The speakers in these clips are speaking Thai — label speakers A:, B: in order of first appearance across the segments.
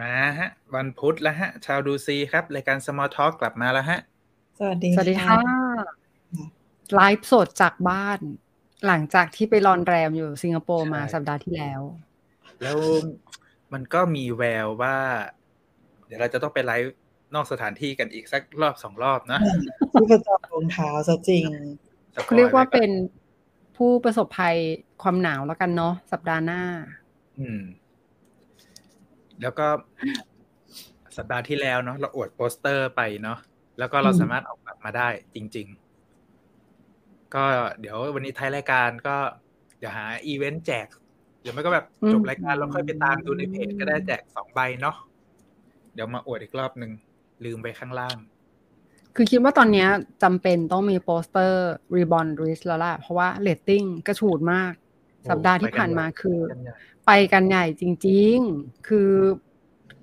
A: มาฮะ วันพุธแล้วฮะ ชาวดูซีครับรายการ Small Talk กลับมาแล้วฮะ
B: สวัสดี
C: สวัสดีค่ะไลฟ์สดจากบ้าน หลังจากที่ไปรอนแรมอยู่สิงคโปร์มา
A: ใช่
C: สัปดาห์ที่แล้ว
A: แล้วมันก็มีแววว่า เดี๋ยวเราจะต้องไปไลฟ์นอกสถานที่กันอีกสักรอบสองรอบนะ
B: ที่ประจำรองเท้าซะจริง
A: สปอไ
C: เรียกว่า
A: ไ
C: เป็นผู้ประสบภัยความหนาวแล้วกันเนาะสัปดาห์หน้า
A: อืม แล้วก็สัปดาห์ที่แล้วเนาะเราอวดโปสเตอร์ไปเนาะแล้วก็เรา
C: อืม
A: สามารถเอากลับมาได้จริง ๆ ก็เดี๋ยววันนี้ท้ายรายการก็เดี๋ยวหาอีเวนต์แจกเดี๋ยวไม่ก็แบบจบรายการแล้วค่อยไปตามดูในเพจก็ได้แจกสองใบเนาะเดี๋ยวมาอวดอีกรอบหนึ่งลืมไปข้างล่าง
C: คือคิดว่าตอนเนี้ยจำเป็นต้องมีโปสเตอร์รีบอนริสแล้วล่ะ เพราะว่าเรตติ้งกระฉูดมาก
A: โอ้
C: สัปดาห์ที่ผ่านมา
A: ไปกัน
C: คือ
A: กันอย่าง
C: ไปกันใหญ่จริง ๆ คือ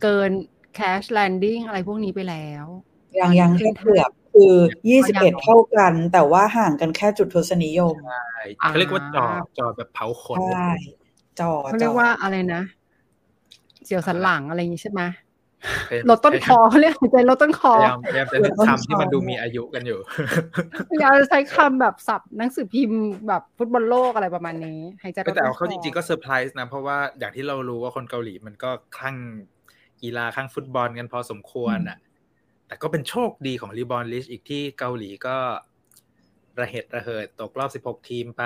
C: เกินแคชแลนดิ้งอะไรพวกนี้ไปแล้ว
B: ยังยังแค่เกือบคือยี่สิบ
C: ยังเหร
B: เอ็ด
C: อ
B: เท่ากัน แต่ว่าห่างกันแค่จุดทศนิยม
A: ใช่เขาเรียกว่าจอจอแบบเผาขน
B: ใช่จอ
C: เขา
B: จ
C: เรีย
B: อก
C: ว่าอะไรนะ เสียวสันหลังอะไรอย่างนี้ใช่ไหม
A: เป็
C: ลดต้นคอเขาเรียกหายใจลดต้นคอ
A: พยายามพยายามจะนึกคำที่มันดูมีอายุกันอยู่
C: พยายามใช้คำแบบสับหนังสือพิมพ์แบบฟุตบอลโลกอะไรประมาณนี้หายใจลด
A: ก็
C: ต้นคอ
A: แต่เอาเข้าจริงๆก็เซอร์ไพรส์นะ เพราะว่าอย่างที่เรารู้ว่าคนเกาหลีมันก็คลั่งกีฬาคลั่งฟุตบอลกันพอสมควรอ่ะ แต่ก็เป็นโชคดีของรีบอ l ลิชอีกที่เกาหลีก็ ระเหตุระเหิดตกรอบ 16 ทีมไป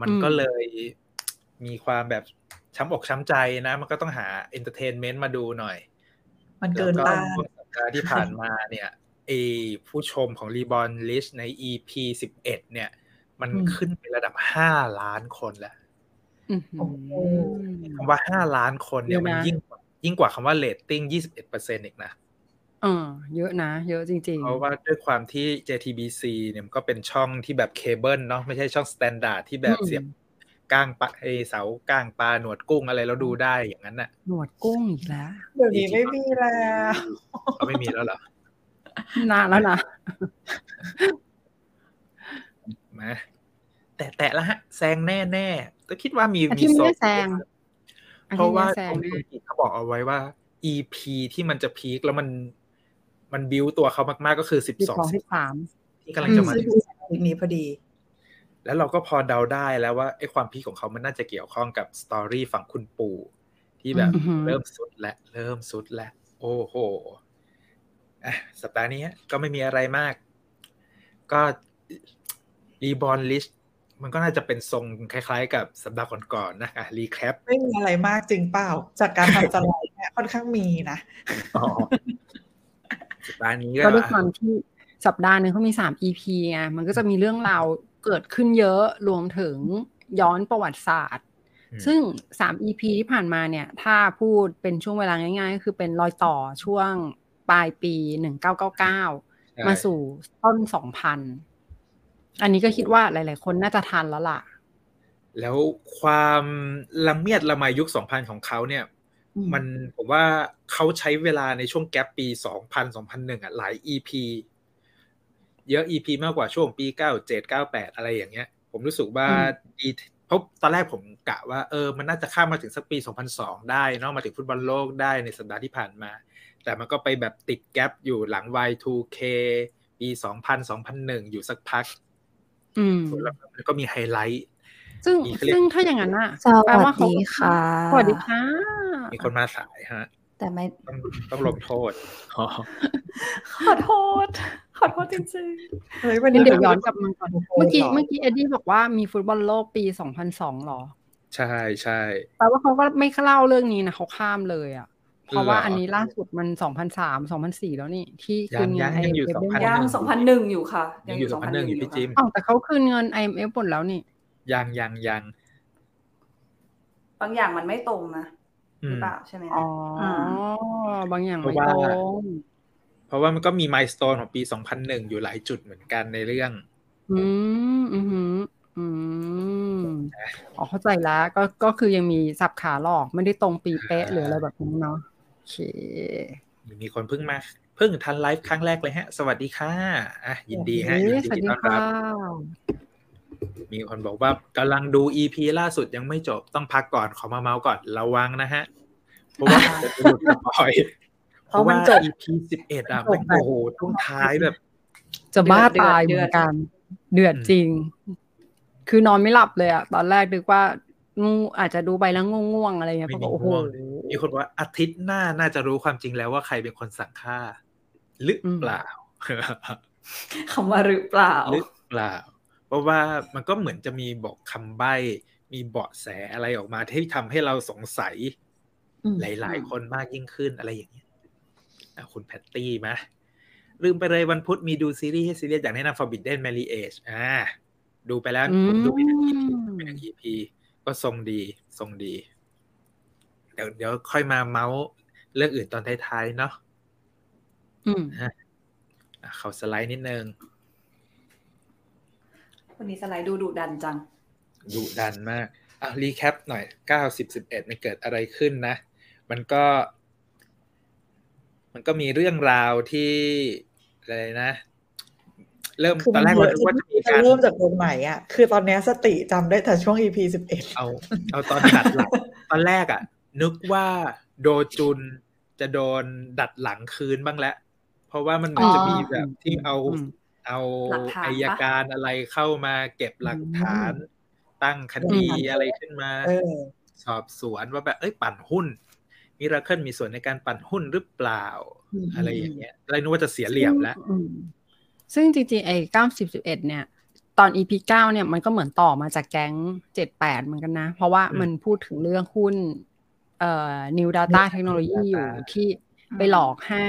A: มันก็เลยมีความแบบช้ำอกช้ำใจนะ มันก็ต้องหาเอนเตอร์เทนเมนต์มาดูหน่อย
B: มันเกินต้าน
A: แล้วก็สัปดาห์ที่ผ่านมาเนี่ย ไอผู้ชมของรีบอ l ลิชใน EP 11 เนี่ย มันขึ้นไประดับ 5 ล้านคนแล้ว
C: อื้อหือ
A: คำว่าห้าล้านคนเนี่ย
C: เยอะนะ
A: มันยิ่งกว่ายิ่งกว่าคำว่าเลตติ้งยี่สิบเอ็ดเปอร์เซ็นต์อีกนะ
C: เออเยอะนะ เยอะจริง
A: เพ
C: ๆ
A: ราะว่าด้วยความที่ JTBC เนี่ยมันก็เป็นช่องที่แบบเคเบิลเนาะไม่ใช่ช่องสแตนดาร์ดที่แบบ
C: อืม
A: เสียบก้างปลาเอยเสาก้างปลาหนวดกุ้งอะไรแล้วดูได้อย่างนั้นน่ะ
C: หนวดกุ้งอีกแล้ว
B: เดี๋ยวนี้ไม่มีแล้ว
A: เขาไม่มีแล้ว เหรอน
C: านแล้วนะ
A: มาแต่แต่ละฮะแซงแน่แน่ๆก็คิดว่ามี
C: อาทิ
A: มี
C: ตย์นี้
A: โซ
C: แซง
A: เพราะว่า
C: แซง
A: คุณ
C: แน่
A: สุกิเขาบอกเอาไว้ว่า EP ที่มันจะพีคแล้วมันมันบิวตัวเขามากๆก็คือสิบ
C: สิบ
A: สอง
C: สองสิบสาม
A: ที่กำลังจะมา
B: ซึ่ง
A: ถึง
B: มีสายนี้พอดี
A: แล้วเราก็พอเดาได้แล้วว่าไอ้ความพีคของเขามันน่าจะเกี่ยวข้องกับสตอรี่ฝั่งคุณปู่ ที่แบบ
C: อื้อหือ
A: เริ่มสุดและ เริ่มสุดและ โอ้โหอ่ะสัปดาห์นี้ก็ไม่มีอะไรมาก ก็รีบอ l ลิชมันก็น่าจะเป็นทรงคล้ายๆ กับสัปดาห์ก่อนๆนะอ่ะรีแคป
B: ไม่มีอะไรมากจริงเปล่า จากการทำสไลด์เนี่ยค่อนข้างมีนะ
A: สัปดาห์นี้ก็
C: ก็ด้วยความที่สัปดาห์หนึ่งเขามีสาม EP ไงมันก็จะมีเรื่องราวเกิดขึ้นเยอะรวมถึงย้อนประวัติศาสตร์
A: อืม
C: ซึ่ง 3 EP ที่ผ่านมาเนี่ย ถ้าพูดเป็นช่วงเวลาง่ายๆ ก็คือเป็นรอยต่อช่วงปลายปี 1999
A: ใช่
C: มาสู่ต้น 2000 อันนี้ก็คิดว่าหลายๆ คนน่าจะทันแล้วล่ะ
A: แล้วความละเมียดละไมยุค 2000 ของเขาเนี่ย มันผมว่าเขาใช้เวลาในช่วงแกปปี 2000 2001 อ่ะ หลาย EP เยอะ EP มากกว่าช่วงปี 97 98 อะไรอย่างเงี้ย ผมรู้สึกว่า
C: อืม
A: ดีเพราะตอนแรกผมกะว่าเออมันน่าจะข้ามมาถึงสักปี 2002 ได้เนอะมาถึงฟุตบอลโลกได้ในสัปดาห์ที่ผ่านมา แต่มันก็ไปแบบติดแกปอยู่หลัง Y2K ปี 2000 2001 อยู่สักพัก
C: อืม
A: แล้วมันก็มีไฮไลท์
C: ซึ่ง
A: มีเขาเรียก
C: ซึ่งถ้าอย่างนั้นอ่ะ
D: ส
C: แปล
D: วั
C: ว่า
D: ส
C: เขา
D: ดีค่ะ
C: สวัสดีค่ะ
A: มีคนมาสายฮะ
D: แต่ไม่
A: ต้องต้องลงโทษ
D: ขอโทษ ขอโทษจริง
B: เฮ้ยวัน
C: งั้
B: นี้
C: นเดี๋ยวย้อนกลับมาก่อน เมื่อกี้เมื่อกี้เอ็ดดี้บอกว่ามีฟุตบอลโลกปี 2002หรอ
A: ใช่ใช่
C: แปลว่าเขาก็ไม่เล่าเรื่องนี้นะเขาข้ามเลยอ่ะ เพราะว่า
A: เหรออั
C: อันนี้ล่าสุดมัน 2003 2004 แล้วนี่ ที่คืนเงิน
A: ยังยังยังอยู่
C: IMF
A: 2000
D: ๆย่างสองพันหนึ่งอยู่ค่ะ
A: ยังอยู่สองพันหนึ่งอยู่พี่จิม
C: อ้าวแต่เขาคืนเงิน IMF หมดแล้วนี่
A: ยังยังยัง
D: บางอย่างมันไม่ตรงนะหรือเปล่าใช่ไหมนะ
C: อ๋อ
D: ม
C: บางอย่าง
A: เพ
C: ไม่
A: ราะว่า
C: ตรง
A: เพราะว่ามันก็มีมายสเตนของปี 2001 อยู่หลายจุดเหมือนกันในเรื่อง
C: อืมอืมหืมอืมอ๋อเข้าใจแล้วก็ก็คือยังมีสับขาหลอกไม่ได้ตรงปีเป๊ะหรืออะไรแบบนี้เนาะโอเค
A: มีคนเพิ่งมาเพิ่งทันไลฟ์ครั้งแรกเลยฮะ สวัสดีค่ะอ่ะยินดีฮะยิน
C: โอ้
A: ดี
C: โหสวัสดี
A: ต้อน
C: ค่ะ
A: รับมีคนบอกว่ากำลังดู EP ล่าสุดยังไม่จบต้องพักก่อนขอมาเมาส์ก่อนระวังนะฮะ เพราะว่าจะหลุดปล่อย
B: เพราะมันจบ
A: เพราะว่า EP สิบเอ็ดอ่ะมันโอ้โหช่วงท้ายแบบ
C: จะบ้า
D: เดือด
C: ตาย
D: เดื
C: เหมื
D: อด
C: อนกันเดือดจริง คือนอนไม่หลับเลยอะตอนแรกนึกว่างูอาจจะดูไปแล้วง่วงๆอะไรเงี้ย
A: ไม่
C: ปรา
A: มี
C: ก็โอ้โห
A: ง่วง มีคนบอกว่าอาทิตย์หน้าน่าจะรู้ความจริงแล้วว่าใครเป็นคนสั่งฆ่าหรือเปล่า
D: คำว่าหรือเปล่า
A: หรือเปล่า เพราะว่ามันก็เหมือนจะมีบอกคำใบ้ มีเบาะแสอะไรออกมาที่ทำให้เราสงสัย
D: อืม
A: หลาย ๆ คนมากยิ่งขึ้นอะไรอย่างเงี้ยอ่ะคุณแพตตี้มาลืมไปเลยวันพุธมีดูซีรีส์ให้ซีรีส์อยากแนะนำ Forbidden Marriage อ่า ดูไปแล้ว
C: อืม
A: ผมดูไปหนึ่ง EP ดูไปหนึ่ง EP ก็ทรงดีทรงดี เดี๋ยวเดี๋ยวค่อยมาเมาส์เรื่องอื่นตอนท้าย ๆ เนาะ
C: อืม
A: อ่ะเขาสไลด์นิดนึง
D: วันนี้สไลด์ดูดุดันจัง
A: ดุดันมากอ่ะรีแคปหน่อยเก้าสิบสิบเอ็ดมันเกิดอะไรขึ้นนะ มันก็ มันก็มีเรื่องราวที่อะไรนะ เริ่ม
B: คือ
A: ตอนแรก
B: มั
A: เรา
B: เย
A: คิดว่าจะมี
B: จะ
A: การ
B: เริ่มจากตรงไหนอ่ะ คือตอนเนี้ยสติจำได้แต่ช่วง EP สิบเอ็ด
A: เอา เอาตอนดัดหลัง ตอนแรกอ่ะ นึกว่าโดจุนจะโดนดัดหลังคืนบ้างแล้ว เพราะว่ามันเหมือนจะมีแบบที่เอา
C: ม
A: เอา
D: หลักฐานปะ
A: อายการอะไรเข้ามาเก็บหลักฐาน ตั้งคดี
C: อืม
A: อะไรขึ้นมา
B: เออ
A: สอบสวนว่าแบบเอ้ยปั่นหุ้นมิราเคิลมีส่วนในการปั่นหุ้นหรือเปล่า
B: อืม
A: อะไรอย่างเงี้ยเลยนึกว่าจะเสียเหลี่ยมแล้ว
C: อืมซึ่งจริงๆไอ้เก้าสิบสิบเอ็ดเนี่ย ตอน EP เก้าเนี่ยมันก็เหมือนต่อมาจากแก๊งเจ็ดแปดเหมือนกันนะ เพราะว่า
A: อืม
C: มันพูดถึงเรื่องหุ้นเอ่อ New Data Technology
A: Data
C: อยู่ที่ไปหลอกให้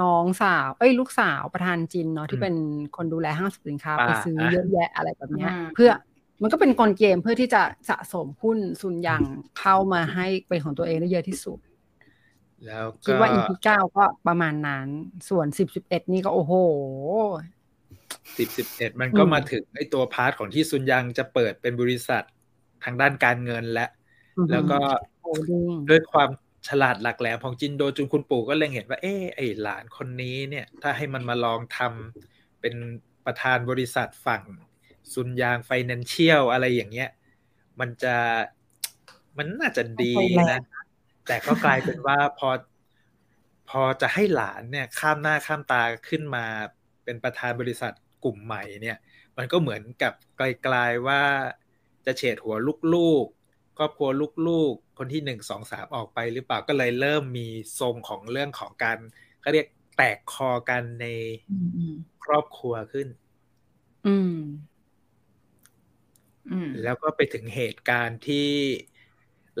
C: น้องสาว เอ้ยลูกสาวประธานจินเนาะที่
A: อืม
C: เป็นคนดูแลห้างสรรพสินค้า
A: อ่า
C: ไปซื้อเยอะแยะอะไรแบบเนี้ย
D: อ่า
C: เพื่อมันก็เป็นกลเกมเพื่อที่จะสะสมหุ้นซุนยังเข้ามาให้เป็นของตัวเองได้เยอะที่สุด
A: แล้ว
C: คิด
A: ก็
C: ว่า EP เก้าก็ประมาณนั้น ส่วนสิบสิบเอ็ดนี่ก็โอ้โห
A: สิบสิบเอ็ดมันก็
C: อืม
A: มาถึงไอตัวพาร์ทของที่ซุนยังจะเปิดเป็นบริษัททางด้านการเงินและ แล้วก็
C: โอ้ดิง
A: ด้วยความฉลาดหลักแหลมของจินโดจุนคุณปู่ก็เล็งเห็นว่า เออไอหลานคนนี้เนี่ย ถ้าให้มันมาลองทำเป็นประธานบริษัทฝั่งซุนยางไฟแนนเชียลอะไรอย่างเงี้ย มันจะมันน่าจะดีนะ แต่ก็กลายเป็นว่าพอพอจะให้หลานเนี่ย ข้ามหน้าข้ามตาขึ้นมาเป็นประธานบริษัทกลุ่มใหม่เนี่ย มันก็เหมือนกับไกลๆว่าจะเฉดหัวลูกๆครอบครัวลูกๆ คนที่หนึ่งสองสามออกไปหรือเปล่าก็เลยเริ่มมีทรงของเรื่องของการเขาเรียกแตกคอกันในครอบครัวขึ้น
C: อืม
D: อืม
A: แล้วก็ไปถึงเหตุการณ์ที่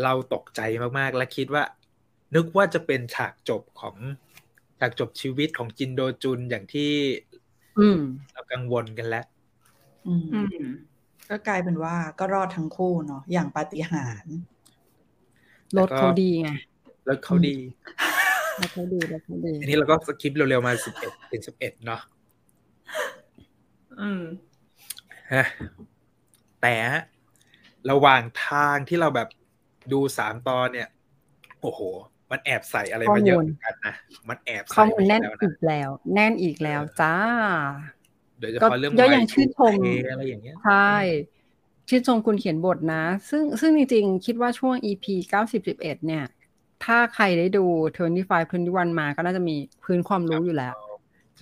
A: เราตกใจมากๆ และคิดว่า นึกว่าจะเป็นฉากจบของฉากจบชีวิตของจินโดจุนอย่างที่
C: อืม
A: เรากังวลกันแล้ว
B: อืม
D: อืม
B: ก็กลายเป็นว่าก็รอดทั้งคู่เนาะอย่างปาฏิหาริย์
C: รถเขาดีไง
A: แล้วเขาดี
C: รถเขาดีรถเขาดี
A: อันนี้เราก็สกิปเร็วๆมาสิบเอ็ดถึงสิบเอ็ดเนาะ
D: อืม
A: ฮะแต่ระหว่างทางที่เราแบบดูสามตอนเนี่ย โอ้โห มันแอบใส่อะไรมาเยอะ
C: ข้อมูล
A: เหมือนกันนะมันแอบ
C: ข้อ
A: ใส่
C: มู
A: มา
C: ล
A: เย
C: แน่
A: อะ
C: น
A: แล้ว
C: อี
A: นะ
C: กแล้ว แน่นอีกแล้วจ้า
A: โดยเฉ
C: ก็
A: พาะเรื่อง
C: ก็ยังชื่นชม
A: ไวท์อะไรอย่างเงี้ย
C: ใช่ชื่นชมคุณเขียนบทนะ ซึ่งซึ่งจริงๆ คิดว่าช่วง EP 90 11เนี่ย ถ้าใครได้ดู 25 21 มาก็น่าจะมีพื้นความรู้อยู่แล้ว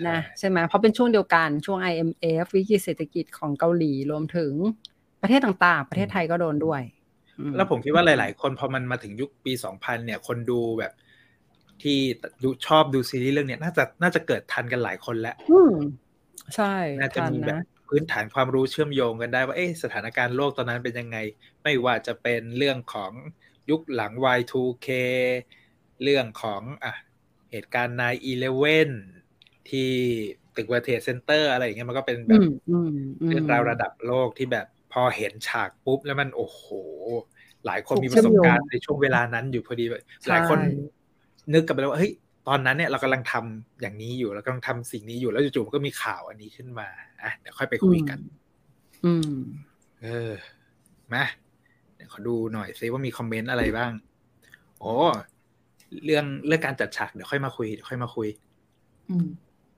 C: นะใช่ไหมเพราะเป็นช่วงเดียวกันช่วง IMF วิกฤตเศรษฐกิจของเกาหลีรวมถึงประเทศต่างๆ ประเทศไทยก็โดนด้วยอืม
A: แล้วผมคิดว่าหลาย ๆ คนพอมันมาถึงยุคปี 2000 เนี่ย คนดูแบบ ที่ดูชอบดูซีรีส์เรื่องเนี้ยน่าจะน่าจะเกิดทันกันหลายคนแล้ว
C: อืมใช่
A: น่าจะ
C: ทัน
A: มีแบบ
C: นะ
A: พื้นฐานความรู้เชื่อมโยงกันได้ว่าเอ๊ะสถานการณ์โลกตอนนั้นเป็นยังไง ไม่ว่าจะเป็นเรื่องของยุคหลัง Y2K เรื่องของอ่ะเหตุการณ์ 9-11 ที่ตึกเวเทเซ็นเตอร์อะไรอย่างเงี้ยมันก็เป็นแบ
C: อื
A: บ
C: มอืมอืม
A: เรื่องราวระดับโลกที่แบบพอเห็นฉากปุ๊บแล้วมันโอ้โห หลายคนมีป
C: เชื่
A: ระ
C: อ
A: สบ
C: มโยง
A: การณ์ในช่วงเวลานั้นอยู่พอดีแบบหลายคน
C: ใช่
A: นึกกลับไปแล้วว่าเฮ้ย ตอนนั้นเนี่ยเรากำลังทำอย่างนี้อยู่ แล้วกำลังทำสิ่งนี้อยู่แล้วจู่ๆมันก็มีข่าวอันนี้ขึ้นมาอ่ะเดี๋ยวค่อยไปคุยกัน
C: อืม
A: เออ มาเดี๋ยวขอดูหน่อยซิว่ามีคอมเมนต์อะไรบ้าง โอ้เรื่องเรื่องการจัดฉากเดี๋ยวค่อยมาคุยเดี๋ยวค่อยมาคุย
B: อืม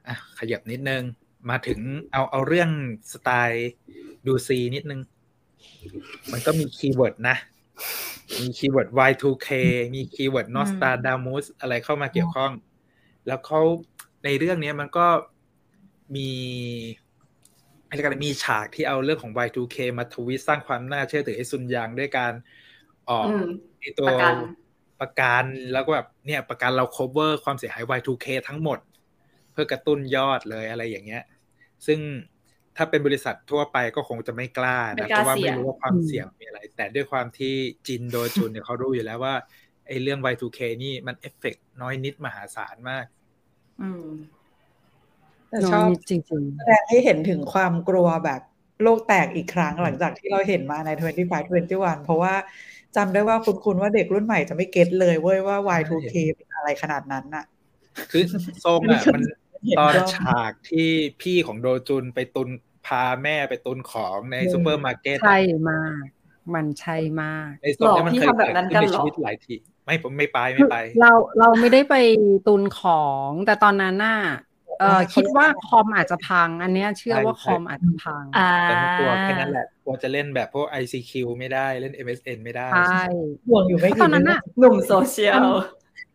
A: อ่ะขยับนิดนึง มาถึงเอาเอาเรื่องสไตล์ดูซีนิดนึง มันก็มีคีย์เวิร์ดนะ มีคีย์เวิร์ด Y2K มีคีย์เวิร์ด Nostradamus อะไรเข้ามาเกี่ยวข้อง แล้วเขาในเรื่องเนี้ยมันก็มีอะไรยกันมีฉากที่เอาเรื่องของ Y2K มาทวิสต์สร้างความน่าเชื่อถือให้ซุนยางด้วยการออก
D: อืม
A: ไอตัว
D: ประกัน
A: ประกันแล้วก็แบบเนี่ยประกันเรา cover ความเสียหาย Y2K ทั้งหมด เพื่อกระตุ้นยอดเลยอะไรอย่างเงี้ย ซึ่งถ้าเป็นบริษัททั่วไปก็คงจะไม่กล้า
D: ไม่
A: นะ
D: ก
A: เพ
D: ล้า
A: ราะว่า
D: เสี่ย
A: ไม่
D: ง
A: รู้ว่าความเสี่ยงมีอะไร แต่ด้วยความที่จินโดจุนเนี่ยเขารู้อยู่แล้วว่าไอ้เรื่อง Y2K นี่มันเอฟเฟกต์น้อยนิดมหาศาลมาก
D: อืม
B: แต่
C: น้
B: ช
C: อ
B: อง บ
C: นิดจริง
B: แสดงให้เห็นถึงความกลัวแบบโลกแตกอีกครั้งหลังจากที่เราเห็นมาใน 25 21 เพราะว่าจำได้ว่าคุณคุณว่าเด็กรุ่นใหม่จะไม่เก็ตเลยเว้ยว่า Y2K เป็นอะไรขนาดนั้นน่ะ
A: คือทรง อ่ะมัน
B: เห็น
A: ตอน
B: ก็
A: ฉากที่พี่ของโดจุนไปตุนพาแม่ไปตุนของใน
B: อืม
A: ซูเปอร์มาร์เก็ต
C: ๆ ใช่มาก มันใช่มาก
A: ในส่วนเนี้ยมัน
D: หรอพี่
A: เคย
D: ทำแบ
A: เกิ
D: บ
A: ด
D: นั้
A: ขึ้น
D: นกัน
A: ใน
D: เหรอ
A: ชีวิตหลายทีไม่ผมไม่ไปไม่ไป
C: เราเราไม่ได้ไปตุนของแต่ตอนนั้นน่ะเออคิดว่าคอมอาจจะพัง อันเนี้ยเชื่อว่าคอมอาจจะพัง
D: อ่า
A: แต่ไม่กลัวแค่นั้นแหละกลัวจะเล่นแบบพวก ICQ ไม่ได้เล่น MSN ไม่ได้
C: ใช่
B: ห่วงอยู่ไม่กี่
C: ตอนนั้นน่ะ
D: หนุ่มโซเชียล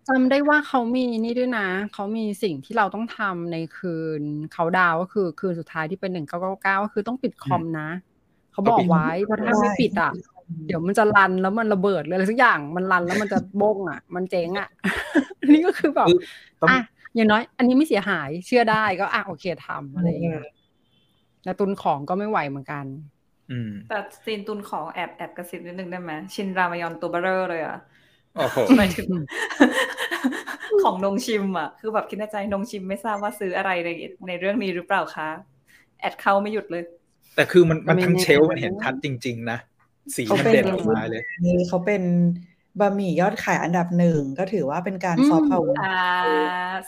C: จำได้ว่าเขามีนี่ด้วยนะ เขามีสิ่งที่เราต้องทำในคืนเขาดาวน์ก็คือคืนสุดท้ายที่เป็นหนึ่งเก้าเก้าเก้าก็คือต้องปิดคอมนะ เขาบอ
A: ต้อ
C: ก
A: งปิด
C: ไว้เพราะถ้าไม่ปิดอ่ะ เดี๋ยวมันจะรันแล้วมันระเบิดเลยอะไรสักอย่างมันรันแล้วมันจะบ้งอ่ะ มันเจ๊งอ่ะ นี่ก็คือแบบ
A: คือต้อง
C: อ่ะอย่างน้อย อันนี้ไม่เสียหายเชื่อได้ก็อ่ะโอเคทำอะไรอย่างเงี้ยแล้วตุนของก็ไม่ไหวเหมือนกัน
A: อืม
D: แต่ซีนตุนของแอบแอบกระซิบนิดนึงได้ไหมชินรามายอนตัวเบลเลอร์เลยอ่ะ
A: โอ้โห
D: หมายถึง ของนงชิมอ่ะ คือแบบคิดในใจนงชิมไม่ทราบว่าซื้ออะไรในในเรื่องนี้หรือเปล่าคะ แอดเข้าไม่หยุดเลย
A: แต่คือมันมันทั้ง
C: ไม่แน่
A: เชลฟ์มันเห็นชัดจริง ๆ นะ สีมันเด่นออกมาเลย
B: นี่เขาเป็นบะหมี่ยอดขายอันดับหนึ่งก็ถือว่าเป็นการ
C: อืม
B: ซอฟต์พาวเวอร์
D: อ่า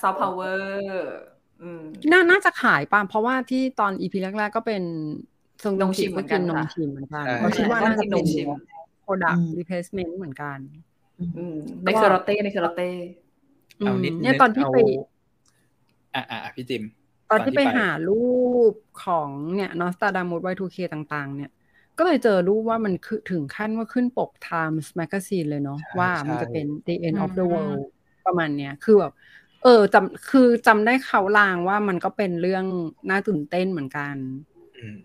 D: ซอฟต์พาวเวอร์อืม
C: น่าน่าจะขายป่ะเพราะว่าที่ตอนอีพีแรกๆก็เป็นทรง
D: นมชิมเหมือนกัน
C: นม
D: ค่ะ
C: ชิมเหมือนกัน
A: ใช่
C: ก็คิดว่าน่าจะเป็น
D: งชิม
C: product
B: อืม
C: replacement เหมือนกัน
D: อืมในเคอร์โรเต้ในเคอร์โรเต้
A: เอานิด
C: เนี่ยตอนที่
A: เา
C: ไป
A: อ่ะอ่ะอ่ะพี่จิม
C: ตอนที่
A: ตอนที่
C: ไป
A: ไป
C: หารูปของเนี่ยนอสตาดามูดไวทูเคต่างๆ เนี่ย ก็เลยเจอรูปว่ามันคือถึงขั้นว่าขึ้นปก Times Magazine เลยเนาะว่ามันจะเป็น the end of the
D: อืม
C: world ประมาณเนี้ยคือแบบเออจำคือจำได้เขาลางว่ามันก็เป็นเรื่องน่าตื่นเต้นเหมือนกัน
A: อืม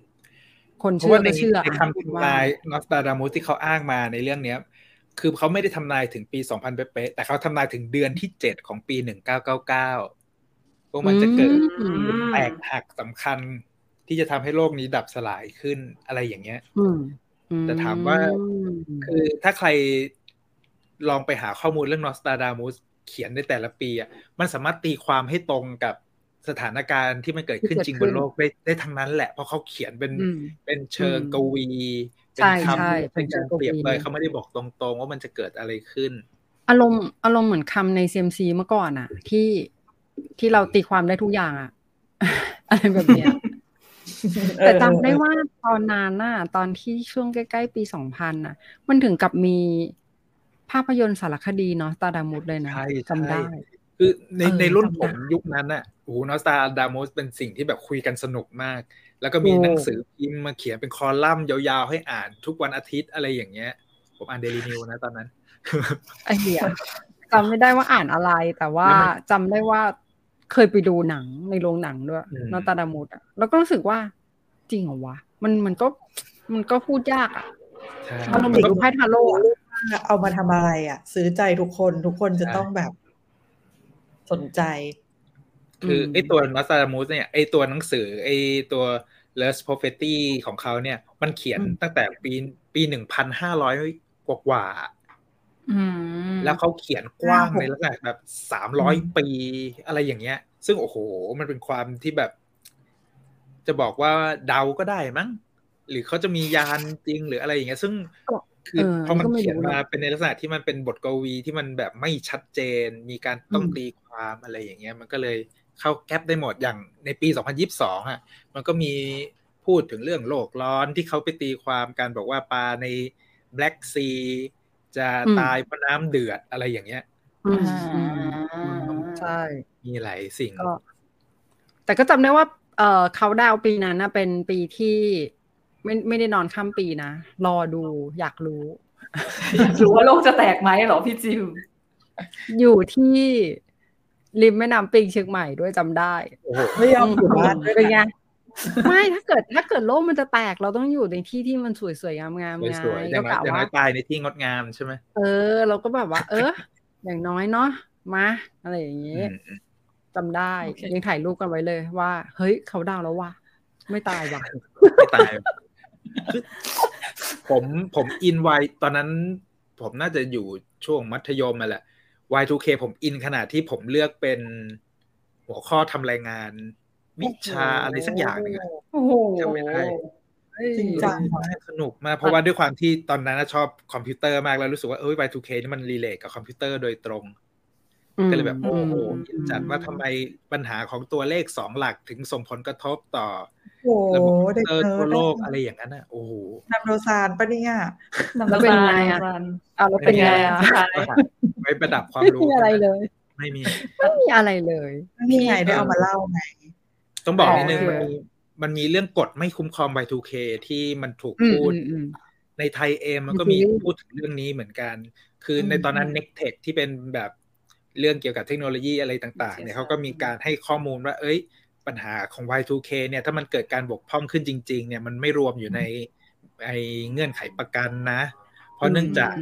C: คน
A: เพราะ
C: เชื่อ
A: ว่าในใน
C: ก็เชื่ออ่ะ
A: คำ
C: คิด
A: ทำ
C: ว่า
A: นายนอสตาดามูสที่เขาอ้างมาในเรื่องเนี้ย คือเขาไม่ได้ทำนายถึงปี 2000 เป๊ะๆแต่เขาทำนายถึงเดือนที่ 7 ของปี 1999พวกมันจะเกิด
C: อืม
A: แตกหักสำคัญที่จะทำให้โลกนี้ดับสลายขึ้นอะไรอย่างเงี้ย
C: อืม
A: แต่ถามว่า คือถ้าใครลองไปหาข้อมูลเรื่องนอสตาดามุสเขียนในแต่ละปีอ่ะมันสามารถตีความให้ตรงกับสถานการณ์ที่มันเกิดขึ้นจริงบนโลกได้ได้ทั้งนั้นแหละ เพราะเขาเขียนเป็น
C: อืม
A: เป็นเชิงกวี เป็
C: ใช่
A: นค
C: ใช่
A: ำเป็นการเปรียบเลย
C: เป็นเชิงกวี
A: เขาไม่ได้บอกตรงๆ ว่ามันจะเกิดอะไรขึ้น
C: อารมณ์อารมณ์เหมือนคำใน CMC เมื่อก่อนอะที่ที่เราตีความได้ทุกอย่างอะ อะไรแบบเนี้ย แต่จำได้ว่าตอนนานน่ะตอนที่ช่วงใกล้ ๆ ปีสองพันน่ะ มันถึงกับมีภาพยนตร์สารคดีเนาะตาดามุดเลยนะ
A: ใช่ใช่
C: จำได้
A: คือใน
C: เออ
A: ในรุ่นผ
C: จำ
A: ม
C: ได้
A: ยุคนั้นน่ะโอ้โหนอสตาดามสเป็นสิ่งที่แบบคุยกันสนุกมาก แล้วก็มี
C: โอ้
A: หนังสือพิมพ์มาเขียนเป็นคอลัมน์ยาวๆ ให้อ่านทุกวันอาทิตย์อะไรอย่างเงี้ย ผมอ่านเดลีนิวนะตอนนั้น
C: ไอเหี้ยจำไม่ได้ว่าอ่านอะไร แต่ว่า
A: แล้วมัน
C: จำได้ว่าเคยไปดูหนังในโรงหนังด้วย
A: อืม
C: เนอตาดามุดอะแล้วก็รู้สึกว่าจริงเหรอวะมันมันก็มันก็พูดยากอะ
A: ใช่
C: อารมณ์เหมือนดูไพ่ทาโร่อะ
B: เอามาทำอะไรอ่ะ ซื้อใจทุกคนทุกคนจะต้องแบบ สนใจ
A: คืออ
C: ม
A: ไอตัวนอสตาดามสเนี่ยไอตัวหนังสือไอตัว l e s t Prophecy ของเขาเนี่ย มันเขียน
B: อืม
A: ตั้งแต่ปีปีหนึ่งพันห้าร้อยกว่าๆ
D: อืม
A: แล้วเขาเขียนกว้าง
B: ห้าหก
A: ในลักษณะแบบสามร้อยปีอะไรอย่างเงี้ย ซึ่งโอ้โห มันเป็นความที่แบบ จะบอกว่าเดาก็ได้มั้ง หรือเขาจะมียานจริงหรืออะไรอย่างเงี้ย ซึ่ง คือ
C: เออ
A: เพราะมัน
C: ก็ไม่
A: เขียน
C: รู้
A: มา
C: นะ
A: เป็นในลักษณะที่มันเป็นบทกวีที่มันแบบไม่ชัดเจน มีการต้องตีความอะไรอย่างเงี้ย มันก็เลยเข้าแก๊ปได้หมดอย่างในปี 2022อ่ะมันก็มีพูดถึงเรื่องโลกร้อนที่เขาไปตีความการบอกว่าปลาใน Black Sea จะ
C: อืม
A: ตายเพราะน้ำเดือดอะไรอย่างเงี้ย
C: อืม
D: อ่า
C: อืมอืมใช่
A: มีหลายสิ่ง
C: ก็ แต่ก็จำได้ว่า เออเขาดาวน์ปีนั้นนะเป็นปีที่ ไม่ไม่ได้นอนข้ามปีนะ รอดูอยากรู้
D: หรือว่าโลกจะแตกไหมเหรอพี่จิม
C: อยู่ที่ริมแม่น้ำปิงเชียงใหม่ด้วยจำได้
A: โอ้โห
B: ไม่ยอมอยู่บ้านด้วย
C: เป็น
B: นะ
C: ไง ไม่ถ้าเกิดถ้าเกิดโลกมันจะแตกเราต้องอยู่ในที่ที่มันสวยๆงามๆไงาม
A: สวยๆอย่าง
C: ก็
A: น้อย
C: กะ
A: อย่างน้อ
C: ว่า
A: ยตายในที่งดงามใช่ไหม
C: เออ เราก็แบบว่า เออ อย่างน้อยเนาะมาอะไรอย่าง
A: อื
C: งี้
A: ม
C: จำได้
D: โอเค
C: ยังถ่ายรูปกันไว้เลยว่า เฮ้ยเขาดาวน์แล้วว่ะไม่ตายว่ะ
A: ไม่ตายคือผมผมอินวายตอนนั้น ผมน่าจะอยู่ช่วงมัธยมมาแหละ Y2K ผมอินขนาดที่ผมเลือกเป็นหัวข้อทำรายงาน วิชาอะไรสักอย่างหนึ่งอะ
D: โอ้โห
A: จำไม่ได้
B: จริงจังวะ
A: สนุกมากเพราะว่าด้วยความที่ตอนนั้นน่ะชอบคอมพิวเตอร์มากแล้วรู้สึกว่าเอ้ย Y2K นี่มันรีเลทกับคอมพิวเตอร์โดยตรง ก็เลยแบบโอ้โห
C: อืม
A: อินจัดว่าทำไมปัญหาของตัวเลขสองหลักถึงส่งผลกระทบต่อ
B: โอ้
A: ระ
B: โห
A: บบคอมพิว
B: เด็ก
A: เตอร์
B: เนิ
A: ทั่ว
B: ร์ด
A: โลกอะไรอย่างนั้นอ่ะโอ้โห
B: นำโดซานปะเนี่ย
C: แล้วเป็นไงอะ เอาแล้วเป็นไงอ่ะ
A: ไว้ประดับความ
C: ไม่
A: รู้
C: มีอะไรเลย
A: ไม่มี
C: ไม่มีอะไรเลย
B: นี่ไงได้เอามาเล่าไง
A: ต้องบอกนิดนึง
C: เออ
A: มันมีมันมีเรื่องกฎไม่คุ้มครอง Y2K ที่มันถูก
C: อืม
A: พูด
C: อืมอืม
A: ในไทยเองมันก็
C: มี
A: มี
C: ซีรีส์
A: พูดถึงเรื่องนี้เหมือนกัน คืออ
D: ม
A: ในตอนนั้น n e c t e c h ที่เป็นแบบเรื่องเกี่ยวกับเทคโนโลยีอะไรต่าง ๆ เนี่ย
D: ใช่
A: เขาก็มีการให้ข้อมูลว่า เอ้ย ปัญหาของ Y2K เนี่ยถ้ามันเกิดการบกพร่องขึ้นจริง ๆ เนี่ยมันไม่รวมอยู่ในไอเงื่อนไขประกันนะ เพราะเนื่องจาก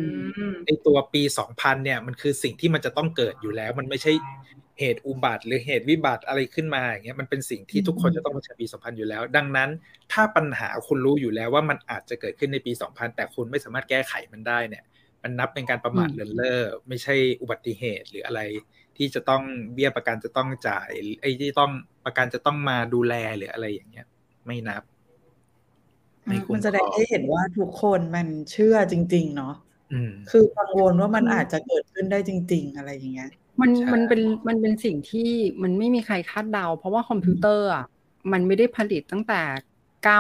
A: ไอตัวปี 2000 เนี่ยมันคือสิ่งที่มันจะต้องเกิดอยู่แล้ว มันไม่ใช่เหตุอุบัติหรือเหตุวิบัติอะไรขึ้นมาอย่างเงี้ยมันเป็นสิ่งที่ทุกคนจะต้องเผชิญปี 2000 อยู่แล้ว ดังนั้น ถ้าปัญหาคุณรู้อยู่แล้วว่ามันอาจจะเกิดขึ้นในปี 2000 แต่คุณไม่สามารถแก้ไขมันได้เนี่ย มันนับเป็นการประมาท
C: อืม
A: เลินเล่อไม่ใช่อุบัติเหตุหรืออะไร ที่จะต้องเบี้ยประกันจะต้องจ่ายไอ้ที่ต้องประกันจะต้องมาดูแลหรืออะไรอย่างเงี้ย ไม่นับ ไม่คุ้ม
B: มันแสด
A: ค
B: ง
A: รอง
B: ให้เห็นว่าทุกคนมันเชื่อจริง ๆ เนาะ
A: อืม
B: คือกังวลว่ามันอาจจะเกิดขึ้นได้จริง ๆ อะไรอย่างเงี้ย
C: มัน
A: ใช่
C: มันเป็นมันเป็นสิ่งที่มันไม่มีใครคาดเดา เพราะว่าคอมพิวเตอร์อ่ะมันไม่ได้ผลิตตั้งแต่ 999
A: มั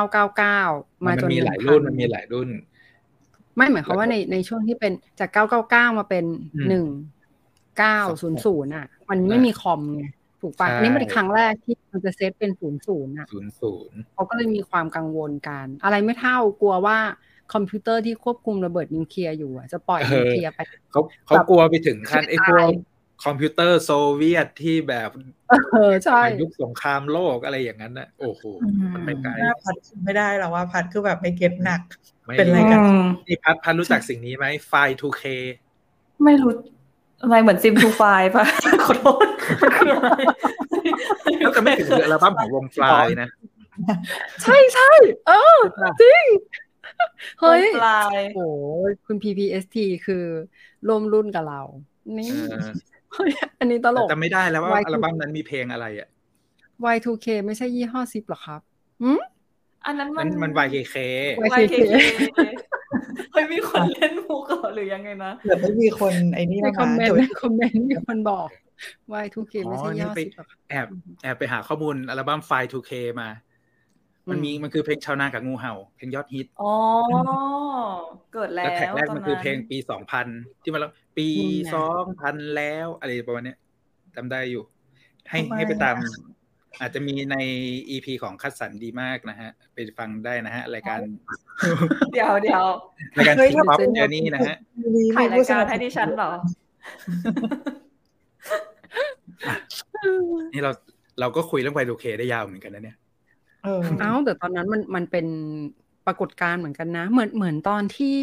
C: มาน จน
A: มีหลายรุ่นมันมี
C: ห
A: หลายรุ่น
C: ไม่เหมือนความว่าในในช่วงที่เป็นจาก 999 มาเป็น
A: อืม
C: 1900 อ่ะ มันไม่มีคอมไงถูกปะ
A: ใช่
C: อันนี่มันเป็นครั้งแรกที่มันจะเซตเป็น 00 อ่ะ
A: ศูนย์ศูนย์
C: เขาก็เลยมีความกังวลกัน อะไรไม่เท่ากลัวว่าคอมพิวเตอร์ที่ควบคุมระเบิดนิวเคลียร์อยู่อ่ะจะปล่อย
A: เออ
C: นิวเคลียร์ไป
A: เขาเขากลัวไปถึงขั้น
C: แบบ
A: ไอ้พว
C: ตาก ย
A: คอมพิวเตอร์โซเวียตที่แบบ
C: เออใช่
A: ยุคสงครามโลกอะไรอย่างนั้นนะโอ้โหมันไปไกล
B: หน้าพัดไม่ได้แล้วว่าพัดคือแบบไม่เก็ตหนัก
A: ไม่
B: เป็นอะไรกัน
A: นี่พัดพัดรู้จักสิ่งนี้ไหมไฟล์ 2K
D: ไม่รู้อะไรเหมือนซิมทูไฟป่ะ ขอโทษมันคืออะไร
A: แล้วจะไม่ถึงอัลบั้มของวงฟลายนะ
C: ใช่ใช่เออ จริง เฮ้ย
D: ปลาย
C: โอ้โหคุณ PPST คือร่วมรุ่นกับเรา นี่
A: เออ
C: เฮ้ยอันนี้ตล
A: แต่
C: ก
A: จำไม่ได้แล้วว่า
C: Y2K
A: อัลบั้มนั้นมีเพลงอะไรอ่ะ
C: Y2K ไม่ใช่ยี่ห้อซิปหรอครับ
D: อันนั้นมั
A: มัน นมัน YKK
D: YKK
C: YKK
D: เฮ้ยมีคนเล่นมุกเหรอหรือยังไงนะ
B: เกือบไม่มีคนไอ้นี่
C: ใน
B: แล้ว
C: คอม
B: นะ
C: เมน
B: เดี๋ยว
C: ต์ในคอมเมนต์มีคนบอก Y2K ไม่ใช่ยี่ห้อซิปหรอครับ
A: แอบแอบไปหาข้อมูลอัลบั้มไฟล์ 2K มา มันมี
C: อืม
A: มันคือเพลงชาวนากับงูเห่า เพลงยอดฮิต
D: อ๋อ เกิดแล้ว
A: แล้วแท็กแรก
D: ต
A: มันคือเพลงปีสองพันที่มันร้องปี
C: นี่ไง
A: สองพันแล้วอะไรประมาณเนี้ยจำได้อยู่ ให้ให้ไปตาม อาจจะมีในอีพีของคัดสรรดีมากนะฮะ ไปฟังได้นะฮะ รายการ
D: เดี๋ยวเดี๋ยว
A: รายการ
B: เฮ้ย
A: ที
B: ถ้า
A: ป๊อป
B: ป็
A: เจอนี่นะฮะ
B: มี
D: ถ่ายราย
B: ผู้ส
D: การ
B: บส
D: ให้ดิฉันเหรอ
A: นี่เราเราก็คุยเรื่องไวโอเคได้ยาวเหมือนกันนะเนี่ย
B: เออ
C: เอ้าแต่ตอนนั้นมันมันเป็นปรากฏการณ์เหมือนกันนะ เหมือนเหมือนตอนที่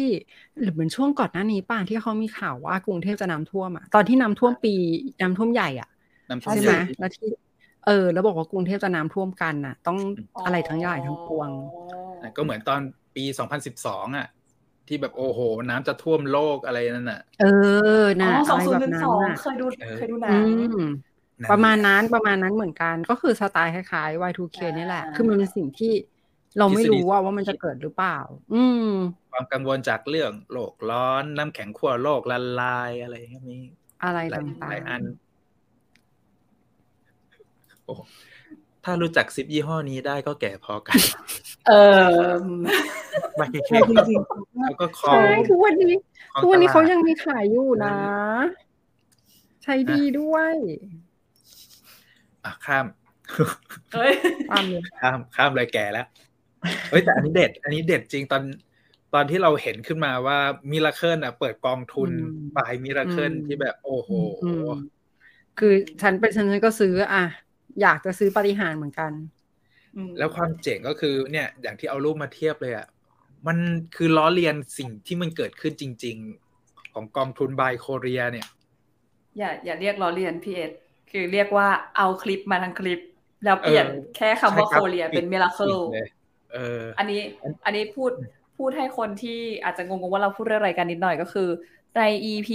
C: หรือเหมือนช่วงก่อนหน้านี้ป่ะที่เขามีข่าวว่ากรุงเทพจะน้ำท่วมอะตอนที่น้ำท่วมปีน้ำท่วมใหญ่อะ
A: น้ำท่วม
C: ใช่
A: ให
C: ไหม
A: ญ่
C: แล้วที่ เออ แล้วบอกว่ากรุงเทพจะน้ำท่วมกันน่ะ ต้อง อะไรทั้งใหญ่ทั้งปวง
A: อ่ะก็เหมือนตอนปี 2012 อ่ะ ที่แบบโอ้โห น้ำจะท่วมโลกอะไรนั่นน่ะ
C: เออ
D: อ๋
C: น่ะ
D: อส
C: อะ
D: อ
C: ไร
D: งศูน
C: แบ
D: ย์
C: บ
D: หนึ่ง
C: นั้
D: ส
C: น
D: อง
C: น่ะ
D: เคยดู
A: เออ
D: เคยดูหนั
C: อื
D: ง
C: ม
A: นั่น
C: ประมาณนั้นประมาณนั้นเหมือนกัน ก็คือสไตล์คล้ายๆ Y2K นี่แหละ
D: อ่า
C: คือมันเป็นสิ่งที่ เราไม่รู้ว่าว่ามันจะเกิดหรือเปล่า อืม
A: ความกังวลจากเรื่องโลกร้อนน้ำแข็งขั้วโลกละลายอะไรอย่างเงี้ยมี
C: อะไร
A: หลาย
C: ต่า
A: หลาย
C: ง
A: อันโอ้ถ้ารู้จักซิปยี่ห้อนี้ได้ก็แก่พอกัน
D: เออ
A: ไม่
B: ใช่จริง
A: แล้วก็ค
C: ๆ
A: ลอง
C: ใช่ทุกวันนี้
A: คลอง
C: ทุกวันนี้
A: ตลด
C: เขายังมีขายอยู่นะ ใช้ดีด้วย
A: อ่ะข้าม
D: เฮ้ย
C: ตามนี้
A: ข้ามข้ามเลยแก่แล้ว เฮ้ยแต่อันนี้เด็ด อันนี้เด็ดจริงตอนตอนที่เราเห็นขึ้นมาว่ามิราเคิลอ่ะ เปิดกองทุนบายมิราเคิลที่แบบ โอ้โห
C: อืมคือฉันเป็นฉันฉันก็ซื้ออ่ะอยากจะซื้อปาฏิหารย์เหมือนกัน
A: แล้วความเจ๋งก็คือเนี่ย อย่างที่เอารูปมาเทียบเลยอ่ะ มันคือล้อเลียนสิ่งที่มันเกิดขึ้นจริง ๆ ของกองทุนบายโคเรียเนี่ย
D: อย่าอย่าเรียกล้อเลียนพี่เอสคือเรียกว่าเอาคลิปมาทั้งคลิป แล้วเปลี่ยน
A: เออ
D: แค่คำว่าโคเรียเป็นมิราเคิล
A: ยเออ
D: อันนี้อันนี้พูดพูดให้คนที่อาจจะงงๆว่าเราพูดเรื่องอะไรกันนิดหน่อยก็คือ ใน EP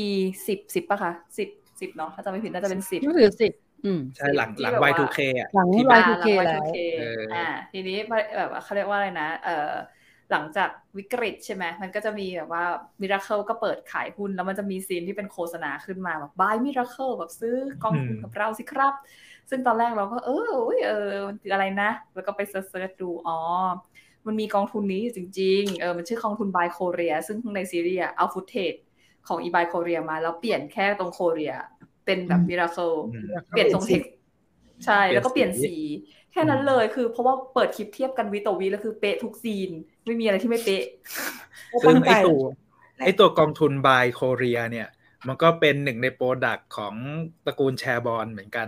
D: สิบสิบปะคะสิบสิบเนาะถ้าจำไม่ผิดน่าจะเป็นสิบ
C: ก็ถือสิทธิ์อืม
A: ใช่หลังหลัง
D: ที่แบบว่า
A: Y2K อ่ะ
C: หลัง
A: ที่
D: อ่า
A: บ้าน
C: Y2K
D: ห
C: แล้
D: ง
C: ว
D: Y2K
A: เอออ่
D: อ่าทีนี้แบบว่าเขาเรียกว่าอะไรนะเออหลังจากวิกฤตใช่ไหมมันก็จะมีแบบว่ามิราเคิลก็เปิดขายหุ้น แล้วมันจะมีซีนที่เป็นโฆษณาขึ้นมาแบบ buy miracle แบบซื้อกองทุนกับเราสิครับ ซึ่งตอนแรกเราก็เอออุ๊ยเออมันคืออะไรนะ แล้วก็ไปเสิร์ชดูอ๋อ มันมีกองทุนนี้อยู่จริง ๆ เออ มันชื่อกองทุนบายโคเรีย ซึ่งในซีรีส์อะเอาฟุตเทจของอีบายโคเรียมา แล้วเปลี่ยนแค่ตรงโคเรีย เป็นแบบมิราเคิล
A: อืม
D: เปลี่ยนตรงเทคใช่แล้วก็เปลี่ยน
A: เปลี่ยน
D: สี
A: สี
D: แค่นั้นเลย คือเพราะว่าเปิดคลิปเทียบกันวิโตอวีแล้วคือเป๊ะทุกซีน ไม่มีอะไรที่ไม่เป๊ะ
B: ๆก็
A: ซึ่
B: ตั้
A: ง
B: งใจ
A: ไอตัวไอตัวกองทุนบายโคเรียเนี่ย มันก็เป็นหนึ่งในโปรดักต์ของตระกูลแชร์บอลเหมือนกัน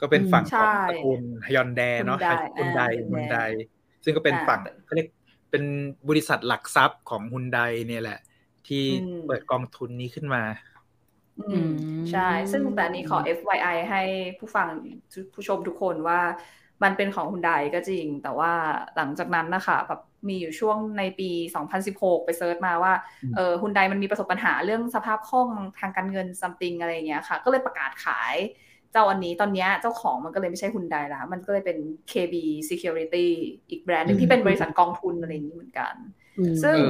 A: ก็เป็นฝั่ง
D: ใช่
A: ของตระกูลฮยอนแดเนาะ
D: ฮยอน
A: ได
D: แด
A: ฮุนได
D: อ่า
A: ซึ่งก็เป็นฝั่ง
D: อ่า
A: เขาเรียกเป็นบริษัทหลักทรัพย์ของฮุนไดเนี่ยแหละ ที่
D: อืม
A: เปิดกองทุนนี้ขึ้นมา
D: อืมใช่ ซึ่งแต่อันนี้ขอ FYI ให้ผู้ฟังผู้ชมทุกคนว่า มันเป็นของคุณไดก็จริง แต่ว่าหลังจากนั้นนะคะแบบมีอยู่ช่วงในปี 2016 ไปเซิร์ชมาว่า
A: อืม
D: เออคุณไดมันมีประสบปัญหาเรื่องสภาพคล่องทางการเงินซัมติงอะไรอย่างเงี้ยค่ะ ก็เลยประกาศขายเจ้าอันนี้ตอนเนี้ยเจ้าของมันก็เลยไม่ใช่คุณไดละมันก็เลยเป็น KB Security อีกแบรนด์หนึงที่เป็นบริษัทกองทุนอะไรอย่างนี้เหมือนกัน ซึ่ง
A: เอ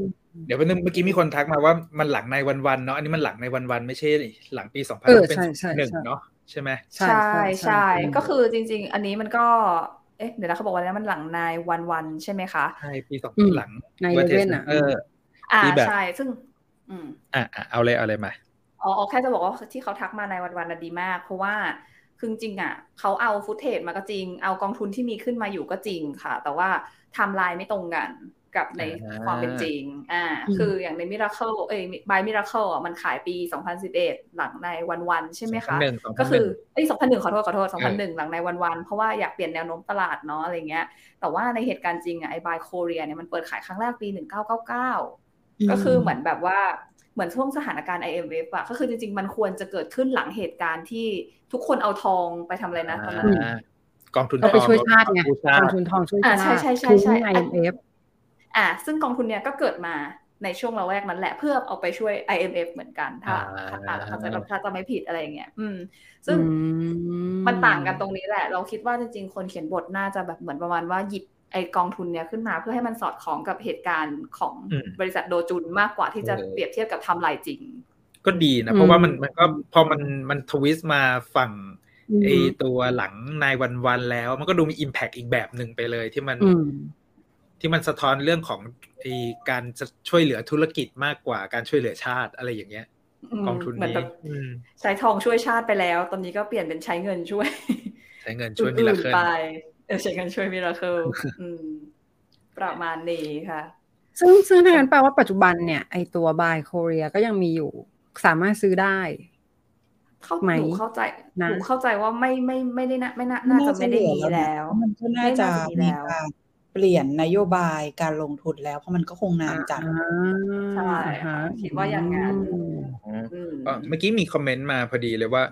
A: อ เดี๋ยวเมื่อกี้มีคนทักมาว่ามันหลังในวันวันๆเนาะอันนี้มันหลังในวันวันๆไม่ใช่หลังปีสองพัน
C: เออ
A: เป็น
C: ใช่ใช่
A: หนึ่ง
C: ใช่
A: เนาะใช่ไหม
C: ใช่
D: ใช่ใช่
C: อืม
D: ก็คือจริง ๆ อันนี้มันก็ เอ๊ะเดี๋ยวนะเขาบอกว่าแล้วมันหลังนายวันวันๆใช่ไหมคะ
A: ใช่ปีสอง
C: อืม
A: หลัง
C: ใน
A: Vertex
C: เว่นอะ
A: Center
D: อ่า
A: ที่แบบ
D: ใช่ซึ่ง อืม
A: อ่ะอ่ะเอาเลยเอาเลยมา
D: อ๋ออ๋อแค่จะบอกว่าที่เขาทักมาในวันวันน่ะดีมาก เพราะว่าคือจริงๆอ่ะเขาเอาฟุตเทจมาก็จริง เอากองทุนที่มีขึ้นมาอยู่ก็จริงค่ะ แต่ว่าไทม์ไลน์ไม่ตรงกันกับใน
A: อ่า
D: ความเป็นจริงอ่า
C: อืม
D: คืออย่างในมิราเคิลเอ้ยบายมิราเคิลอ่ะมันขายปี 2011 หลังในวันวันๆใช่ไหมคะ
A: หนึ่งสองพั
D: ก็
A: นห
D: คื
A: นึ่
D: อง เอ้ย2001 ขอโทษ ขอโทษ 2001 หลังในวันวันๆเพราะว่าอยากเปลี่ยนแนวโน้มตลาดเนาะอะไรเงี้ย แต่ว่าในเหตุการณ์จริงอะไอ้บายโคเรียเนี่ยมันเปิดขายครั้งแรกปี 1999 ก็คือเหมือนแบบว่า เหมือนช่วงสถานการณ์ IMF อะก็คือจริง ๆ มันควรจะเกิดขึ้นหลังเหตุการณ์ที่ทุกคนเอาทองไปทำอะไรนะตอนนั้น
A: อ่ากองทุน
C: เอาไปช่วยชาติไง
A: กองทุนชาก
C: อง
A: ติ
C: ทุนทองช่วยชา
D: อ่า
C: ติ
D: ใช่ใช่ใช่ใช่
C: ไอเอฟ
D: อ่ะซึ่งกองทุนเนี่ยก็เกิดมาในช่วงระแวกนั้นแหละเพื่อเอาไปช่วย IMF เหมือนกันถ้าถ้าถ้าจะถ้าจะไม่ผิดอะไรอย่างเงี้ยอืม ซึ่ง มันต่างกันตรงนี้แหละ เราคิดว่าจริงๆ คนเขียนบทน่าจะแบบเหมือนประมาณว่าหยิบไอกองทุนเนี้ยขึ้นมาเพื่อให้มันสอดคล้องกับเหตุการณ์ของ
A: อืม
D: บริษัทโดจุนมากกว่าที่จะ
A: เออ
D: เปรียบเทียบกับไทำลายจริง
A: ก็ดีนะ
C: อืม
A: เพราะว่ามันมันก็พอมันมันทวิสต์มาฝั่งไอ
C: เอฟ
A: ตัวหลังนายวันวันๆแล้ว มันก็ดูมีอิมแพกอีกแบบหนึ่งไปเลยที่มัน
C: อืม
A: ที่มันสะท้อนเรื่องของไอการจะช่วยเหลือธุรกิจมากกว่าการช่วยเหลือชาติอะไรอย่างเงี้ย
D: ม
A: กองทุน
D: เหมือน
A: นี้
D: แบบ
A: อืม
D: ใช้ทองช่วยชาติไปแล้ว ตอนนี้ก็เปลี่ยนเป็นใช้เงินช่วย
A: ใช้เงิ นช่วยมิลาเคิล
D: อื่นๆไปเออใช้เงินช่วยมิราเคิ ลอืมประมาณนี้ค่ะ
C: ซึ่งซึ่งถ้างั้นแปลว่าปัจจุบันเนี่ย ไอตัวบายโคเรียก็ยังมีอยู่ สามารถซื้อได้
D: เข้า
C: ไหม
D: หนูเข้าใจ
C: นะ
D: หนูเข้าใจว่าไม่ไม่ไม่ได้นะไม่น่าน่าจะไม่ได้มีแล้ว
B: มันก็น่าจะมีการเปลี่ยนนโยบายการลงทุนแล้ว เพราะมันก็คงนานจัด
C: อ่า
D: ใช่
C: อ่าฮะ
D: คิดว่าอย่างนั้น
C: อืม
A: อืม
D: อืม
A: เอ่อเมื่อกี้มีคอมเมนต์มาพอดีเลยว่า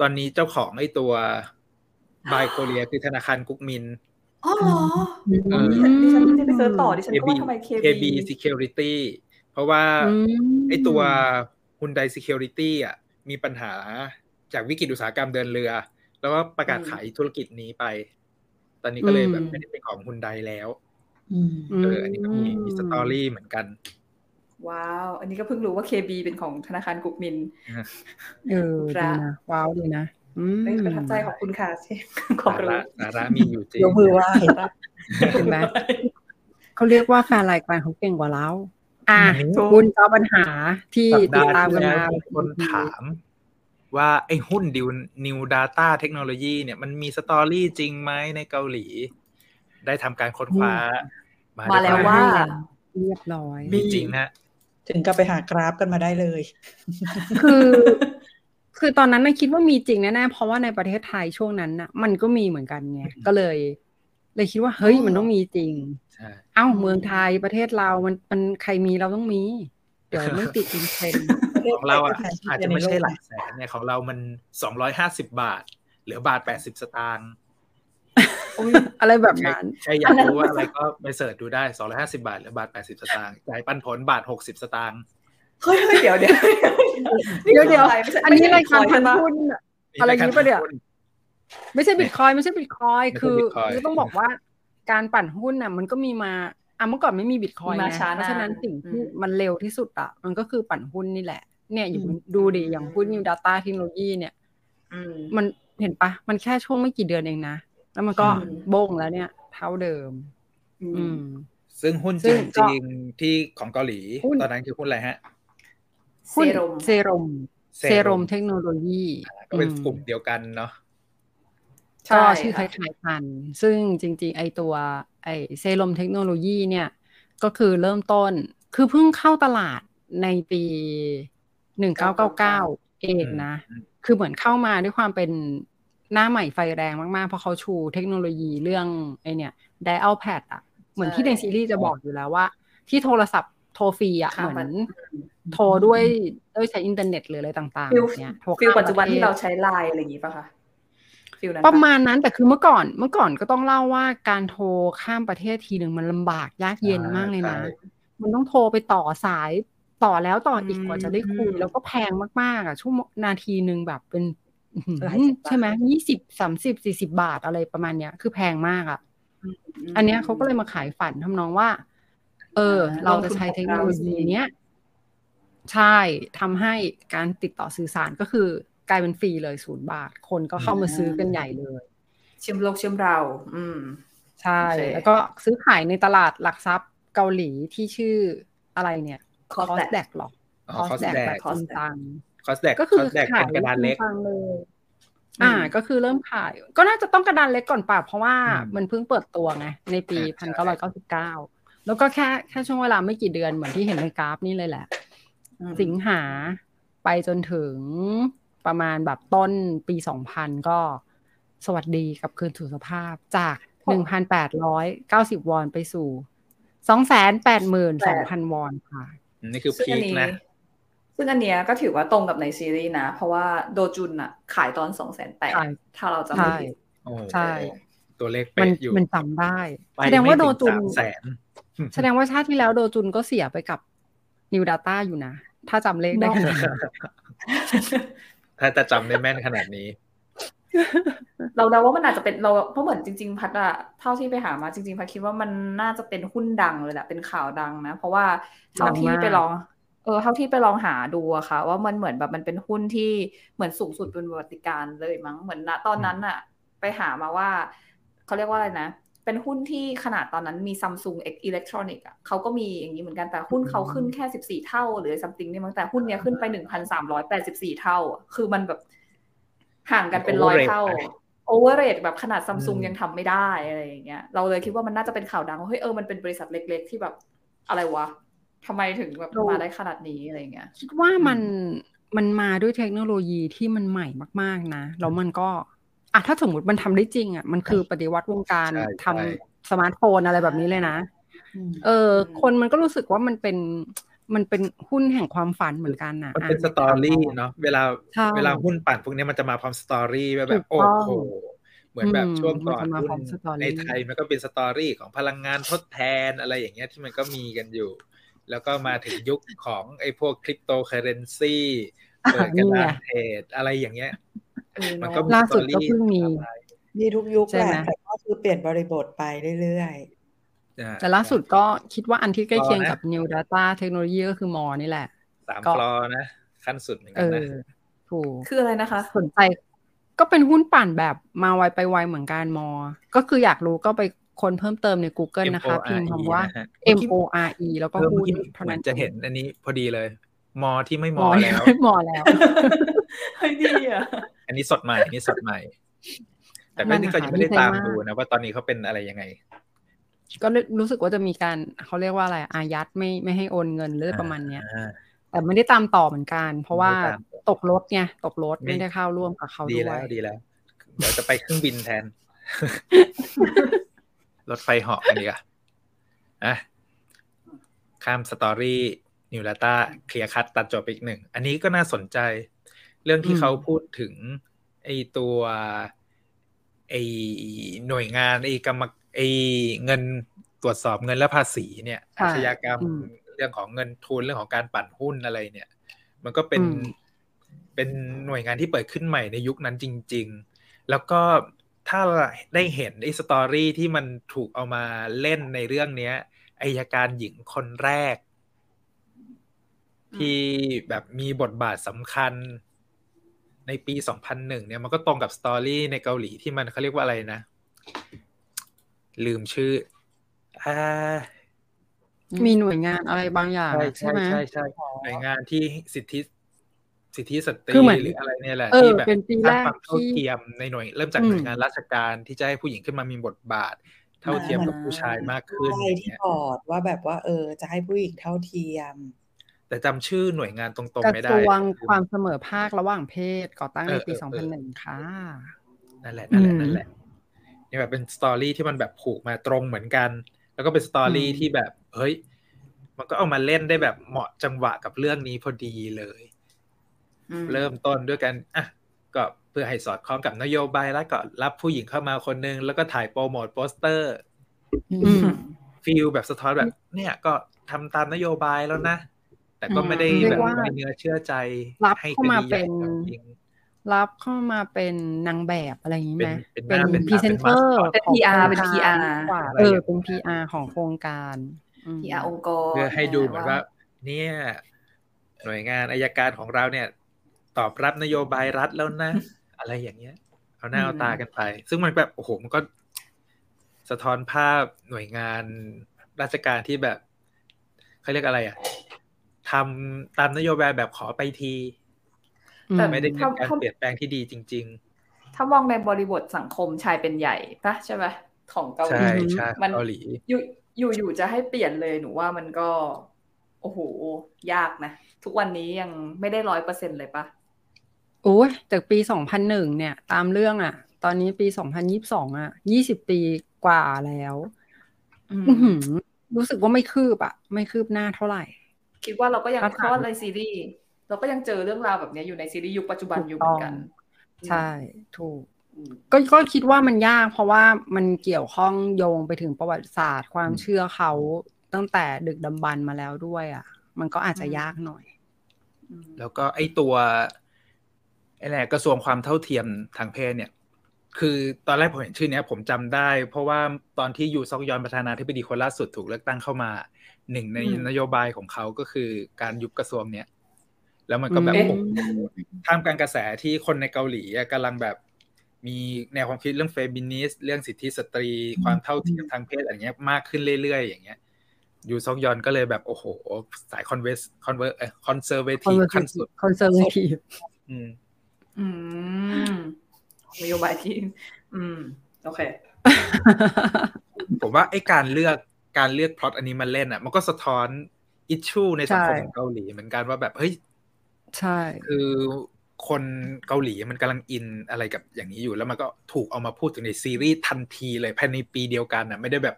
A: ตอนนี้เจ้าของไอ้ตัวบายโคเรียคือธนาคารกุ๊กมิน
D: อ๋อเหรอ
A: เออ
D: ดิฉันดิฉันไม่ได้ไปเซิร์ชต่อดิฉันก็
A: KB
D: ว่าทำไม KB
A: KB Security เพราะว่าไอ้ตัว Hyundai Security อ่ะมีปัญหาจากวิกฤตอุตสาหกรรมเดินเรือ แล้วก็ประกาศ
D: อืม
A: ขายธุรกิจนี้ไป ตอนนี้ก็เลยแบบไม่ได้เป็นของฮุนไดแล้ว
B: อืม
A: เอออันนี้ก็มีมีสตอรี่เหมือนกัน
D: ว้าว อันนี้ก็เพิ่งรู้ว่า KB เป็นของธนาคารกรุมิน
C: เออดีนะว้าวดีนะอืม
D: เอ้ยประทับใจขอบคุณค่ะที่ ขอบ
A: สา
D: คุณ
A: ระสาระมีอยู่จริง
C: ยกมือไหว่า เห็นไหม
D: ม
C: เขาเรียกว่าแฟนรายการเขาเก่งกว่าเรา อ่ะ
A: อืม
C: บุญเจ้าปัญหาที่
A: สัป
C: ติ
A: ดาห์
C: ดตามกัน
A: ที่แล้ว
C: มา
A: มีคนถามว่าไอ้หุ้นดิวนิวดาต้าเทคโนโลยีเนี่ยมันมีสตอรี่จริงไหมในเกาหลี ได้ทำการค้นคว้ามา
D: า
A: เรี
D: แล้
A: ยว บร้อย
D: ว่า
C: เรียบร้อย
A: มีจริงนะ
B: ถึงกลับไปหากราฟกันมาได้เลย
C: คือ คือตอนนั้นน่ะคิดว่ามีจริงแน่ๆเพราะว่าในประเทศไทยช่วงนั้นน่ะ มันก็มีเหมือนกันไงก็เลย เลยคิดว่าเฮ้ย
D: อ๋อ
C: มันต้องมีจริง
A: ใช่
C: เอ้าเมืองไทยประเทศเรามันมันใครมีเราต้องมี เดี๋ยวไม่ติดอินเทรนด์
A: ของเราอะอาจจะไม่ใช่หลักแสนเนี่ยของเรามันสองร้อยห้าสิบาท เหลือบาทแปดสิบสตางค์
C: อะไรแบบ
A: ใคร
C: นั้น
A: ใครอยากรู้ว่าอะไรก็ไปเสิร์ชดูได้สองร้อยห้าสิบาทเหลือบาทแปดสิบสตางค์จ่ายปันผลบาทหกสิบสตางค์
D: เฮ้ยเฮ้ยเดี๋ยวเดี๋ยว
C: เดี๋ยวเดี๋ยว
D: ไม่ใช่
C: อันนี้รายการ
D: ไม่
C: พั
D: ใช่
C: น
D: คอย
C: หุ้นน่ะ อะไรอย่างนี้ปะเนี่ย
A: มีแต่การทำหุ้
C: ไม่ใช่บิตคอยไม่ใช่บิตคอย
A: ไม่ใช่
C: คือ
A: Bitcoin
C: คือต้องบอกว่าการปั่นหุ้นน่ะ มันก็มีมาอ่ะเมื่อก่อนไม่มีบิตคอย
D: มา
C: นะ
D: ช้า
C: เพราะฉะนั้นสิ่งที่
D: อืม
C: มันเร็วที่สุดอ่ะมันก็คือปั่นหุ้นนี่แหละ เนี่ยอยู่
B: อืม
C: ดูดิอย่างหุ้น New Data Technology เนี่ย
D: อืม
C: มันเห็นปะมันแค่ช่วงไม่กี่เดือนเองนะ แล้วมันก็
D: อืม
C: โบ่งแล้วเนี่ย เท่าเดิม อืม
A: ซึ่งหุ้น
C: ซึ่
A: จ
C: งก็
A: ริงๆที่ของเกาหลี
C: หุ้น
A: ตอนนั้นคือหุ้นอะไรฮะ
D: เซ
C: หุ้น
D: รม
C: เซรมเซรมเทคโนโลยี
A: ก็เป็น
C: อืม
A: กลุ่มเดียวกันเนาะ
C: ก็
D: ใช่
C: ชื่อค
D: ค่ะ
C: ล้ายๆกัน ซึ่งจริงๆ ไอตัวไอเซรมเทคโนโลยีเนี่ย ก็คือเริ่มต้น คือเพิ่งเข้าตลาดในปี 1999 เองนะ
A: อืม
C: คือเหมือนเข้ามาด้วยความเป็นหน้าใหม่ไฟแรงมากๆ เพราะเขาชูเทคโนโลยีเรื่องไอเนี่ยไดอัลแพดอะเหมือนที่ในซีรีส์จะบอกอยู่แล้วว่า ที่โทรศัพท์โทรฟรีอะ
D: ค่ะ
C: เหมือน
D: มัน
C: โทรด้วยด้วยใช้อินเทอร์เน็ตหรืออะไรต่างๆ
D: ฟิล
C: แบบเนี่ยโทร
D: ฟิล
C: ข้าม
D: ปัจจุบัน
C: ระทศ
D: ที่เราใช้ไลน์อะไรอย่างงี้ป่ะคะฟิลนั้น
C: ประมาณนั้นแต่คือเมื่อก่อนเมื่อก่อนก็ต้องเล่าว่าการโทรข้ามประเทศทีหนึ่งมันลำบากยากเย็นมากเลยนะ
A: ใช่
C: มันต้องโทรไปต่อสายต่อแล้วต่ออีกกว่าจะได้คุย แล้วก็แพงมากๆอ่ะชั่วโมงนาทีหนึ่งแบบเป็นอื้อหือ
B: หลายสิบบาท
C: ใช่ไหมยี่สิบสามสิบสี่สิบาทอะไรประมาณเนี้ย คือแพงมากอ่ะ
D: ม
C: อันเนี้ยเขาก็เลยมาขายฝันทำนองว่า เออ
D: อ่า
C: เราจะใช้เทคโนโลยีเนี้ยใช่ทำให้การติดต่อสื่อสารก็คือกลายเป็นฟรีเลยศูนย์บาท คนก็เข้ามาซื้อกันใหญ่เลย
D: เชื่อมโลกเชื่อมเรา อืม
C: ใช่
D: โอเค
C: แล้วก็ซื้อขายในตลาดหลักทรัพย์เกาหลีที่ชื่ออะไรเนี่ย
D: คอส
C: Cosdaq
D: แตก
C: หรอ
A: อ๋อ
C: Cosdaq
A: Cosdaq
C: แบบจริงจัง
A: คอสแดก
C: ก็คือ
A: คอสแดก
C: ขา
A: เป็
C: ย
A: นกระดานเล็ก
C: จริงจังเลย
D: อืม
C: อ่า ก็คือเริ่มขาย ก็น่าจะต้องกระดานเล็กก่อนป่ะเพราะว่า
A: อืม
C: มันเพิ่งเปิดตัวไง ในปี
A: ใช่
C: 1999 แล้วก็แค่แค่ช่วงเวลาไม่กี่เดือนเหมือนที่เห็นในกราฟนี่เลยแหละ
D: อืม
C: สิงหาไปจนถึงประมาณแบบต้นปี 2000 ก็สวัสดีกับคืนสู่สภาพจาก 1,890 วอนไปสู่ 282,000 วอนค่ะ
A: อืมนี่คือ
D: ซึ่ง
A: พี
D: อัน
A: ค
D: นี้
A: นะ
D: ซึ่งอันเนี้ยก็ถือว่าตรงกับในซีรีส์นะ เพราะว่าโดจุนอะขายตอนสองแสนแปด
C: ใช่
D: ถ้าเราจะไม่
C: ใช่
D: ผิด
A: โอ้
C: ใช่
A: ตัวเลข
C: มัน
A: เป๊ะอยู่
C: มันจำได้
A: ไป
C: แสดงว่าโด
A: ไม่
C: จุ
A: ถึ
C: น
A: สามแสน
C: แสดงว่าชาติที่แล้วโดจุนก็เสียไปกับนิวดาต้าอยู่นะ ถ้าจำเลขได้
D: เนาะ
C: ขนาดนั้น
A: ถ้าจะจำได้แม่นขนาดนี้
D: เราเดาว่ามันอาจจะเป็นเราเพราะเหมือนจริง ๆ พัดอะเท่าที่ไปหามาจริง ๆ พัดคิดว่ามันน่าจะเป็นหุ้นดังเลยแหละเป็นข่าวดังนะ เพราะว่าเท่าที่ไปลอง เออเท่าที่ไปลองหาดูอะค่ะ ว่ามันเหมือนแบบมันเป็นหุ้นที่เหมือนสูงสุดเป็นประวัติการณ์เลยมั้งเหมือนณตอนนั้นอะไปหามาว่าเขาเรียกว่าอะไรนะ เป็นหุ้นที่ขนาดตอนนั้นมีซัมซุงอิเล็กทรอนิกส์อะเขาก็มีอย่างนี้เหมือนกันแต่หุ้นเขาขึ้นแค่สิบสี่เท่า หรือซัมติงนี่ยมั้งแต่หุ้นเนี้ยขึ้นไปหนึ่งพันสามร้อยแปดสิบสี่เท่าอะคือมันแบบห่างกันเป็นร้อย
A: Overrate
D: เท่า
A: ไป
D: โอเวอร์เรทแบบขนาดซัมซุง
A: อืม
D: ยังทำไม่ได้อะไรอย่างเงี้ยเราเลยคิดว่ามันน่าจะเป็นข่าวดังว่าเฮ้ยเออมันเป็นบริษัทเล็ก ๆ ที่แบบอะไรวะทำไมถึงแบบมาได้ขนาดนี้อะไรอย่างเงี้ย
C: คิดว่ามันมันมาด้วยเทคโนโลยีที่มันใหม่มากๆนะ แล้วมันก็อ่ะถ้าสมมติมันทำได้จริงอ่ะมันคือปฏิวัติวงการ
A: ใช่
C: ทำ
A: ใช่
C: สมาร์ทโฟนอะไรแบบนี้เลยนะ
B: อืม
C: เออ
D: อืม
C: คนมันก็รู้สึกว่ามันเป็นมันเป็นหุ้นแห่งความฝันเหมือนกันนะ
A: มันเป็น
C: อ่ะ
A: สตอรี่เนาะเวลา
C: ใช่
A: เวลาหุ้นปั่นพวกเนี้ยมันจะมาพร้อมสตอรี่แบบแบบ
C: ถู
A: โอ้
C: กต้อง
A: โหเหมือนแบบ
C: อืม
A: ช่วงก่อน
C: มันจะมาพร้อมสตอ
A: หุ้น
C: รี่
A: ในไทยมันก็เป็นสตอรี่ของพลังงานทดแทนอะไรอย่างเงี้ยที่มันก็มีกันอยู่ แล้วก็มาถึงยุคของไอ้พวกคริปโตเคอเรนซีเปิดกระดานเทรดอะไรอย่างเงี้ย
D: เออ
A: มัน
D: เนาะ
A: ก็มี
C: ล่าสุด
A: สตอรี่
C: ก็เพิ่งมี
A: ตามมา
B: มีทุกยุค
C: ใช่
B: แหละ
C: ไหม
B: แต่ก็คือ คือเปลี่ยนบริบทไปเรื่อย
A: อ่
C: แต่ล่าสุดก็คิดว่าอันที่ใกล้เคียงกับ New Data Technology ก็คือมอนี่แหละ
A: สาม
C: ก็
A: ฟลอร์นะ ขั้นสุดเหมือน
C: เอ
A: กัน
C: อ
A: นะ
C: ถูก
D: คืออะไรนะคะ
C: สนใจก็เป็นหุ้นปั่นแบบมาไวไปไวเหมือนกันมอ ก็คืออยากรู้ก็ไปค้นเพิ่มเติมใน Google นะคะ
A: MORE
C: พิมพ์คำว่า
A: นะฮะ
C: M O R E แล้วก็
A: เออ
C: หุ้
A: เมื่อนกี้
C: เท่า
A: เหมื
C: นั้
A: อน
C: น
A: จะเห็นอันนี้พอดีเลย มอที่ไม่ม
C: ม
A: อ
C: อแล้
A: แล้ว ว
C: มอแล้ว
D: เฮ้ยดีอ่ะ
A: อันนี้สดใหม่อันนี้สดใหม่ แต่ก็
C: มัน
A: นี่ก็ยังไม่
C: หา
A: ได้
C: ไม่
A: ตาม
C: ได้มาก
A: ดูนะว่าตอนนี้เขาเป็นอะไรยังไง
C: ก็รู้สึกว่าจะมีการเขาเรียกว่าอะไรอายัดไม่ไม่ให้โอนเงินหรือประมาณเนี้ย
A: อ่า
C: แต่ไม่ได้ตามต่อเหมือนกัน เพราะว่า
A: ไม่ได้ตามต่อ
C: ตกรถไงตกรถ
A: ไม่
C: ไม่ได้เข้าร่วมกับเขา
A: ดี
C: ด้ว
A: แล้ว
C: ย
A: ดีแล้ว เดี๋ยวจะไปเครื่องบินแทน รถไฟเหาะกันดีกว่าอ่ะข้ามสตอรี่นิวลาตาเคลียร์คัตตัดจบไปอีกหนึ่ง อันนี้ก็น่าสนใจ เรื่องที่เขาพูดถึง ไอตัวไอหน่วยงานไอกรรมไอเงินตรวจสอบเงินและภาษีเนี่ย อาชญากรรม
C: อืม
A: เรื่องของเงินทุนเรื่องของการปั่นหุ้นอะไรเนี่ย มันก็เป็น
C: อืม
A: เป็นหน่วยงานที่เปิดขึ้นใหม่ในยุคนั้นจริง ๆ แล้วก็ถ้าได้เห็นไอ้สตอรี่ที่มันถูกเอามาเล่นในเรื่องเนี้ยอายการหญิงคนแรก
D: อืม
A: ที่แบบมีบทบาทสำคัญในปี 2001 เนี่ยมันก็ตรงกับสตอรี่ในเกาหลีที่มันเขาเรียกว่าอะไรนะ ลืมชื่ออ่า
C: มีหน่วยงานอะไรบางอย่าง
A: ใช่
C: อะใช่ไหม
A: ใช่ใช่หน่วยงานที่สิทธิสิทธิสตรี
C: คือเหมือน
A: หรืออะไรเนี่ยแหละ
C: เออ
A: ที่แบบ
C: เป็นปี
A: สร้าง
C: แรก
A: ความเท่า
C: ที่
A: เทียมในหน่วยเริ่มจาก
C: อืม
A: หน่วยงานราชการที่จะให้ผู้หญิงขึ้นมามีบทบาท เท่าเทียมกับผู้ชายมาก
B: ๆ
A: ขึ้น
B: ใช่
A: อย่าง
B: ที่
A: เงี้ย
B: บอร์ดว่าแบบว่า เออ จะให้ผู้หญิงเท่าเทียม
A: แต่จำชื่อหน่วยงานตรง
C: ก
A: ๆ
C: ระ
A: ไม่
C: ทร
A: ได้
C: วงความเสมอภาคระหว่างเพศก่อตั้งใน
A: เอ
C: ปี
A: อเออเออ
C: 2001 ค่ะ
A: นั่นแหละนั่นแหละ
C: อืม
A: นั่นแหละนี่แบบเป็นสตอรี่ที่มันแบบผูกมาตรงเหมือนกัน แล้วก็เป็นสตอรี่
C: อืม
A: ที่แบบเฮ้ย มันก็เอามาเล่นได้แบบเหมาะจังหวะกับเรื่องนี้พอดีเลย
D: อืม
A: เริ่มต้นด้วยกันอ่ะก็เพื่อให้สอดคล้องกับนโยบายแล้วก็รับผู้หญิงเข้ามาคนนึง แล้วก็ถ่ายโปรโมทโปสเตอร์
C: อืม
A: ฟิลแบบสะท้อนแบบ เนี่ยก็ทำตามนโยบายแล้วนะ แต่ก็ไม่ได้
C: เรียก
A: แบบ
C: ว่า
A: ไม่เนื้อเชื่อใจ
C: รับ
A: ให้
C: เข้ามา
A: คดีใหญ่
C: เป็น
A: กับจริง
C: รับเข้ามาเป็นนางแบบอะไรอย่างนี้ไหม
A: เป็นเป็นหน้าเป็น
C: พรีเซนเตอร์
D: เป็น PR เป็น PR
C: กว่า
A: อะไร
C: เอ
A: อย่างเงี้
C: อ
A: ย
C: เป็น PR ของโครงการอืม
D: พีอาร์องค์กร
A: เพื่อให้ดูเหมือนว่า เนี่ย หน่วยงานอายการของเราเนี่ย ตอบรับนโยบายรัฐแล้ว นะ อะไรอย่างเงี้ย เอาหน้า
C: อืม
A: เอาตากันไป ซึ่งมันแบบโอ้โหมันก็ สะท้อนภาพหน่วยงานราชการที่แบบเขาเรียกอะไรอ่ะทำตามนโยบายแบบขอไปที
C: อืม
A: ไม่ได้เกิดการเปลี่ยนแปลงที่ดีจริง
D: ถ้ามองในบริบทสังคมชายเป็นใหญ่ปะใช่ไหมของเกา
A: ๆ
D: หลี
A: ใช่ใช่
D: มัน
A: เกาหลี
D: อยู่อยู่อยู่จะให้เปลี่ยนเลยหนูว่ามันก็ โอ้โห ยากนะ ทุกวันนี้ยังไม่ได้ร้อยเปอร์เซ็นเลยปะ
C: โอ้ยจากปีสองพันหนึ่งเนี่ย ตามเรื่องอะ่ะ ตอนนี้ปีสองพันยิบสองอ่ะยี่สิบปีกว่าแล้ว อื้อหือ รู้สึกว่าไม่คืบอะ่ะ ไม่คืบหน้าเท่าไหร่
D: คิดว่าเราก็ยัง
C: ถ้าถาม
D: เพราะว่าในซีรีส์เราก็ยังเจอเรื่องราวแบบเนี้ยอยู่ในซีรีส์ยุคปัจจุบันอยู่เหมื
C: ต้
D: อ
C: อง
D: นกัน
C: ใช่ ถูก
D: อืม
C: ก็ก็คิดว่ามันยากเพราะว่ามันเกี่ยวข้องโยงไปถึงประวัติศาสตร์ ความเชื่อเขาตั้งแต่ดึกดำบรรพ์มาแล้วด้วยอะ่ะ มันก็อาจจะยากหน่อย
D: อืม
A: แล้วก็ไอ้ตัวไอ้แหละกระทรวงความเท่าเทียมทางเพศเนี่ย คือตอนแรกผมเห็นชื่อเนี้ย ผมจำได้ เพราะว่าตอนที่ยูซอกยอนประธานาธิบดีคนล่าสุดถูกเลือกตั้งเข้ามาหนึ่งในนโยบายของเขาก็คือการยุบกระทรวงเนี้ยแล้วมันก็แบบ
C: อืม
A: โอ้โหท่ามกลางกระแสที่คนในเกาหลีอะกำลังแบบ มีแนวความคิดเรื่องเฟมินิสต์เรื่องสิทธิสตรีความเท่าเทียมทางเพศอะไรเงี้ยมากขึ้นเรื่อยๆอย่างเงี้ยยูซอกยอนก็เลยแบบโอ้โห สายคอนเวสคอนเวอร์คอนเซอร์เว
C: คอน
A: ทีฟ
C: เซอร์
A: ขั้นสุด
C: เวทีฟ
A: อืม
D: อืมนโยบายที่อืม โอเค
A: ผมว่าไอ้การเลือกการเลือกพล็อตอันนี้มาเล่นอ่ะ มันก็สะท้อนอิชชูในสังคมของเกาหลีเหมือนกันว่าแบบเฮ้ย
C: ใช่
A: คือคนเกาหลีมันกำลังอินอะไรกับอย่างนี้อยู่ แล้วมันก็ถูกเอามาพูดถึงในซีรีส์ทันทีเลยภายในปีเดียวกันอ่ะ ไม่ได้แบบ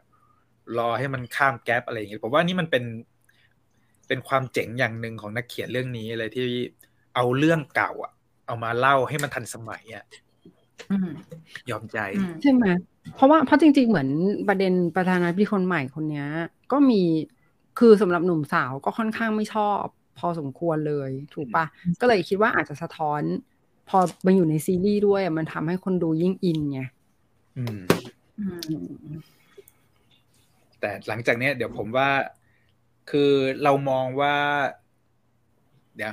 A: รอให้มันข้ามแกลบอะไรอย่างเงี้ยผมว่านี่มันเป็น เป็นความเจ๋งอย่างหนึ่งของนักเขียนเรื่องนี้เลยที่เอาเรื่องเก่าอ่ะ เอามาเล่าให้มันทันสมัยอ่ะ
D: อืม
A: ยอมใจ
D: อืม
C: ใช่ไหมเพราะว่าเพราะจริง ๆ เหมือนประเด็นประธานาธิบดีคนใหม่คนเนี้ย ก็มีคือสำหรับหนุ่มสาวก็ค่อนข้างไม่ชอบ พอสมควรเลย ถูกปะก็เลยคิดว่าอาจจะสะท้อน พอมันอยู่ในซีรีส์ด้วยอะมันทำให้คนดูยิ่งอินไง
A: อืม
D: อืม
A: แต่หลังจากเนี้ยเดี๋ยวผมว่าคือเรามองว่า เดี๋ยว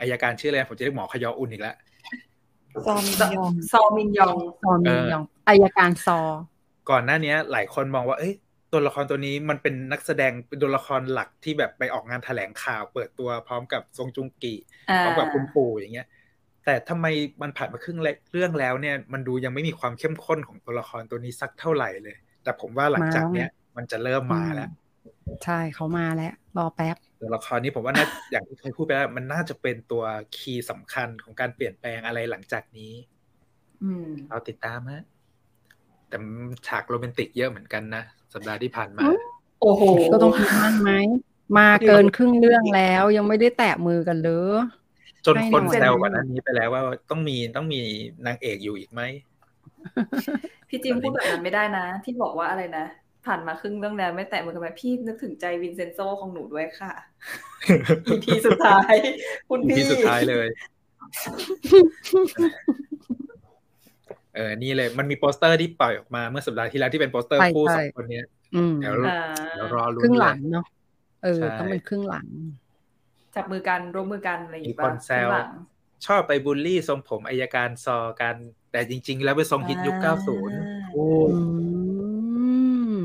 A: อายการชื่ออะไรผมจะเรียกหมอขยออุ่นอีกแล้ว
B: ซอมยอง
D: ซอมินยอง
C: ซอมินยองอายการซอ
A: ก่อนหน้าเนี้ย หลายคนมองว่า เอ้ยตัวละครตัวนี้มันเป็นนักแสดงเป็นตัวละครหลักที่แบบไปออกงานแถลงข่าว เปิดตัวพร้อมกับซงจุงกิพร้อมกับคุณปู่อย่างเงี้ย แต่ทำไมมันผ่านมาครึ่งเรื่องแล้วเนี่ย มันดูยังไม่มีความเข้มข้นของตัวละครตัวนี้สักเท่าไหร่เลย แต่ผมว่าหลังจากเนี้ย มันจะเริ่มมาแล้ว
C: ใช่เขามาแล้ว รอแป๊บ
A: ตัวละครนี้ผมว่าน่า อย่างที่เคยพูดไปแล้วมันน่าจะเป็นตัวคีย์สำคัญของการเปลี่ยนแปลงอะไรหลังจากนี้
D: อืม
A: เราติดตามฮะแต่ฉากโรแมนติกเยอะเหมือนกันนะ สัปดาห์ที่ผ่านมา
C: อืม
D: โอ้โห
C: ก็ต้องคิดมากไหม มาเกินครึ่งเรื่องแล้ว ยังไม่ได้แตะมือกันเลย
A: จนคนแซวก่อนหน้านี้ไปแล้วว่าต้องมีต้องมีนางเอกอยู่อีกไหม
D: พี่จิมพูดแบบนั้นไม่ได้นะ ที่บอกว่าอะไรนะ ผ่านมาครึ่งเรื่องแล้วไม่แตะมือกันไปพี่นึกถึงใจวินเซนโซของหนูด้วยค่ะ EP สุดท้าย คุณ
A: อี
D: พี่
A: พีสุดท้ายเลย เออ นี่เลย มันมีโปสเตอร์ที่ปล่อยออกมาเมื่อสัปดาห์ที่แล้วที่เป็นโปสเตอร์
C: ใช่
A: คู่สอง
C: ใช่
A: คนเนี้ย
C: อืม
A: เดี๋ยว
D: อ่า
A: เดี๋ยวรอรุ้น
C: ครึ่งหลัง
A: เย
C: เนาะเออ
A: ใช่
C: ต้องเป็นครึ่งหลัง
D: จับมือกันร่วมมือกันอะไรอย่าง
A: มี
D: เงี้ย
A: คนแซวชอบไปบูลลี่ทรงผมอายการซอกัน แต่จริง ๆ แล้วเป็นทรงฮิตยุค 90 โอ้
C: อืม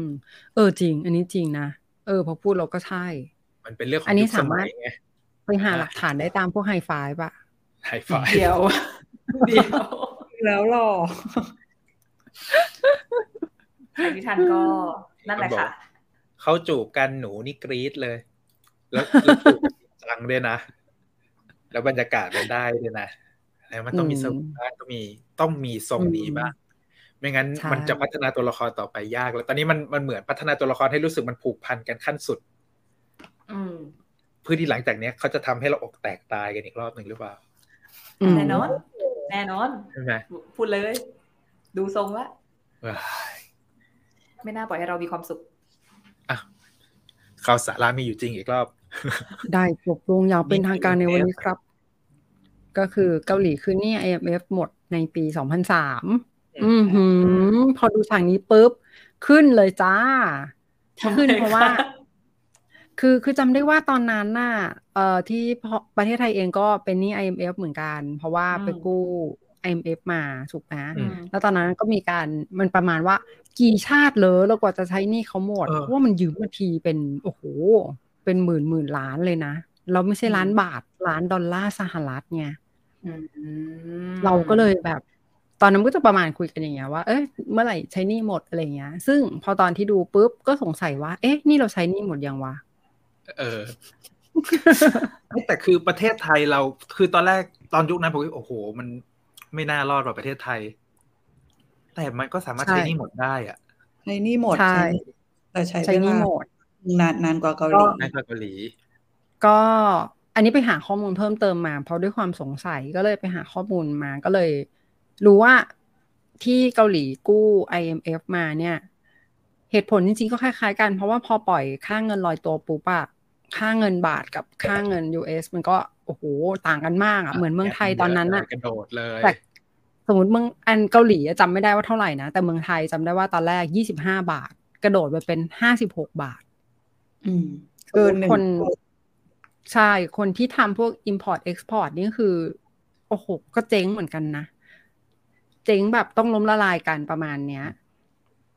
C: เออจริง อันนี้จริงนะเออพอพูดเราก็ใช่
A: มันเป็นเรื่องขอ
C: อัน
A: ง
C: นี้
A: ยุคส
C: สามาร
A: มั
C: ถ
A: ยไง
C: ไปหาหลักฐานได้ตามพวกไฮไฟว์ปะ
A: ไฮไฟ
D: เดียวเดียว
B: แล้วหล่อ
D: ใครที่ทันก็นั่นแหละค่ะ
A: เขาจูบกันหนูนี่กรี๊ดเลย แล้วแล้วจูบกันจริงจังด้วยนะ แล้วบรรยากาศมันได้ด้วยนะแล้วมันต้องมีสมุนต้องมีต้องมีทรงนี้บ้าง ไม่งั้น
C: ใช่
A: มันจะพัฒนาตัวละครต่อไปยาก แล้วตอนนี้มันมันเหมือนพัฒนาตัวละครให้รู้สึกมันผูกพันกันขั้นสุด
D: อืม
A: เพื่อที่หลังจากเนี้ยเขาจะทำให้เราอกแตกตายกันอีกรอบหนึ่งหรือเปล่า
C: ม
D: แน่นอน แน่นอน
A: ใช่ไหม
D: พูดเลย ดูทรงละ
A: เอ้ย
D: ไม่น่าปล่อยให้เรามีความสุข
A: ข่าวสารามีอยู่จริงอีกรอบ
C: ได้จบลงอย่างเป็นทางการในวันนี้ครับ ก็คือเกาหลีคืนนี้ IMF หมดในปี 2003 อือหือ พอดูฉากนี้ปุ๊บ ขึ้นเลยจ้า ขึ้นเพราะว่า คือคือจำได้ว่าตอนนั้นน่ะเอ่อที่พอประเทศไทยเองก็เป็นหนี้ IMF เหมือนกัน เพราะว่าไป
D: อืม
C: กู้ IMF มาถูกไหม
A: อื
D: อื
A: ม
D: ม
C: แล้วตอนนั้นก็มีการมันประมาณว่า กี่ชาติเลยแล้วกว่าจะใช้หนี้เขาหมด
A: เออ
C: เพราะว่ามันยืมมาทีเป็นโอ้โห เป็นหมื่นหมื่นล้านเลยนะ เราไม่ใช่ล้านบาทล้านดอลลาร์สหรัฐไง
D: อืม
C: เราก็เลยแบบ ตอนนั้นก็จะประมาณคุยกันอย่างเงี้ยว่าเอ๊ะเมื่อไหร่ใช้หนี่หมดอะไรเงี้ย ซึ่งพอตอนที่ดูปุ๊บก็สงสัยว่า เอ๊ะนี่เราใช้หนี่หมดยังวะ
A: เออ แต่คือประเทศไทยเราคือตอนแรกตอนยุคนั้นผมก็โอ้โห มันไม่น่ารอดหรอกประเทศไทย แต่มันก็สามารถใช้
C: ใช่
A: หนี่หมดได้อะ
B: ใช้หนี่หมด
C: ใช่
B: แต่ใช้
C: ใช้ห
B: เว
C: นี่
B: ลา
C: หมด
B: นานนานกว่าเกาหลี
A: ในเกาหลี
C: ก็อันนี้ไปหาข้อมูลเพิ่มเติมมา เพราะด้วยความสงสัยก็เลยไปหาข้อมูลมาก็เลย รู้ว่าที่เกาหลีกู้ IMF มาเนี่ย เหตุผลจริงๆก็คล้ายๆกัน เพราะว่าพอปล่อยค่าเงินลอยตัวปุ๊บอะค่าเงินบาทกับค่าเงิน US มันก็โอ้โหต่างกันมากอะเหมือนเมืองไทยตอนนั้นอะ
A: กระโดดเลย
C: แต่สมมติเมืองอันเกาหลีอะจำไม่ได้ว่าเท่าไหร่นะ แต่เมืองไทยจำได้ว่าตอนแรก 25 บาท กระโดดไปเป็น 56 บาท
B: อืม เกินหนึ่ง
C: คนใช่คนที่ทำพวก import export นี่คือ โอ้โห ก็เจ๊งเหมือนกันนะ เจ๊งแบบต้องล้มละลายกันประมาณเนี้ย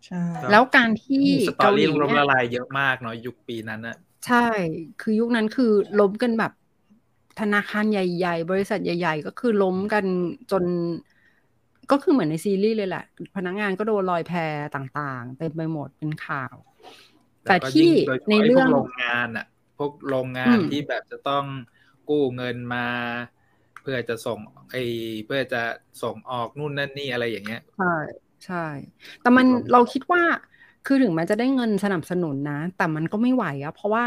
B: ใช่
A: ครับ
C: แล้วการที่
A: สตอ
C: เกาหลี
A: รี่ลม
C: เนี่
A: ละ
C: ย
A: ลายเยอะมากเนาะยุคปีนั้นอะ
C: ใช่ คือยุคนั้นคือล้มกันแบบ ธนาคารใหญ่ ๆ บริษัทใหญ่ ๆ ก็คือล้มกันจน ก็คือเหมือนในซีรีส์เลยแหละ พนักงานก็โดนลอยแพต่างๆเต็มไปหมดเป็นข่าว แต่
A: ล้วก็
C: ที่
A: ยิ่โดยฉพาะ
C: ในเรื่อง
A: ไพวกโรงงานอะพวกโรงงา
C: อื
A: น
C: ม
A: ที่แบบจะต้องกู้เงินมา เพื่อจะส่งไอเพื่อจะส่งออกนู่นนั่นนี่อะไรอย่างเงี้ย
C: ใช่ใช่ แต่มัน
A: ครับ
C: เราคิดว่า คือถึงแม้จะได้เงินสนับสนุนนะ แต่มันก็ไม่ไหวอะเพราะว่า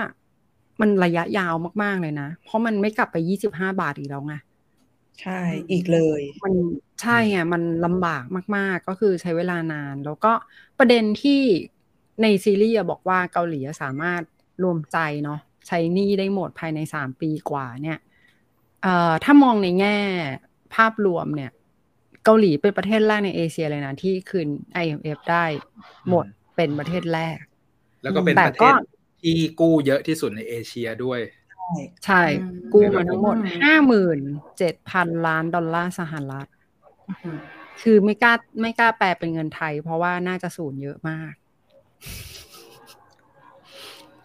C: มันระยะยาวมากๆเลยนะ เพราะมันไม่กลับไปยี่สิบห้าบาทอีกแล้วไง
B: ใช่ อีกเลย
C: มันใช่ไงมันลำบากมาก ๆ ก็คือใช้เวลานาน แล้วก็ประเด็นที่ในซีรีส์อะบอกว่าเกาหลีอะสามารถรวมใจเนาะใช้หนี้ได้หมดภายในสามปีกว่าเนี่ยเอ่อถ้ามองในแง่ภาพรวมเนี่ย เกาหลีเป็นประเทศแรกในเอเชียเลยนะ ที่คืน IMF ได้หมดเป็นประเทศแรก
A: แล้วก็เป็น
C: แต่
A: ประเท
C: ก็
A: ศที่กู้เยอะที่สุดในเอเชียด้วย
C: ใช่
D: อืม
C: กู้มาทั้งหมด
D: อืม
C: ห้าหมื่นเจ็ดพันล้านดอลลาร์สหรัฐ คือไม่กล้าไม่กล้าแปลเป็นเงินไทย เพราะว่าน่าจะสูญเยอะมาก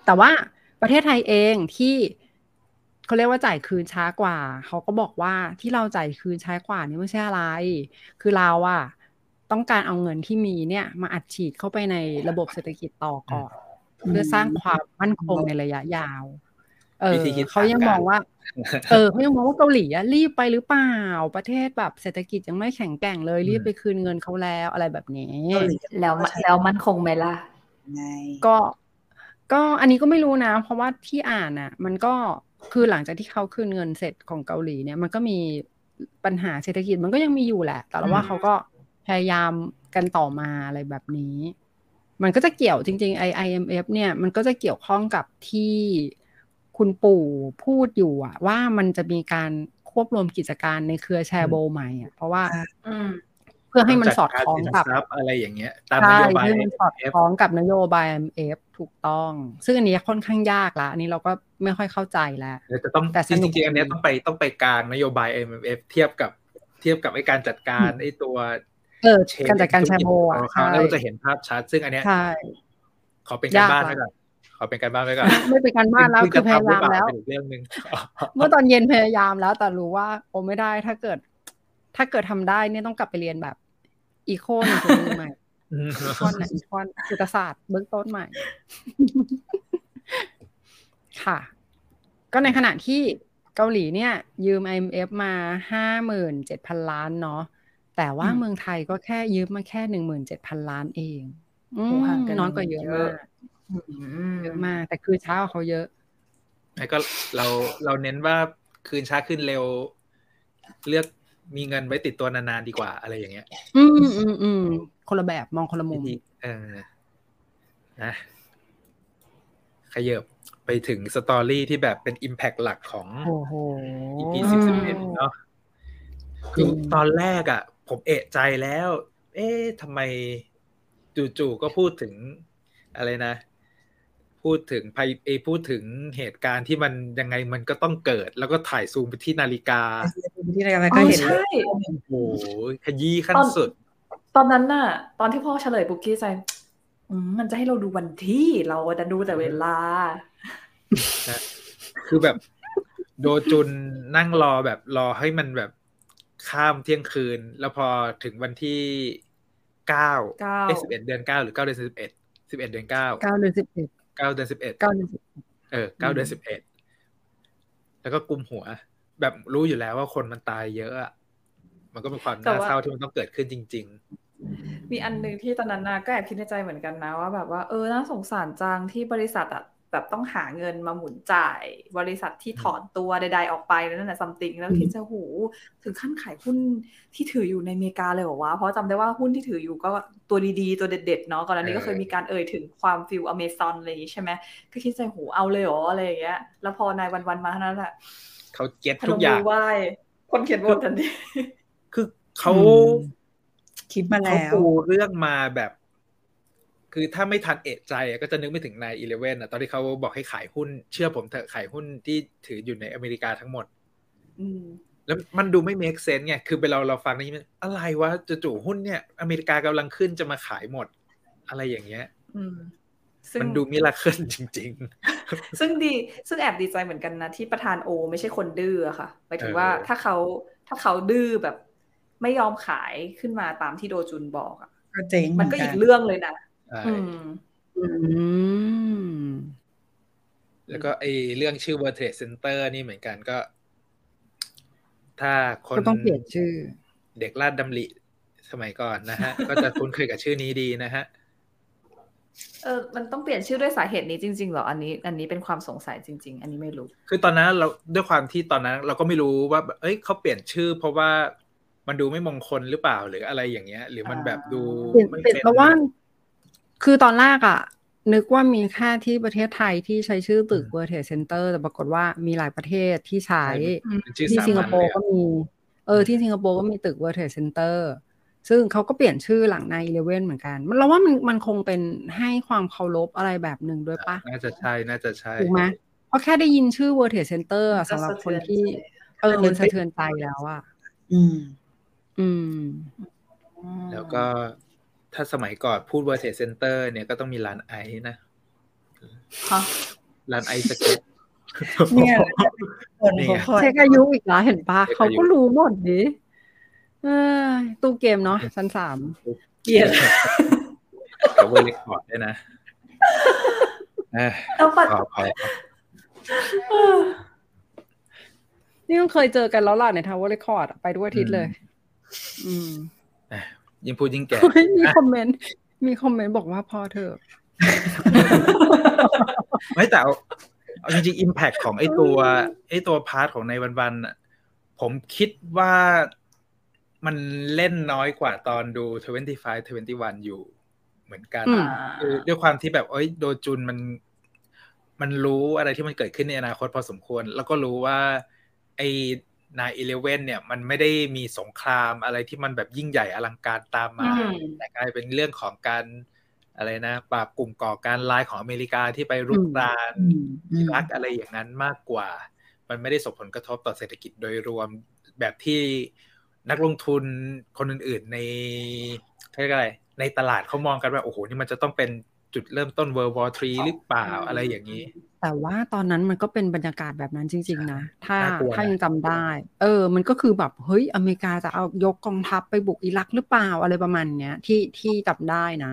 C: แต่ว่าประเทศไทยเองที่เขาเรียกว่าจ่ายคืนช้ากว่า เขาก็บอกว่าที่เราจ่ายคืนช้ากว่านี่ไม่ใช่อะไร คือเราอะต้องการเอาเงินที่มีเนี่ย มาอัดฉีดเข้าไปในระบบเศรษฐกิจต่อก่อน
B: อืม
C: เพื่อสร้างความมั่นคงในระยะยาว เอ
A: วิ
C: อ
A: ธีคิด
C: เขายังมองว่า
A: ต่างกัน
C: เออเขายังมองว่าเกาหลีอะรีบไปหรือเปล่า ประเทศแบบเศรษฐกิจยังไม่แข็งแกร่งเลยรีบไปคืนเงินเขาแล้วอะไรแบบนี้
B: เกาหลี
D: แล้วมันแล้วมันคงไหมล่ะ
B: ไง
C: ก็ก็อันนี้ก็ไม่รู้นะ เพราะว่าที่อ่านอ่ะ มันก็คือหลังจากที่เขาคืนเงินเสร็จของเกาหลีเนี่ย มันก็มีปัญหาเศรษฐกิจมันก็ยังมีอยู่แหละ แต่
D: อืม
C: ว่าเขาก็พยายามกันต่อมาอะไรแบบนี้ มันก็จะเกี่ยวจริงๆไอ IMF เนี่ยมันก็จะเกี่ยวข้องกับที่คุณปู่พูดอยู่อะว่ามันจะมีการควบรวมกิจการในเครือแชร์โบว์ใหม่อะเพราะว่า
D: อืม
C: เพื่อให้มันสอดคล้องกับ
A: จัดการสินทรัพย์อะไรอย่างเงี้ย ตามน
C: ใช่
A: โยบาย
C: ซึ่งมันสอด
A: IMF
C: คล้องกับนโยบาย IMF ถูกต้อง ซึ่งอันนี้ค่อนข้างยากละ อันนี้เราก็ไม่ค่อยเข้าใจแล้ว
A: เดี๋ยวจะต้อง
C: แต่ส
A: จริง
C: นุ
A: จ
C: ก
A: ริงๆอันเนี้ย
C: ดี
A: ต้องไปต้องไปกลางนโยบาย IMF เทียบกับเทียบกับไอ้การจัดการไอ้ตัว
C: เออ
A: chain
C: การจัดการแชร์โบว์อ่ะ
A: ของเขา
C: ใช่
A: แล้วเราจะเห็นภาพชัด ซึ่งอันเนี้ย
C: ใช่
A: ขอเป็นการ
C: ยาก
A: บ้าน
C: ละ
A: ไว้ก่อนขอเป็นการบ้านไว้ก่อน
C: ไม่เป็นการบ้านแล้ว
A: ซึ่ง
C: คือพ
A: จะ
C: ยา
A: ทำหรื
C: ยาม
A: เป
C: แล้ว
A: เป็นอีกเรื่องหนึ่ง
C: เมื่อตอนเย็นพยายามแล้ว แต่รู้ว่าโอไม่ได้ถ้าเกิด ถ้าเกิดทำได้เนี่ยต้องกลับไปเรียนแบบอีโคหนงตัวใหม่
A: อืม
C: อีคอนนะอีคอนเศรษฐศาสตร์เบื้องต้นใหม่ ค่ะ ก็ในขณะที่เกาหลีเนี่ย ยืม IMF มาห้าหมื่นเจ็ดพันล้านเนาะแต่ว่า
D: อืม
C: เมืองไทยก็แค่ยืมมาแค่หนึ่งหมื่นเจ็ดพันล้านเองอืม
D: โอ้ห่างกัน
C: น้อยกว่าเยอะ
D: เย
C: มา
D: อะ
C: ก
D: อืม
C: เยอะมาก แต่คือช้ากว่าเขาเยอะ
A: แล้วก็เราเราเน้นว่าคืนช้าขึ้นเร็ว เลือกมีเงินไว้ติดตัวนานๆดีกว่าอะไรอย่างเงี้ย
C: อืมอืมอืมคนละแบบมองคนละมุ
A: วิ
C: ม
A: ธีเออนะขยับไปถึงสตอรี่ที่แบบเป็น Impact หลักของ
C: โอ้โห
A: EP
D: สิ
A: สิ
D: บบ สิ
A: สิ
D: บบ เอ็
A: เอ็
D: ด
A: ดเนาะ
C: จริง
A: ตอนแรกอะ่ะ ผมเอะใจแล้ว เอ๊ะทำไมจู่ๆก็พูดถึงอะไรนะ พูดถึงภัยเอยพูดถึงเหตุการณ์ที่มันยังไงมันก็ต้องเกิด แล้วก็ถ่ายซูมไปที่นาฬิกา
B: ที่อะไรก็เห็นเล
D: อ๋อใช่
B: ย
A: โอ้โหขยี้ขั้นสุด
D: ตอนนั้นน่ะ ตอนที่พ่อเฉลยปุ๊กกี้ใจอืมมันจะให้เราดูวันที่เราจะดูแต่เวลา
A: คือแบบ โดจุนนั่งรอแบบรอให้มันแบบข้ามเที่ยงคืน แล้วพอถึงวันที่เก้า
D: เก้า
A: สิบเอ็ดเดือนเก้าหรือเก้าเดือนสิบเอ็ดสิบเอ็ดเดือนเก้า
C: เก้าเดือนสิบเอ็ด
A: เก้าเดือนสิบเอ็ด
C: เก้าเดือนสิบ
A: เออเก้า
C: อืม
A: เดือนสิบเอ็ดแล้วก็กลุมหัว แบบรู้อยู่แล้วว่าคนมันตายเยอะอะมันก็เป็นความ
D: แต่
A: น่า
D: ว่า
A: เศร้าที่มันต้องเกิดขึ้นจริง
D: มีอันหนึ่งที่ตอนนั้นนะก็แอบคิดในใจเหมือนกันนะว่าแบบว่าเออน่าสงสารจังที่บริษัทอะแบบต้องหาเงินมาหมุนจ่าย บริษัทที่ถอนตัวใด ๆ ออกไปนั่นแหละซัมติงแล้วคิดจะหูถึงขั้นขายหุ้นที่ถืออยู่ในอเมริกาเลยเหรอวะเพราะจำได้ว่าหุ้นที่ถืออยู่ก็ตัวดีๆ ตัวเด็ดๆเนาะก่อนหน้านี้
A: เออ
D: ก็เคยมีการเอ่ยถึงความฟิลอเมซอนอะไรอย่างงี้ใช่ไหมก็คิดใจหูเอาเลยเหรออะไรอย่างเงี้ยแล้วพอนายวันๆมาเท่านั้นแหละ
A: ๆ เขาเก็ต
D: พน
A: ทุ
D: ม
A: กอย่า
D: มื
A: ง
D: อไหว้คนเขียนบททันที
A: คือเขา
B: อืมคิดมา
A: เขา
B: แล้ว
A: ปูเรื่องมาแบบ คือถ้าไม่ทันเอะใจอะก็จะนึกไม่ถึงนายอีเลเว่นอะตอนที่เขาบอกให้ขายหุ้น เชื่อผมเถอะขายหุ้นที่ถืออยู่ในอเมริกาทั้งหมด
D: อืม
A: แล้วมันดูไม่ make sense ไง คือเป็นเราเราฟังนี่มันอะไรวะจู่ๆหุ้นเนี่ยอเมริกากำลังขึ้นจะมาขายหมด อะไรอย่างเงี้ย
D: อืม ซึ่ง
A: มันดูมิราเคิลจริง
D: ซึ่งดีซึ่งแอบดีใจเหมือนกันนะ ที่ประธานโอ ไม่ใช่คนดื้ออะค่ะหมายถึงว่า
A: เออ
D: ถ้าเขาถ้าเขาดื้อแบบ ไม่ยอมขายขึ้นมาตามที่โดจุนบอกอะ
B: ก็เจ๋งเห
D: มันก็อีกเรื่องเลยนะ
A: ๆใช่
D: อืม
C: อืม
A: แล้วก็ไอเรื่องชื่อ World Trade Center นี่เหมือนกันก็ ถ้าคน
C: ก็ต้องเปลี่ยนชื่อ
A: เด็กลาดดำริสมัยก่อนนะฮะ ก็จะคุ้นเคยกับชื่อนี้ดีนะฮะ
D: เออ มันต้องเปลี่ยนชื่อด้วยสาเหตุนี้จริงๆเหรออันนี้ อันนี้เป็นความสงสัยจริง ๆ อันนี้ไม่รู้
A: คือตอนนั้นเราด้วยความที่ตอนนั้น เราก็ไม่รู้ว่าแบบเอ้ยเขาเปลี่ยนชื่อ เพราะว่ามันดูไม่มงคลหรือเปล่าหรืออะไรอย่างเงี้ย หรือมันแบบดู
C: เปลี่ยน
A: ไม่
C: เปลี่ยนเพราะว่า คือตอนแรกอะนึกว่ามีแค่ที่ประเทศไทยที่ใช้ชื่อตึก World Trade Center แต่ปรากฏว่ามีหลายประเทศที่ใช้
A: เป็นชื่อ
C: ที่
A: สา
C: สิงค
A: มัญ
C: โป
A: เลย
C: ร์
A: อะ
C: ก็มี เอ ออที่สิงคโปร์ก็มีตึก World Trade Center ซึ่งเขาก็เปลี่ยนชื่อหลังในอีเลเว่นเหมือนกัน มันเราว่ามันมันคงเป็นให้ความเคารพอะไรแบบหนึ่งด้วยปะ
A: น่าจะใช่น่าจะใช่
C: ถูกไหมเพราะแค่ได้ยินชื่อ World Trade Center อะสำหรับคนที่ เออมันสะเทือนใจแล้วอะ
B: อืม
C: อืม
A: แล้วก็ถ้าสมัยก่อนพูด World Trade Center เนี่ยก็ต้องมีร้านไอซ์นะ
D: ฮะ
A: ร้านไอซ์สเก็ต
B: เนี่ยคน
A: นี่ไง
B: เขาคอย
C: เช็คอายุอีกแล้วเห็นปะเขาก็รู้หมดดิเอ้ยตู้เกมเนาะชั้นสาม
D: เกลียด
A: กับเวอร์เรคคอร์ดด้วยนะเอ้ย
D: แล้วปัด
A: ขออภัย
D: เออ
C: นี่มันเคยเจอกันแล้วล่ะในทาวเวอร์เรคคอร์ดไปด้วยอาทิตย์เลย อืม
A: ยิ่งพูดยิ่งแก่
C: เฮ้ยมีคอมเมนต์ มีคอมเมนต์บอกว่าพอเถอะ
A: ไม่แต่เอาเอาจริงๆ impact ของไอ้ตัวไอ้ตัวพาร์ทของในวันๆน่ะผมคิดว่ามันเล่นน้อยกว่าตอนดู 25 21 อยู่เหมือนกัน
C: อืม
A: คือด้วยความที่แบบเอ้ยโดจุนมัน มันรู้อะไรที่มันเกิดขึ้นในอนาคตพอสมควร แล้วก็รู้ว่า ไอ้นายอีเลเวนเนี่ย มันไม่ได้มีสงครามอะไรที่มันแบบยิ่งใหญ่อลังการตามมา
D: อืม
A: แต่กลายเป็นเรื่องของการอะไรนะปราบกลุ่มก่อการร้ายของอเมริกาที่ไปรุกราน
B: อืมอืม
A: รักอะไรอย่างนั้นมากกว่า มันไม่ได้ส่งผลกระทบต่อเศรษฐกิจโดยรวมแบบที่นักลงทุนคนอื่นๆในเขาเรียกอะไร ในตลาดเขามองกันว่า โอ้โห นี่มันจะต้องเป็นจุดเริ่มต้น World War 3 หรือเปล่าอะไรอย่างนี้
C: แต่ว่าตอนนั้นมันก็เป็นบรรยากาศแบบนั้นจริง ๆ นะ ถ้า
A: น่ากลัวนะ
C: ถ้ายังจำได้ เออ มันก็คือแบบเฮ้ยอเมริกาจะเอายกกองทัพไปบุกอิรักหรือเปล่าอะไรประมาณเนี้ยที่ที่จับได้นะ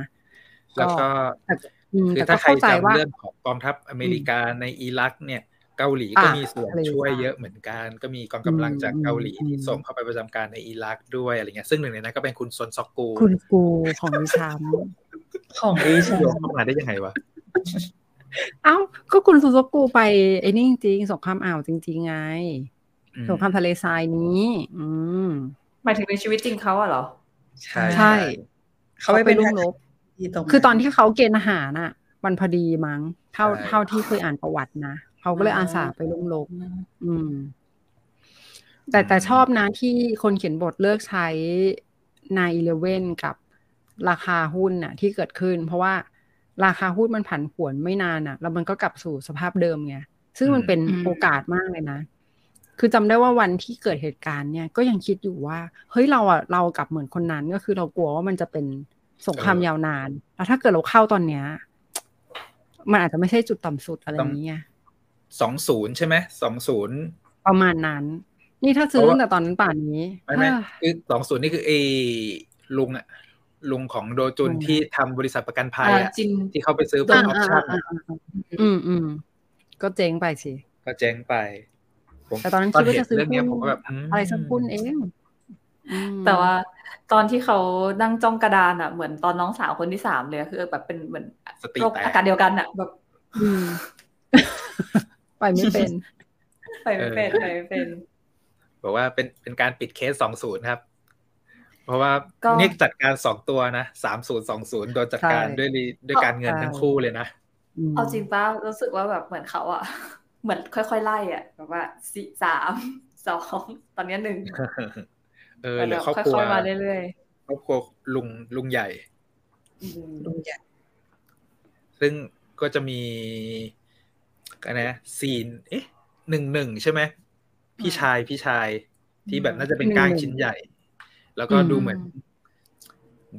A: แล้วก็
C: อืม
A: คือ
C: แต่ก็
A: ถ้าใคร
C: เข้าใจ
A: จำ
C: ว่า
A: เรื่องของกองทัพอเมริกาในอิรักเนี่ย เกาหลีก็
C: อ่ะ
A: มีส่วน
C: อะไร
A: ช่วย
C: บ้าง
A: เยอะเหมือนกัน ก็มีกองกำลังจากเกาหลี
C: อืม
A: ที่ส่งเข้าไปประจำการในอิรักด้วยอะไรเงี้ยซึ่งหนึ่งในนั้นก็เป็นคุณซอนซอกกู
C: คุณกูของดิฉัน
B: ของดิฉัน
A: โยงเข้ามาได้ยังไงวะ
C: เอ้าก็คุณซูซกูไปไอ้นี่จริงๆสงครามอ่าวจริง ๆ ไง
A: อืม
C: สงครามทะเลทรายนี้ อืม
D: หมายถึงในชีวิตจริงเขาอะเหรอ
A: ใช่
C: ใช่
B: เขาไปเป็น
C: ร่วมรบ
B: ที่ตรง
C: คือตอนที่เขาเกณฑ์อาหารน่ะ มันพอดีมั้ง เท่า
A: ใช่
C: เท่าที่เคยอ่านประวัตินะเขาก็เลยอาสาไปร่วมรบอืม แต่แต่ชอบนะที่คนเขียนบทเลือกใช้ในอีเลเว่นกับราคาหุ้นน่ะ ที่เกิดขึ้น เพราะว่าราคาหุ้นมันผันผวนไม่นานน่ะ แล้วมันก็กลับสู่สภาพเดิมไงซึ่งมันเป็น
D: อืม
C: โอกาสมากเลยนะ คือจำได้ว่าวันที่เกิดเหตุการณ์เนี่ย ก็ยังคิดอยู่ว่าเฮ้ยเราอ่ะเรากลับเหมือนคนนั้นก็คือเรากลัวว่ามันจะเป็นสงครามยาวนาน แล้วถ้าเกิดเราเข้าตอนเนี้ยมันอาจจะไม่ใช่จุดต่ำสุดอะไรอย่างเงี้ย
A: สองศูนย์ใช่ไหมสองศูนย์
C: ประมาณนั้น นี่ถ้าซื้
A: เพ
C: อ
A: ราะว่า
C: ตั้งแต่ตอนนั้นป่านนี้
A: ไม่ไม่
C: เอ้อ
A: คือสองศูนย์นี่คือไอ้ลุงอะลุงของโดจุน
C: ลุง
A: ที่ทำบริษัทประกันภัย
D: อ่า
A: อะ
D: จิน
A: ที่เขาไปซื้อเป็น
C: อ่า
A: ออป
C: อ่า
A: ชั่น
C: อ่าอ่าอืมอืมก็เจ๊งไปสิ
A: ก็แจ้งไปผม
C: แต่ตอนนั้น
A: ตอน
C: คิด
A: เห็น
C: ว่าจะซื้อ
A: เรื่องเนี้ยผ
C: หุ้น
A: มก็แบบม
C: อะไรสักพุ่นเองอืม
D: แต่ว่าตอนที่เขานั่งจ้องกระดานอ่ะเหมือนตอนน้องสาวคนที่สามเลยคือแบบเป็นเหมือน
A: สติแตก
D: โรคอาการเดียวกันอ่ะ แบบ
C: อืม ไปไม่เป็น
D: ไปไม่เป็นไปไม่เป็น
A: บอกว่าเป็นเป็นการปิดเคสสองศูนย์ครับ เพราะว่า
D: ก็
A: นี่จัดการสองตัวนะสามศูนย์สองศูนย์โดนจัดการ
C: ใช่
A: ด้วยรีด้วยการเงินทั้งคู่เลยนะ
C: ม
D: เอาจริงป้ารู้สึกว่าแบบเหมือนเขาอ่ะ เหมือนค่อยๆไล่อ่ะแบบว่าสี่สามสองตอนเนี้ย หนึ่ง
A: เออหรือครอบ
D: ค่
A: ครัว
D: อยๆมาเรื่อย
A: ครอบครัวลุงลุงใหญ่
D: ๆอืม
B: ลุงใหญ่
A: ซึ่งก็จะมีก็นะซีน เอ๊ะหนึ่งหนึ่งใช่ไหมพี่ชายพี่ชายที่แบบน่าจะเป็นก้างชิ้นใหญ่ แล้วก็ดูเหมือน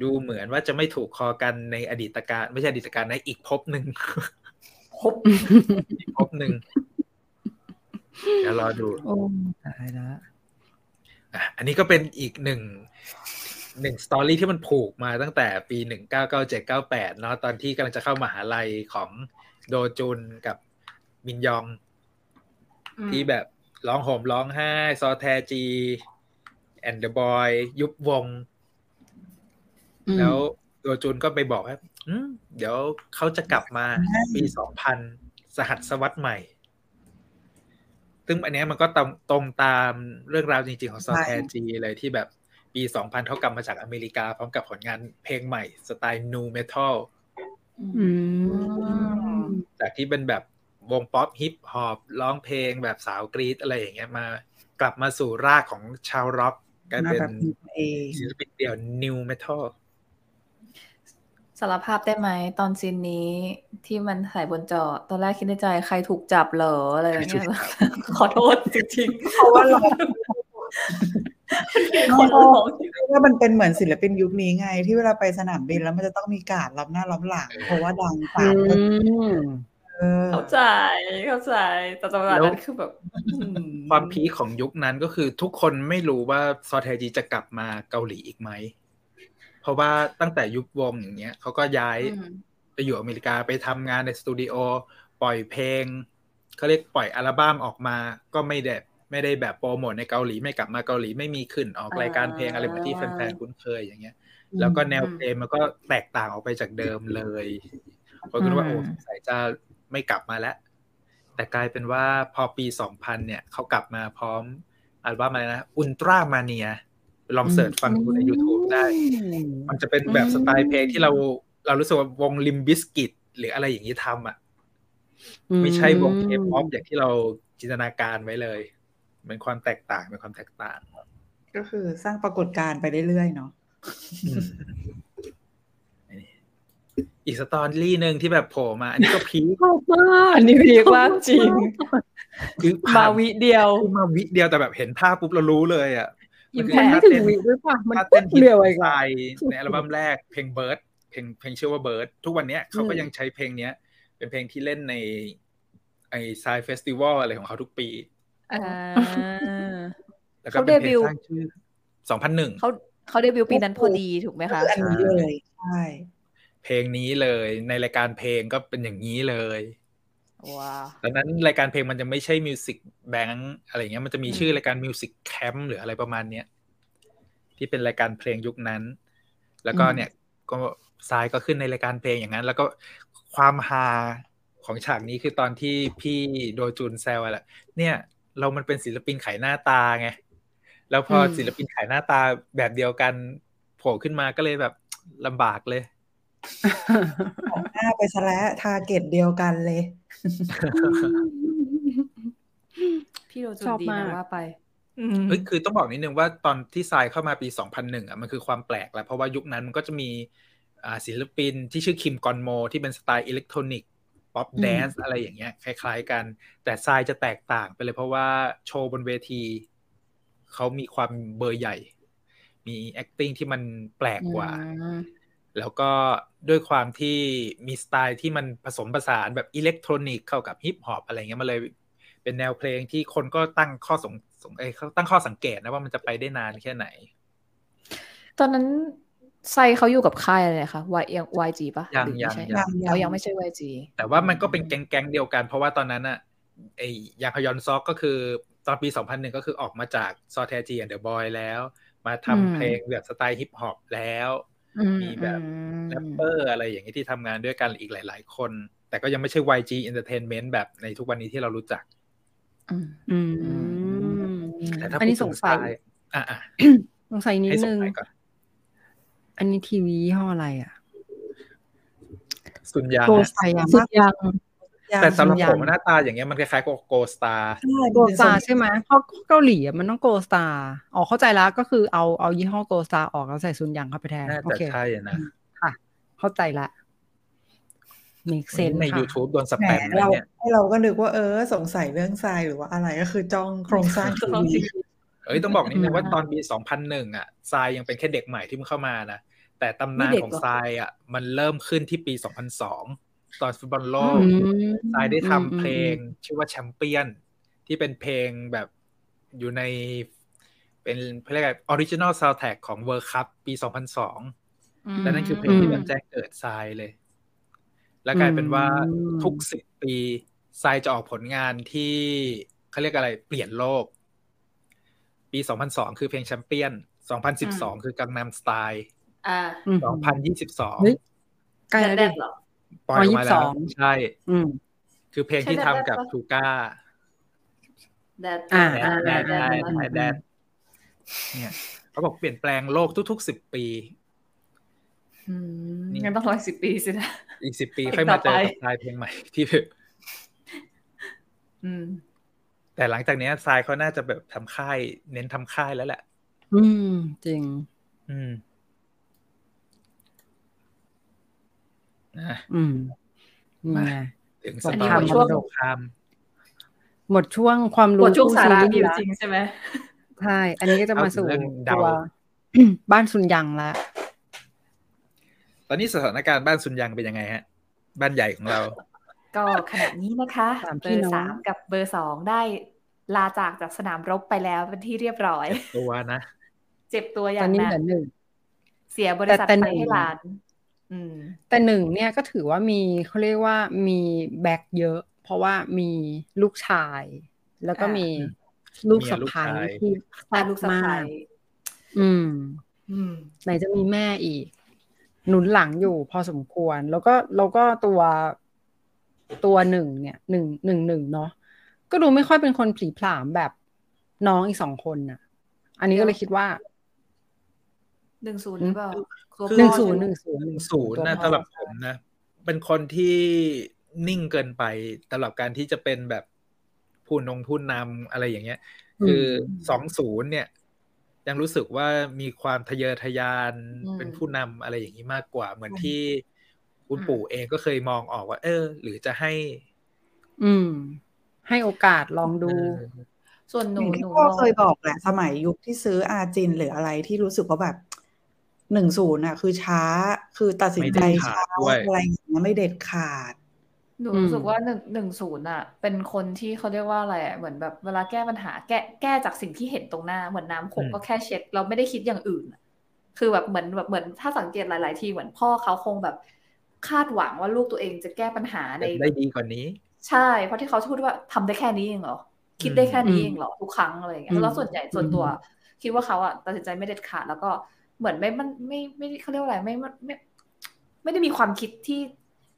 A: ดูเหมือนว่าจะไม่ถูกคอกันในอดีตการไม่ใช่อดีตการในอีกภพหนึ่ง
D: พบ
A: อีกภพหนึ่งเดี๋ยวรอดู
C: โอ้ตายละ
A: อ่ะอันนี้ก็เป็นอีกหนึ่งหนึ่งสตอรี่ที่มันผูกมาตั้งแต่ปีหนึ่งเก้าเก้าเจ็ดเก้าแปดเนาะตอนที่กำลังจะเข้ามหาลัยของโดจุนกับมินยอง ที่แบบร้องโห่มร้องไห้ ซอแทจีแอนเดอะบอยยุบวง
C: อืม
A: แล้วโดจุนก็ไปบอกว่าอืมเดี๋ยวเขาจะกลับมาปีสองพันสหัสวรรษใหม่ ซึ่งอันเนี้ยมันก็ตรงตรงตามเรื่องราวจริงๆของซอแทจีเลยที่แบบปีสองพันเขากลับมาจากอเมริกา พร้อมกับผลงานเพลงใหม่ สไตล์นูเมทัล
C: อืม
A: จากที่เป็นแบบวงป๊อปฮิปฮอปร้องเพลงแบบสาวกรีตอะไรอย่างเงี้ยมา กลับมาสู่รากของชาวร็อก กลายเป็น
B: มาแบบมีตัวเอง
A: ศิลปินเดี่ยวนิวเมทัล
D: สารภาพได้ไหมตอนซีนนี้ที่มันถ่ายบนจอ ตอนแรกคิดในใจใครถูกจับเหรออะไรอย่างเงี้ย ขอโทษจริงๆ
B: เพราะว่าเรา
D: คนร้อง
B: ว่ามันเป็นเหมือนศิลปินยุคนี้ไง ที่เวลาไปสนามบินแล้วมันจะต้องมีการดล้อมหน้าล้อมหลัง เพราะว่าดังปาก
C: ม
B: เออ
D: เข้าใจเข้าใจแต่จังหวะนั้นคือแบบอื
A: ความพีคของยุคนั้นก็คือทุกคนไม่รู้ว่าซอแทจีจะกลับมาเกาหลีอีกไหม เพราะว่าตั้งแต่ยุควงอย่างเงี้ยเขาก็ย้าย
D: อืม
A: ไปอยู่อเมริกาไปทำงานในสตูดิโอปล่อยเพลงเขาเรียกปล่อยอัลบั้มออกมาก็ไม่ได้ไม่ได้แบบโปรโมทในเกาหลีไม่กลับมาเกาหลีไม่มีขึ้นออกรายการเพลงอะไรเหมือนที่แฟนๆคุ้นเคยอย่างเงี้ย แล้วก็แนวเพลงมันก็แตกต่างออกไปจากเดิมเลยก็คิดว่า
D: อืม
A: โอ้สงสัยจะไม่กลับมาแล้ว แต่กลายเป็นว่าพอปี 2000 เนี่ยเขากลับมาพร้อมอัลบั้มอะไรนะอุลตร้ามาเนียลองเสิร์ชฟังดูใน YouTube ได้ มันจะเป็นแบบสไตล์เพลงที่เราเรารู้สึกว่าวงลิมบิสกิตหรืออะไรอย่างนี้ทำอ่ะ ไม่ใช่วงเคป๊อปอย่างที่เราจินตนาการไว้เลยเป็นความแตกต่างเป็นความแตกต่าง
B: ก็คือสร้างปรากฏการณ์ไปเรื่อยๆเนาะ
A: อีกสตอรี่หนึ่งที่แบบโผล่มา อันนี้ก็ พีค
C: ชอบมากอันนี่พีกว่ากจริง
A: คือ
D: มา
A: ผ่าน
D: วิเดียว
A: คือมาวิเดียวแต่แบบเห็นภาพปุ๊บเรารู้เลยอ่ะ
D: อิมแพ
C: มัน
D: ค
C: ไม่ถึงวิด้วยป่ะ มัน
A: ถ้า
C: ปุ๊
A: เต้น
C: บ
A: ที่
C: เร็วไอ้
A: ไซ
C: ก่อน
A: ในอัลบั้มแรกเพลงเบิร์ดเพลงเพลงชื่อว่าเบิร์ดทุกวันเนี้ยเขาก็ยังใช้เพลงเนี้ย เป็นเพลงที่เล่นในไอไซเฟสติวัลอะไรของเขาทุกปี
D: อ่า
A: แล้วก็เป็นเพลง
D: เขาเดบิวต์
A: สร้างชื่อสองพันหนึ่ง
D: เขาเขาเดบิวต์ปีนั้นพอดีถูกไหม
B: ก็
D: คะ
B: คืออันนี้เลยใช่
A: เพลงนี้เลยในรายการเพลงก็เป็นอย่างนี้เลย
D: ว้าว
A: ดังนั้นรายการเพลงมันจะไม่ใช่มิวสิกแบงค์อะไรเงี้ยมันจะมี
D: อืม
A: ชื่อรายการมิวสิกแคมป์หรืออะไรประมาณเนี้ยที่เป็นรายการเพลงยุคนั้น แล้วก็
C: อืม
A: เนี่ยก็ทรายก็ขึ้นในรายการเพลงอย่างนั้น แล้วก็ความฮาของฉากนี้คือตอนที่พี่โดจูนแซวอะไรเนี่ย เรามันเป็นศิลปินขายหน้าตาไง แล้วพออ
C: ม
A: ศิลปินขายหน้าตาแบบเดียวกันโผล่ขึ้นมาก็เลยแบบลำบากเลย
B: ของหน้าไปซะแล้วทาร์เก็ตเดียวกันเลย
D: พี่โดจุน
C: ชอบ
D: ดี
C: มา
D: นะ
C: ก
D: ว่าไป
A: เฮ้ยคือต้องบอกนิดนึงว่าตอนที่ทรายเข้ามาปี 2001อ่ะมันคือความแปลกแล้ว เพราะว่ายุคนั้นมันก็จะมีอ่าศิลปินที่ชื่อคิมกอนโม ที่เป็นสไตล์อิเล็กทรอนิกส์ป๊อปแดนซ์อะไรอย่างเงี้ยคล้ายๆกัน แต่ทรายจะแตกต่างไปเลยเพราะว่าโชว์บนเวที เขามีความเบอร์ใหญ่ มี acting ที่มันแปลกกว่า
C: อืม
A: แล้วก็ด้วยความที่มีสไตล์ที่มันผสมผสานแบบอิเล็กทรอนิกส์เข้ากับฮิปฮอปอะไรเงี้ยมาเลย เป็นแนวเพลงที่คนก็ตั้งข้อสงสงเอ้ยเขาตั้งข้อสังเกตนะว่ามันจะไปได้นานแค่ไหน
D: ตอนนั้นไซเขาอยู่กับค่ายอะไรคะ Y YG ปะ
A: ยัง
D: หรือไม่ใช่
A: ยัง
B: ยัง
D: เขายังไม่ใช่ YG
A: แต่ว่ามันก็เป็นแก๊งๆเดียวกัน เพราะว่าตอนนั้นอะไอยางฮยอนซอกก็คือตอนปี 2001 ก็คือออกมาจากซอแทจีแอนเดอะบอยแล้ว มา
C: อืม
A: ทำเพลงแบบสไตล์ฮิปฮอปแล้ว มีแบบ แรปเปอร์อะไรอย่างนี้ยที่ทำงานด้วยกันอีกหลายๆคน แต่ก็ยังไม่ใช่ YG Entertainment แบบในทุกวันนี้ที่เรารู้จัก
D: อืม
C: อืม
A: แต่ถ้า
C: อันนี้
A: พูดถึ
C: สงสัย
A: สไตล์อ่ะอ่ะ
C: สงสัยนิด
A: ให้ส
C: นึ
A: ง
C: ง
A: สัยก่อน
C: อันนี้ทีวียี่ห้ออะไรอ่ะ
A: สุนยาง
B: โก
A: อะ
B: สไตล์อะ
C: สุ
B: มา
C: ด
B: ก
C: ยัง
B: ยัง
A: แต่สำหรับ
C: สุนยาง
A: ผมหน้าตาอย่างเงี้ยมันคล้ายๆกับโกสตาร์
B: ใช่
C: โกสตาใช่ไหมเพราะเกาหลีอะมันต้องโกสตาอ๋อเข้าใจแล้วก็คือเอาเอายี่ห้อโกสตาออกแล้วใส่ซุนยังเข้าไปแทน
A: น่า
C: โอ
A: จะ
C: เค
A: ใช่นะ
C: เข้าใจละ make
A: วัน
C: sense
A: นี้ใน
C: ค่ะ
A: YouTube โดนส
B: แห
A: แป
B: ม
A: ม
B: เรา
A: นะเนี่ย
B: ให้เราก็นึกว่าเออ สงสัยเรื่องทรายหรือว่าอะไรก็คือจ้องโครงสร้าง
D: จ้อง
B: ทีวี
A: เอ้ยต้องบอกนิดนึง
C: อืม
A: ว่าตอนปี 2001 อ่ะทรายยังเป็นแค่เด็กใหม่ที่เพิ่งเข้ามานะ แต่ตำนาน
D: นี่เด็ก
A: ของ
D: เหรอ
A: ทรายอ่ะมันเริ่มขึ้นที่ปี 2002 ตอนฟุตบอลโลก
C: อืม
A: ทรายได้ทำเพลงชื่อว่าแชมเปี้ยน ที่เป็นเพลงแบบอยู่ใน เป็นเพลงออริจินอลซาวแท็กของเวิร์คัพปี 2002 และนั่นคือเพลงที่แบบแจ้งเกิดทรายเลย และกลายเป็นว่า
C: อืม
A: ทุกสิบปีทรายจะออกผลงานที่เขาเรียกอะไรเปลี่ยนโลก ปี 2002 คือเพลงแชมเปี้ยน 2012 คือกังนำสไตล์
D: อ่า
C: อืม เฮ้ย
A: 2022
C: ใกล้แล้ว
D: แด
C: ดิ
D: ดเหรอ
A: ปล่อยออกมาแล้ว
C: 22
A: ใช่
C: อืม
A: คือเพลงที่ทำกับทูก้า
D: แดด
C: อ่า
A: แดด
D: แด
A: แด
D: ด
A: ด
D: แด
A: แด
D: ด
A: ดแดดแดดเนี่ยเขาบอกเปลี่ยนแปลงโลกทุกๆสิบปี
D: อืมงั้นต้องร้อยสิบปีสินะ
A: อีกสิบปี
D: อีก
A: ค่อยมาเจอ
D: ต่อ
A: กับ
D: ไป
A: ทรายเพลงใหม่ ที่แบบ
D: อืม
A: แต่หลังจากเนี้ยทรายเขาน่าจะแบบทำค่าย เน้นทำค่ายแล้วแหละ
C: อืม จริง
A: อืมนะ
C: อืมนี่ไง
A: ถึงส
C: อันนี้
A: ตอรี่
C: หมดช่วง
A: สงคราม
C: หมดช่วงความ
D: บ
C: รู้
D: ทช่วงสาระ
C: ผู้ซี
D: ดี
C: ส์ละ
D: จริงใช่ไหม
C: ใช่อันนี้ก็จะมาสู่
A: เรื่อง
C: ตั
A: เดา
C: ว บ้านซุนยังละ
A: ตอนนี้สถานการณ์บ้านซุนยังเป็นยังไงฮะ บ้านใหญ่ของเรา
D: ก็ขณะนี้นะคะ
C: สาม
D: เบ
C: พี่
D: อ
C: น้
D: ร์
C: อง
D: สามกับเบอร์สองได้ลาจากจากสนามรบไปแล้วเป็นที่เรียบร้อย
A: ตัวนะ
D: เจ็บตัวอ
C: ต
D: ย่า
C: อน
D: ง
C: นี้
D: หนั
C: เหลือห
D: ก
C: นึ่ง
D: เสียบริษัท
C: แต่แต่ห
D: ไป
C: นึ่ง
D: ให้หลาน อืม
C: แต่หนึ่งเนี่ยก็ถือว่ามีเขาเรียกว่ามีแบ็กเยอะ เพราะว่ามีลูกชาย แล้วก็
D: อ่ามี
C: มีลูกสะพ้าย
A: เมียลูกชาย
C: ที่แซ่
D: ตา
C: บ
D: ลูกสะ
C: มา
D: ใภ้
C: กอืม
D: อืม
C: ไหนจะมีแม่อีก หนุนหลังอยู่พอสมควร แล้วก็แล้วก็ตัวตัวหนึ่งเนี่ยหนึ่งหนึ่งหนึ่งเนาะก็ดูไม่ค่อยเป็นคนผลีผลามแบบน้องอีกสองคนน่ะ อันนี้ก็เลยคิดว่า
D: หนึ่งศูนย์หรือเปล่าตัว
A: คื
D: พ่
A: อ
D: อ
C: หนึ่งศูนย์ห
D: ใช่
A: ห
C: นึ่งศูนย์
D: ไม
A: นึ่งศูนย์นะ
C: ตัว
A: สำหรับผมนะ เป็นคนที่นิ่งเกินไปสำหรับการที่จะเป็นแบบผู้นงผู้นำอะไรอย่างเงี้ย คือสองศูนย์เนี่ย ยังรู้สึกว่ามีความทะเยอทะยานเป็นผู้นำอะไรอย่างนี้มากกว่า เหมือนที่คุณปู่เองก็เคยมองออกว่า เออ หรือจะให้
C: อืม ให้โอกาสลองดู
A: เออ
D: ส่วนหนู
B: อย่างที่
D: หนู
B: พ่อ
D: มอง
B: เคยบอกแหละสมัยยุคที่ซื้ออาจินหรืออะไรที่รู้สึกว่าแบบหนึ่งศูนย์อ่ะ คือช้าคือตัดสิน
A: ไม่
B: ใจ
A: ได้ขาด
B: ช้า
A: ด้วย
B: อะไรอย่างเงี้ยไม่เด็ดขาด
D: หนู
C: อืม
D: รู้สึกว่าหนึ่งหนึ่งศูนย์อ่ะ เป็นคนที่เขาเรียกว่าอะไรอะเหมือนแบบเวลาแก้ปัญหา แก้แก้จากสิ่งที่เห็นตรงหน้าเหมือนน้ำข
A: อื
D: ก
A: ม
D: ก็แค่เช็ดเราไม่ได้คิดอย่างอื่นอะคือแบบเหมือนแบบเหมือนถ้าสังเกตหลาย ๆ ทีเหมือนพ่อเขาคงแบบคาดหวังว่าลูกตัวเองจะแก้ปัญหาใน
A: ได้ดีกว่านี้
D: ใช่ เพราะที่เขาพูดว่าทำได้แค่นี้เองเหรอ คิดได้แค่นี้เองเหรอ ทุกครั้งอะไรอย่างเงี้
C: อื
D: ย
C: ม
D: แล้วส่วนใหญ่ส่วนตัว คิดว่าเขาอะตัดสินใจไม่เด็ดขาดแล้วก็เหมือนไม่มันไม่ไม่ไม่เขาเรียกว่าอะไรไม่ไม่ไม่ไม่ได้มีความคิดที่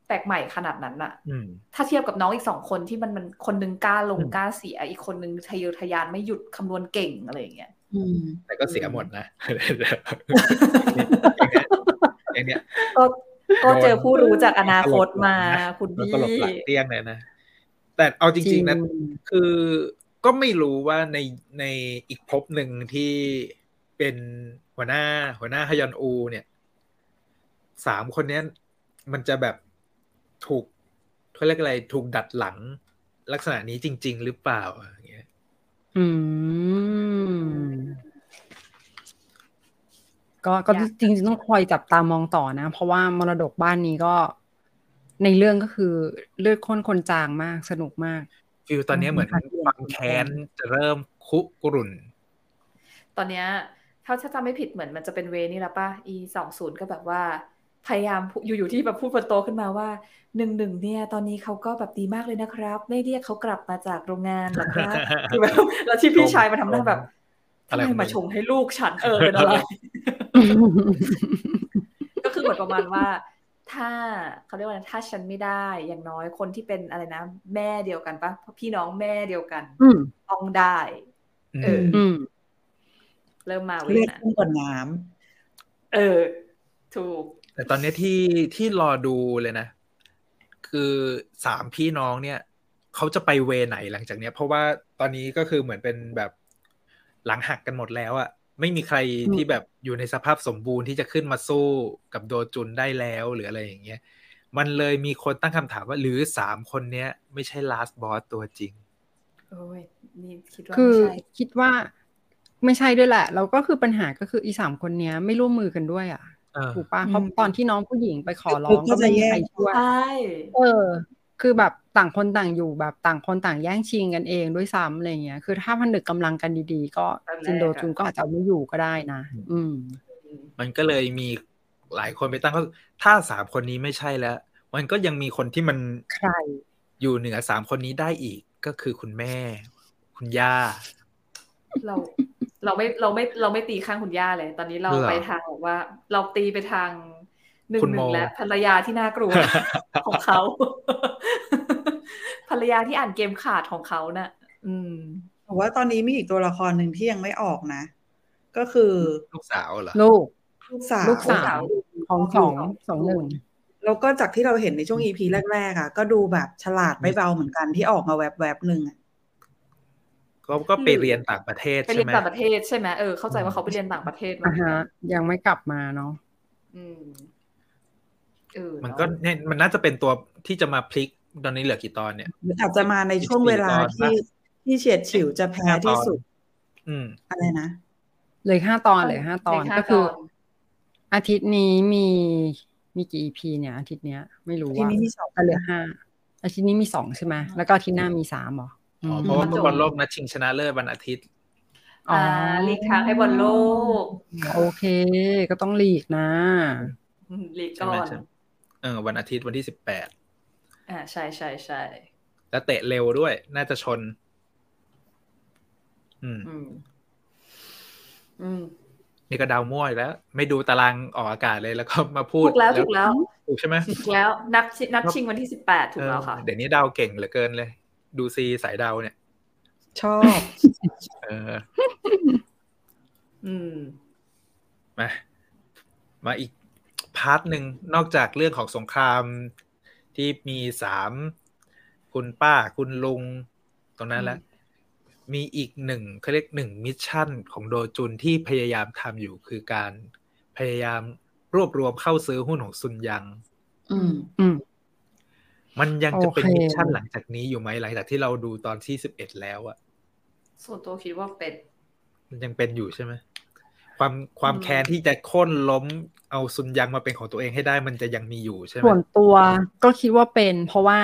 D: แปลกใหม่ขนาดนั้นอะ
A: อืม
D: ถ้าเทียบกับน้องอีกสองคนที่มันมันคนหนึงกล้าลง
A: อืม
D: กล้าเสีย อีกคนหนึงทะเยอทะยานไม่หยุดคำนวณเก่งอะไรอย่างเงี้ย
A: แต่ก็เสียหมดนะ อย่างเนี้ย
D: ก็ก็เจอ
A: โดน
D: ผู้รู้จากอนาคตมาคุณ
A: มัน
D: พี่
A: ตลบหลังเตี้ยงเลยนะ แต่เอาจริง ๆนะ คือก็ไม่รู้ว่าในในอีกภพหนึ่งที่เป็นหัวหน้า หัวหน้าฮยอนอู เนี่ยสามคนเนี้ยมันจะแบบถูกเขาเรียกอะไรถูกดัดหลังลักษณะนี้จริง ๆ หรือเปล่าอย่างเงี้ย
C: อืม ก็ก็
D: อยาก
C: จริงๆต้องคอยจับตามองต่อนะ เพราะว่ามรดกบ้านนี้ก็ ในเรื่องก็คือเลือดข้นคนจางมากสนุกมาก
A: ฟิลตอนเนี้ยเหมือนความแค้นจะเริ่มคุกรุ่น
D: ตอนเนี้ยถ้าถ้าจำไม่ผิดเหมือนมันจะเป็นเวนี่ละป่ะ e สองศูนย์ก็แบบว่า พยายามพูอยู่ๆที่แบบพูดบนโตะขึ้นมาว่าหนึ่งหนึ่งเนี่ย ตอนนี้เขาก็แบบดีมากเลยนะครับ ไม่เรียกเขากลับมาจากโรงงานหรอก ครับคือแบบแล้วที่พี่ชายมาทำหน้าแบบ
A: อะ
D: ทำ
A: ไร
D: ไมมาชงให้ลูกฉันเออเป็นอะไร ก็คือเหมือนประมาณว่า ถ้าเขาเรียกว่าอะไรถ้าฉันไม่ได้อย่างน้อยคนที่เป็นอะไรนะ แม่เดียวกันปะพี่น้องแม่เดียวกัน
C: อืม
D: ต้องได้ เออ
C: อืม
D: เริ่มมาเว
B: เลือด
D: นะ
B: ขึ้นกว่าน้ำ
D: เออ ถูก
A: แต่ตอนเนี้ยที่ที่รอดูเลยนะ คือสามพี่น้องเนี่ย เขาจะไปเวไหนหลังจากเนี้ย เพราะว่าตอนนี้ก็คือเหมือนเป็นแบบหลังหักกันหมดแล้วอะไม่มีใคร
C: อืม
A: ที่แบบอยู่ในสภาพสมบูรณ์ที่จะขึ้นมาสู้กับโดจุนได้แล้วหรืออะไรอย่างเงี้ยมันเลยมีคนตั้งคำถามว่า หรือสามคนเนี้ย ไม่ใช่ last boss ตัวจริง
D: โอ้ยนี่คิดว่า
C: คือ
D: ไม่ใช่
C: คิดว่าไม่ใช่ด้วยแหละแล้วก็คือปัญหาก็คืออีสามคนเนี้ย ไม่ร่วมมือกันด้วยอ่ะ
A: เออ
C: ถูกปะ
B: อืม
C: เพราะตอนที่น้องผู้หญิงไปขอร้อ
B: คื
C: ง
B: อก็
C: ก็ไม่
B: จะ
C: มี
B: แย่ง
C: ใครช่วย
D: ใช่
C: เออ คือแบบต่างคนต่างอยู่แบบต่างคนต่างแย่งชิงกันเองด้วยซ้ำอะไรเงี้ย คือถ้าพันดึกกำลังกันดีๆ ก็จินโดจุนก็อาจจะไม่อยู่ก็ได้นะ อืม
A: มันก็เลยมีหลายคนไปตั้งข้อถ้าสามคนนี้ไม่ใช่แล้ว มันก็ยังมีคนที่มัน
C: ใคร
A: อยู่เหนือสามคนนี้ได้อีกก็คือคุณแม่ คุณย่า
D: เราเราไม่เราไม่เราไม่ตีข้างคุณย่าเลย ตอนนี้เรา
A: เหรอ
D: ไปทางแบบว่า เราตีไปทางหนึ่ง
A: คุณ
D: ห
A: โม
D: นึ่งและภรรยาที่น่ากลัว ของเขา ภรรยาที่อ่านเกมขาดของเขาน่ะ อืม
B: แต่ว่าตอนนี้มีอีกตัวละครหนึ่งที่ยังไม่ออกนะ ก็คือ
A: ลูกสาวเหรอ
C: ลูก
B: ลูกสาว
C: ลูกสาว ของสองสองหนึ่ง
B: แล้วก็จากที่เราเห็นในช่วง EP แรกๆอ่ะก็ดูแบบฉลาดไม่เบาเหมือนกันที่ออกมาแวบๆหนึ่งอะ
A: เขาก็ไปเรียนต่างประเทศ
D: ไป
A: ใช่
D: เรียน
A: ไหม
D: ต่างประเทศใช่ไหมเออเข้าใจว่าเขาไปเรียนต่างประเทศมา
C: อ่ะฮะ ยังไม่กลับมาเนาะ
D: อืมเออ
A: มันก็เนี่ยมันน่าจะเป็นตัวที่จะมาพลิกตอนนี้เหลือกี่ตอนเนี่ย
B: อาจจะมาในช่วงเวลา
A: สี่ตอนปะ
B: ที่ที่เฉียดฉิวจะแพ้ที่สุด
A: อืม
B: อะไรนะ
C: เหลยห้าตอนเหลยห้าตอน
D: ใช่ะ
C: ก็คือ
D: ตน
C: อาทิตย์นี้มีมีกี่ EP เนี่ย อาทิตย์เนี้ย ไม่รู้
B: ที่
C: ว่า
B: นี่ที่สอง
C: แต่เหลือห้าอาทิตย์นี้มีสองใช่ไหมแล้วก็อาทิตย์หน้ามีสามเหรออื
A: อ๋อ
C: ม
A: เพราะว่าฟุตบอลโลกนัดชิงชนะเลิศวันอาทิตย์
C: อ๋อ
D: อ่าหลีกทางให้บอลโลก
C: โอเค ก็ต้องหลีกนะ
D: อืมหลีก
A: ใช่
D: ก่
A: ไหม
D: อน
A: ใช่ไหมเออวันอาทิตย์วันที่สิบแปด
D: อ่าใช่ใช่ใช่
A: แล้วเตะเร็วด้วย น่าจะชน อืม
D: อืม อืม
A: นี่ก็เดาวมั่วอีกแล้ว ไม่ดูตารางออกอากาศเลยแล้วก็มาพู
D: ถู
A: ด
D: กแล้วถูกแล้ว
A: ถูกใช่ไหม
D: ถูกแล้วนัดชินัดชิงวันที่สิบแปดถูกแล้วค่ะ
A: เออเดี๋ยวนี้เดาวเก่งเหลือเกินเลย ดูซีสายเดาวเนี่ย
B: ช อบ
A: เออ
D: อืม
A: มา มาอีกพาร์ทหนึ่งนอกจากเรื่องของสงครามที่มีสามคุณป้าคุณลุง ตรงนั้นแล้ว มีอีกหนึ่งเขาเรียกหนึ่งมิชชั่นของโดจุนที่พยายามทำอยู่คือการพยายามรวบรวมเข้าซื้อหุ้นของซุนยัง
B: อืม
C: อืม
A: มันยังจะเป็น
C: โอเค
A: มิชชั่นหลังจากนี้อยู่ไหมหลังจากที่เราดูตอนที่สิบเอ็ดแล้วอะ
D: ส่วนตัวคิดว่าเป็น
A: มันยังเป็นอยู่ใช่ไหมความความ
D: อืม
A: แค้นที่จะโค่นล้มเอาซุนยังมาเป็นของตัวเองให้ได้ มันจะยังมีอยู่ใช่ไหม
C: ส่วนตัวก็คิดว่าเป็นเพราะว่า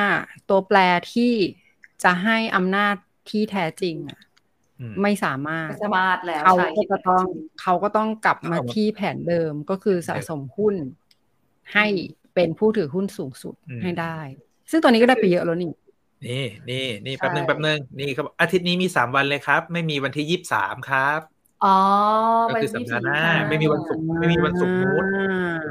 C: ตัวแปรที่จะให้อำนาจที่แท้จริงอะ
A: อืม
C: ไม่สามารถ
D: ไม่สามารถแล้ว
C: เขา
D: ใช่
C: ก็จะต้องเขาก็ต้องกลับมา
A: เอามา
C: ที่แผนเดิมก็คือสะสมหุ้น ให้เป็นผู้ถือหุ้นสูงสุดให้ได้ ซึ่งตอนนี้ก็ได้ไปเยอะแล้วนี่
A: นี่นี่นี่แป๊บนึงแป๊บนึงนี่ครับอาทิตย์นี้มีสามวันเลยครับ ไม่มีวันที่ยี่สามครับ
D: อ๋อ
A: ก็คือสัปดาห์หน้า
D: 24
A: ไม่มีวันศุกร์ไม่มีวันศุกร์มูด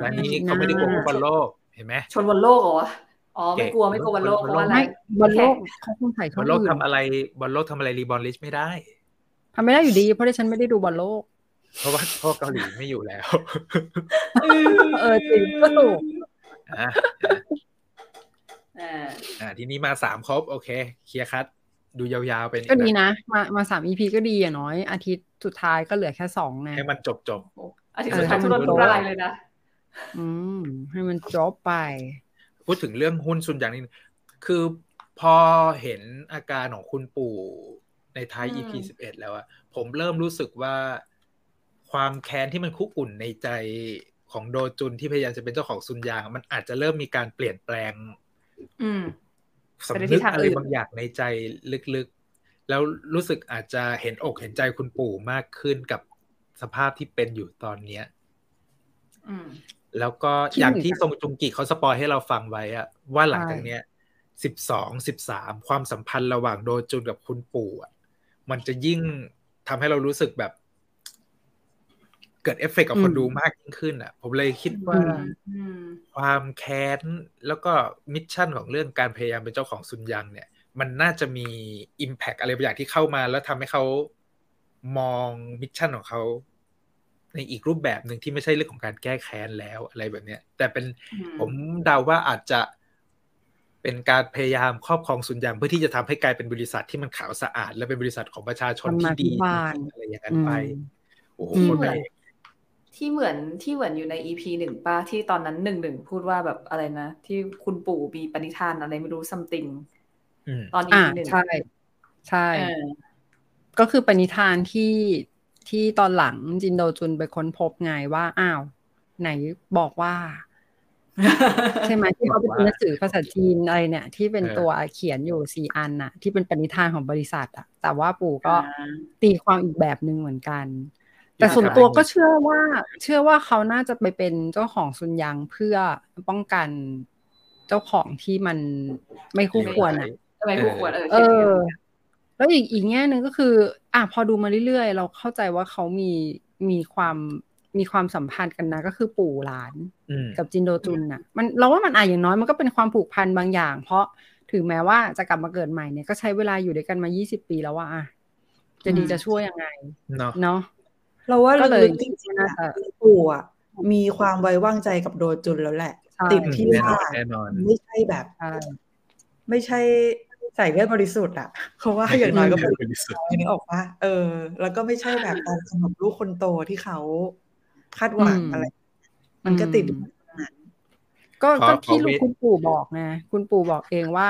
A: วันนี้เขาไม่ได้กลัวฟุตบอลโลกเห็นไหม
D: ชนวันโลกเหรอวะอ๋อ ไม่
A: เก่ง
D: กลัวไม่กลัววันโลก
A: ชนวันโลก
D: เพราะว่าอะไร
C: ไม่บอลโลกเขาคงใส่
A: บ
C: ช่อ
A: อง ลโลก
C: อื่
A: ทำ
C: น
A: อะไรบอลโลกทำอะไรรีบอลลิชไม่ได้
C: ทำไม่ได้อยู่ดี เพราะดิฉันไม่ได้ดูบอลโลก
A: เพราะว่าพ่อเกาหลีไม่อยู่แล้ว
C: เออจริงก็ถูก
A: อ่ะ
D: อ่า
A: อ่ะทีนี้มาสามครบ โอเค เคลียร์คัดดูยาวๆไป
C: ก็ดีนะ มามาสามอีพีก็ดีอะน้อย อาทิตย์สุดท้ายก็เหลือแค่สองไง
A: ให้มันจบจบ
D: อาทิตย์สุดท้ายทุรนทุรายเลยนะ
C: อืม ให้มันจบไป
A: ๆพูดถึงเรื่องหุ้นซุนอย่างนี้ คือพอเห็นอาการของคุณปู่ในท้าย
D: อืม
A: EP สิบเอ็ดแล้วอะผมเริ่มรู้สึกว่า ความแค้นที่มันคุกกุ่นในใจของโดจุนที่พยายามจะเป็นเจ้าของซุนยางอะมันอาจจะเริ่มมีการเปลี่ยนแปลง
D: อืม
A: สำ
D: ไปในทิ
A: นึ
D: ศ
A: ก
D: ทาง
A: อะไร
D: อื่น
A: บางอย่างในใจลึกๆ แล้วรู้สึกอาจจะเห็นอกเห็นใจคุณปู่มากขึ้นกับสภาพที่เป็นอยู่ตอนเนี้ย
D: อืม
A: แล้วก็
C: ที่
A: อย่าง
C: หนึ่ง
A: ที่
C: ค่ะ
A: ทรงจุงกิเขาสปอยให้เราฟังไว้อะว่าหลังจากเนี้ยสิบสองสิบสามความสัมพันธ์ระหว่างโดจุนกับคุณปู่อะมันจะยิ่งทำให้เรารู้สึกแบบ เกิดเอฟเฟกต์กับ
C: อืม
A: คนดูมากยิ่งขึ้นอ่ะ ผมเลยคิดว่า
C: อืม
D: อืม
A: ความแค้นแล้วก็มิชชั่นของเรื่องการพยายามเป็นเจ้าของซุนยังเนี่ย มันน่าจะมี Impact อะไรบางอย่างที่เข้ามาแล้วทำให้เขามองมิชชั่นของเขาในอีกรูปแบบหนึ่งที่ไม่ใช่เรื่องของการแก้แค้นแล้วอะไรแบบเนี้ย แต่เป็น
D: อืม
A: ผมเดาว่าอาจจะเป็นการพยายามครอบครองสุนยางเพื่อที่จะทำให้กลายเป็นบริษัทที่มันขาวสะอาด และเป็นบริษัทของประชาชนที่ดี
C: ธรรมาภิบาล
A: อะไรอย่างนั้นไป โอ้โห
C: อืม
A: คนไหน
D: ที่เหมือนที่เหมือนอยู่ในอีพีหนึ่งป้าที่ตอนนั้นหนึ่งหนึ่งพูดว่าแบบอะไรนะ ที่คุณปู่มีปณิธานอะไรไม่รู้ซัมติง
A: อืม
D: ตอนอี
C: อ่า
D: พีหนึ่ง
C: ใช่ ใช่
D: เออ
C: ก็คือปณิธานที่ที่ตอนหลังจินโดจุนไปค้นพบไงว่า อ้าว ไหนบอกว่า ใช่ไหมที่เขาไปซื้อหนังสือภาษาจีนอะไรเนี่ย ที่เป็น
A: เออ
C: ตัวเขียนอยู่สี่อันน่ะ ที่เป็นปณิธานของบริษัทอะแต่ว่าปู่ก็
D: อ่า
C: ตีความอีกแบบหนึ่งเหมือนกัน แต่ส่วนตัวก็เชื่อว่า เชื่อว่าเขาน่าจะไปเป็นเจ้าของซุนยังเพื่อป้องกันเจ้าของที่มันไม่คู่ควรอะ
D: ทำไมผู้ควรเออ
C: เอ
D: เขียนอย่า
C: อ
D: งนั้น
C: แล้วอีกอีกแง่หนึ่งก็คือ อ่ะพอดูมาเรื่อยๆ เราเข้าใจว่าเขามีมีความมีความสัมพันธ์กันนะ ก็คือปู่หลาน
A: อืม
C: กับจินโดจุนน่ะ มันเราว่ามันอ่ะอย่างน้อยมันก็เป็นความผูกพันบางอย่าง เพราะถึงแม้ว่าจะกลับมาเกิดใหม่เนี่ยก็ใช้เวลาอยู่ด้วยกันมา 20 ปีแล้วว่าอ่ะจะดี
D: อืม
C: จะช่วยยังไง
A: เนาะ
C: เนาะ
B: เราว่า
C: ก็เลย
B: ลึกๆจริงๆอะ
C: เออ
B: คุณปู่อะมีความไว้วางใจกับโดจุนแล้วแหละ
C: ใช่
B: ติดที่
A: แน่นอ
B: ว่าน
A: แน่นอน
B: ไม่ใช่แบบ
C: ใช่
B: ไม่ใช่ ใส่เลือดบริสุทธิ์อ่ะ เขาว่าอย่างน้อยก็เป็น
A: เป็นที่สุด
B: น้อยนึกออกปะเออ แล้วก็ไม่ใช่แบบการขนมลูกคนโตที่เขาคาดหวัง
C: อืม
B: อะไร มันก็ติด
C: ก็
A: ขอ
C: ก็
A: ขอ
C: ที่
A: วิ
C: ลูกคุณปู่บอกไงคุณปู่บอกเองว่า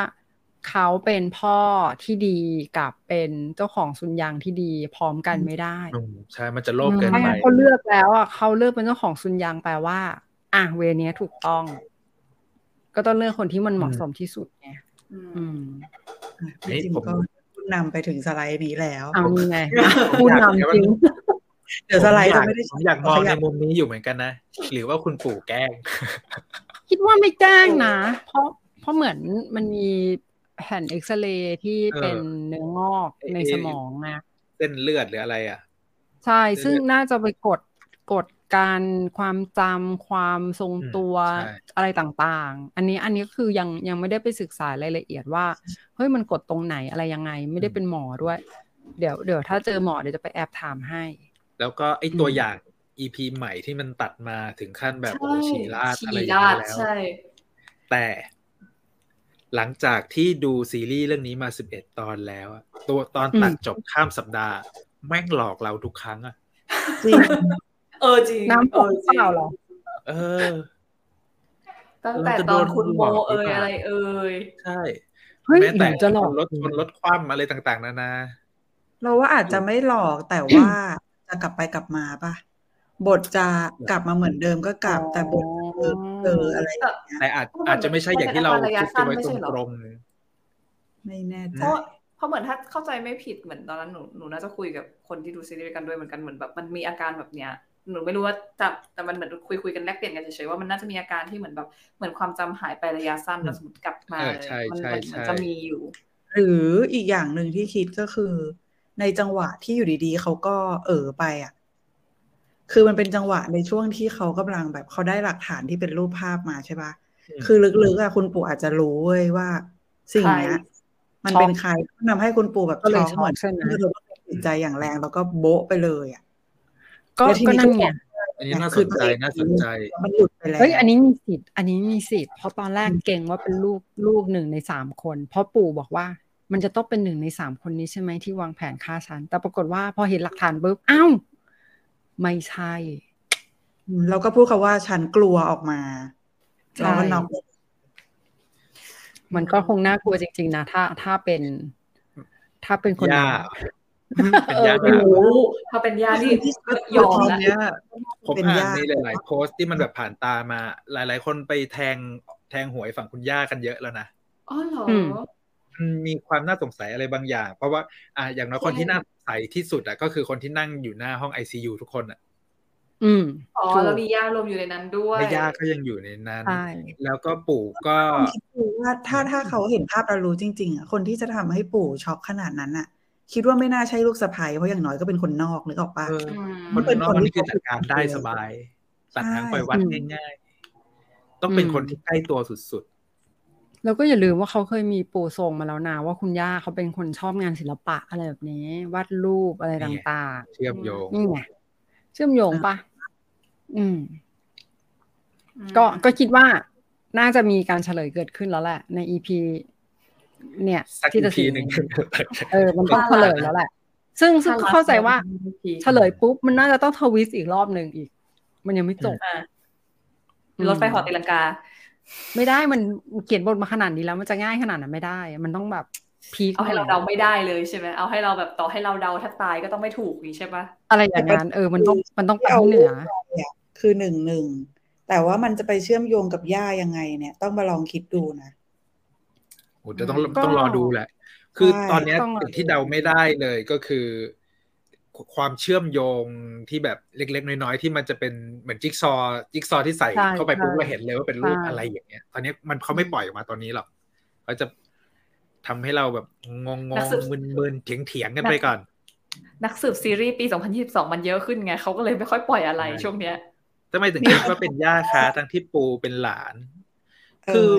C: เขาเป็นพ่อที่ดีกับเป็นเจ้าของซุนยางที่ดีพร้อมกันไม่ได้
A: อืมใช่มันจะโลภเกิน
C: ไม่
A: ไป
C: งั้นเขาเลือกแล้วอ่ะเขาเลือกเป็นเจ้าของซุนยางแปลว่า อ่ะเวเนี้ยถูกต้อง ก็ต้องเลือกคนที่มันเหมาะสมที่สุดไง
D: อืม
C: อืม
B: จริงๆก็นำไปถึงสไลด์นี้แล้ว
C: เอานี่ไงคุณนำจริง
B: เดี๋ยวสไลด์
A: ผ
B: เรา
A: มอยาก
B: ไม่ได้
A: ผมอยากมองในมุมนี้อยู่เหมือนกันนะ หรือว่าคุณปู่แกล้ง
C: คิดว่าไม่แกล้งนะ เพราะเพราะเหมือนมันมีแผ่นเอ็กซเรย์ที่
A: เออ
C: เป็นเนื้องอก
A: ไอ้
C: ในสมองนะ
A: เส้นเลือดหรืออะไรอ่ะ
C: ใช่ซึ่ง
A: เออ
C: น่าจะไปกดกดการความจำความทรงตัว
A: อืมใช่
C: อะไรต่างๆ อันนี้อันนี้ก็คือยังยังไม่ได้ไปศึกษารายละเอียดว่า เฮ้ยมันกดตรงไหนอะไรยังไง ไม่ได้เป็นหมอด้วย เดี๋ยวเดี๋ยวถ้าเจอหมอเดี๋ยวจะไปแอบถามให้
A: แล้วก็ไอตัวอย่าง EP ใหม่ที่มันตัดมาถึงขั้นแบบโอ้โหฉี่ราดอะไร
D: ฉี่
A: อย่างนี้
D: ราด
A: แล้ว
D: ใช่
A: แต่ หลังจากที่ดูซีรีส์เรื่องนี้มา 11 ตอนแล้วอะตัวตอนตัดจบข้ามสัปดาห์ แม่งหลอกเราทุกครั้งอ่ะ
B: จริง
D: เออจริง
C: น้ำป
D: เอก อจ
C: เป
D: ริง
C: ล่าเหรอ
A: เออ
D: ตั้งแต่
A: เราจะ
D: ต
A: โด
D: อน
A: น
D: คุณโม
A: หลอกหรือ
D: เอ่ย
A: เปล่า
D: อะไรเอ่ย
A: ใช่
C: เฮ้ย
A: แม้แต่
C: เดี๋ยวจะหลอก
A: ชนรถชนรถคว่ำอะไรต่างๆ นานา
B: เราว่าอาจจะไม่หลอกแต่ว่าจะกลับไปกลับมาป่ะ บทจะกลับมาเหมือนเดิมก็กลับ
C: อ๋อ
B: แต่บทจะเพิ่มเจออะไรอย่างเงี้ย
A: แต่อาจ
D: เพราะมัน
A: อาจจะไม่ใช่อย่างที่เราคิดกันไว้ตรง
B: ไม่แน่ใจ
D: เพราะ เพราะเหมือนถ้าเข้าใจไม่ผิดเหมือนตอนนั้นหนูหนูน่าจะคุยกับคนที่ดูซีรีส์ด้วยกันด้วยเหมือนกันเหมือนแบบมันมีอาการแบบเนี้ยหนูไม่รู้ว่าแต่แต่มันเหมือนคุยคุยกันแลกเปลี่ยนกันเฉยๆว่ามันน่าจะมีอาการที่เหมือนแบบเหมือนความจำหายไประยะสั้นแล้วสมมติกลับ
A: ๆ
D: มา
A: เออ
D: เลย
A: ใช่
D: มั
A: ใช่
D: มัมั
A: ใช่
D: จะมีอยู่
B: หรืออีกอย่างหนึ่งที่คิดก็คือ ในจังหวะที่อยู่ดีๆเขาก็เออไปอ่ะ คือมันเป็นจังหวะในช่วงที่เขากำลังแบบเขาได้หลักฐานที่เป็นรูปภาพมาใช่ป่ะ คือลึกๆอ่ะคุณปู่อาจจะรู้เว้ยว่า สิ่งเนี้ย
D: ใคร
B: มันเป็นใครทำให้คุณปู่แบบ
C: ก็เลย
B: ช็อกเหมือน
C: ช็อกใช่ไหม
B: ที่เราติดใจอย่างแรงแล้วก็โบ๊ะไปเลยอ่ะ
C: ก็
B: แล้วที
C: ก็
B: นี้
C: นั่นไง
B: ก็
A: อันนี้น่าสนใจน่าสนใจ
B: มันหลุดไปแล้ว
C: เฮ้ยอันนี้มีสิทธิ์อันนี้มีสิทธิ์เพราะตอนแรกเก่งว่าเป็นลูกลูกหนึ่งในสามคน เพราะปู่บอกว่า มันจะต้องเป็นหนึ่งในสามคนนี้ใช่ไหมที่วางแผนฆ่าฉัน แต่ปรากฏว่าพอเห็นหลักฐานปุ๊บอ้าวไม่ใช่
B: อืมแล้วก็พูดคำว่าฉันกลัวออกมา
C: ใช่
B: แล้วก็น้อง
C: มันก็คงน่ากลัวจริง ๆ นะ ถ้าถ้าเป็น ถ้าเป็นคน
A: ย่า
C: นั้น
A: เป็นย่า
C: เออ
D: โอ้ถ้าเป็นยาที่ยอม
B: ตน
D: ละ
B: เนี้ย
A: ผม
B: เป็น
A: อ่าน
B: ญาติ
A: ในหลาย ๆ โพสต์ที่มันแบบผ่านตามา หลาย ๆ คนไปแทงแทงหวยฝั่งคุณย่ากันเยอะแล้วนะ
D: อ๋อเหรอ
A: มันมีความน่าสงสัยอะไรบางอย่าง เพราะว่าอ่าอย่างน้อยคนที่น่าสงสัยที่สุดอะก็คือคนที่นั่งอยู่หน้าห้องไอซียูทุกคนอะ
C: อืม
D: อ๋อแล้วมียารวมอยู่ในนั้นด้วย
A: แม่ย่าก็ยังอยู่ในนั้น
C: ใช่
A: แล้วก็ปู่ก็
B: คิดดูว่าถ้าถ้าเขาเห็นภาพเรารู้จริง ๆอ่ะคนที่จะทำให้ปู่ช็อกขนาดนั้นอ่ะ คิดว่าไม่น่าใช่ลูกสะใภ้เพราะอย่างน้อยก็เป็นคนนอกนึกออกปะ
A: เออ
D: อืม
A: คน
B: เป็น
A: นอก
B: คนที่
A: นี่คือจัดการได้สบายตัดทางไปวัดง่ายๆต้องเป็นคนที่ใกล้ตัวสุด
C: แล้วก็อย่าลืมว่าเขาเคยมีปู่ทรงมาแล้วนะว่าคุณย่าเขาเป็นคนชอบงานศิลปะอะไรแบบนี้วาดรูปอะไร
A: นี่ไง
C: ต่าง
A: ๆ เชื่อมโยง
C: ๆนี่ไงเชื่อมโยงปะอืม
D: อืม
C: ก็ก็คิดว่าน่าจะมีการเฉลยเกิดขึ้นแล้วแหละ ในอีพีเนี่ย
A: สัก
C: ที่จะ
A: ที
C: ถึง
A: หนึ่ง
C: เออมันต้องเฉลยแล้วแหละ ซึ่งซึ่งเข้าใจว่าเฉลยปุ๊บมันน่าจะต้องทวิสต์อีกรอบหนึ่งอีก มันยังไม่จบ
D: อ่ะรถไฟเหอตีลังกา
C: ไม่ได้มันเขียนบทมาขนาดนี้แล้วมันจะง่ายขนาดนั้นไม่ได้ มันต้องแบบพีค
D: เอาให้เราเดาไม่ได้เลยใช่ไหมเอาให้เราแบบต่อให้เราเดาถ้าตายก็ต้องไม่ถูกนี่ใช่ปะ
C: อะไรอย่างนั้นเออมันต้องมันต้องไป
B: ที่เอา
C: ให้เหนือ
B: เนี่ยคือหนึ่งหนึ่งแต่ว่ามันจะไปเชื่อมโยงกับย่ายังไงเนี่ย ต้องมาลองคิดดูนะ
A: โอ้จะต้อง
C: ก็
A: ต้องรอดูแหละ คือ
B: ใช่
A: ตอนเนี้ย
C: ต้องรอดู
A: สิ่งที่เดาไม่ได้เลยก็คือ ความเชื่อมโยงที่แบบเล็กๆ น้อยๆ ที่มันจะเป็นเหมือนจิ๊กซอว์จิ๊กซอว์ที่ใส่
C: ใช่
A: เข้าไปปุ๊บ
C: ใช่
A: เราเห็นเลยว่าเป็นรูป
C: ใช่
A: อะไรอย่างเงี้ย ตอนนี้มันเขาไม่ปล่อยออกมาตอนนี้หรอกเขาจะทำให้เราแบบงงงๆมึนๆเถียงเถียงๆกันไปก่อน
D: นักสืบซีรีส์ปี 2022 มันเยอะขึ้นไงเขาก็เลยไม่ค่อยปล่อยอะไร
A: ใช่
D: ช่วงเนี้ย
A: ทำไมถึงคิดว่าเป็นย่า คะทั้งที่ปูเป็นหลาน
B: เออ
A: คือ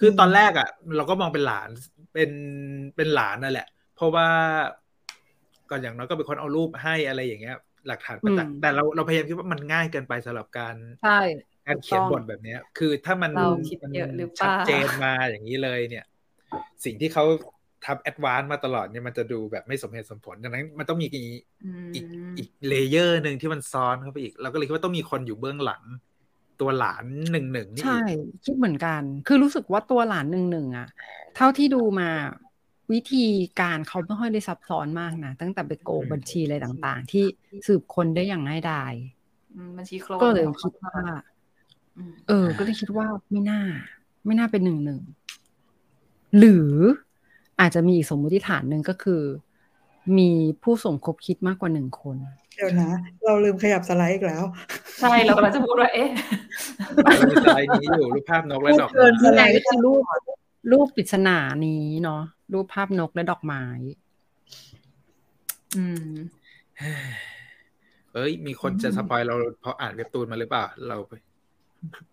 A: คือตอนแรกอ่ะ เราก็มองเป็นหลานเป็นเป็นหลานนั่นแหละ เพราะว่าก่อนอย่างน้อยก็เป็นคนเอารูปให้อะไรอย่างเงี้ย หลักฐานประจักษ์
C: อืม
A: แต่เราเราพยายามคิดว่ามันง่ายเกินไปสำหรับการ
C: ใช่
A: การเขียนบทแบบเนี้ย คือถ้ามัน
D: เราคิด
A: มัน
D: เยอะหรือเปล่า
A: ชัดเจนมาอย่างนี้เลยเนี่ย สิ่งที่เขา ทับแอดวานซ์มาตลอดเนี่ยมันจะดูแบบไม่สมเหตุสมผลดังนั้นมันต้องมีอีกอีกอีกเลเยอร์หนึ่งที่มันซ้อนเข้าไปอีก เราก็เลยคิดว่าต้องมีคนอยู่เบื้องหลัง ตัวหลานหนึ่งหนึ่งนี่
C: ใช่
A: อีก
C: คิดเหมือนกัน คือรู้สึกว่าตัวหลานหนึ่งหนึ่งอะเท่าที่ดูมาวิธีการเขาไม่ค่อยได้ซับซ้อนมากนะตั้งแต่ไปโกงบัญชีอะไรต่างๆ ที่สืบคนได้อย่างง่ายดาย
D: อืมบัญชีโคลน
C: ก็เลยคิดว่า
D: อืม
C: เออ ก็เลยคิดว่าไม่น่า ไม่น่าเป็นหนึ่งหนึ่งหรืออาจจะมีอีกสมมติฐานหนึ่งก็คือ มีผู้สมคบคิดมากกว่าหนึ่งคน
B: เดี๋ยวนะ เราลืมขยับสไลด์อีกแล้ว
D: ใช่เรากำลังจะพูดว่าเอ๊ะ
A: เรามีสไลด์นี้อยู่รูปภาพนกและดอก
B: เกิน
C: สไลด์คือรูปรูปปริศนานี้เนาะรูปภาพนกและดอกไม้
D: อืม
A: เอ้ย มีคนจะสปอยเราเพราะอ่านเว็บตูนมาหรือเปล่า เราไป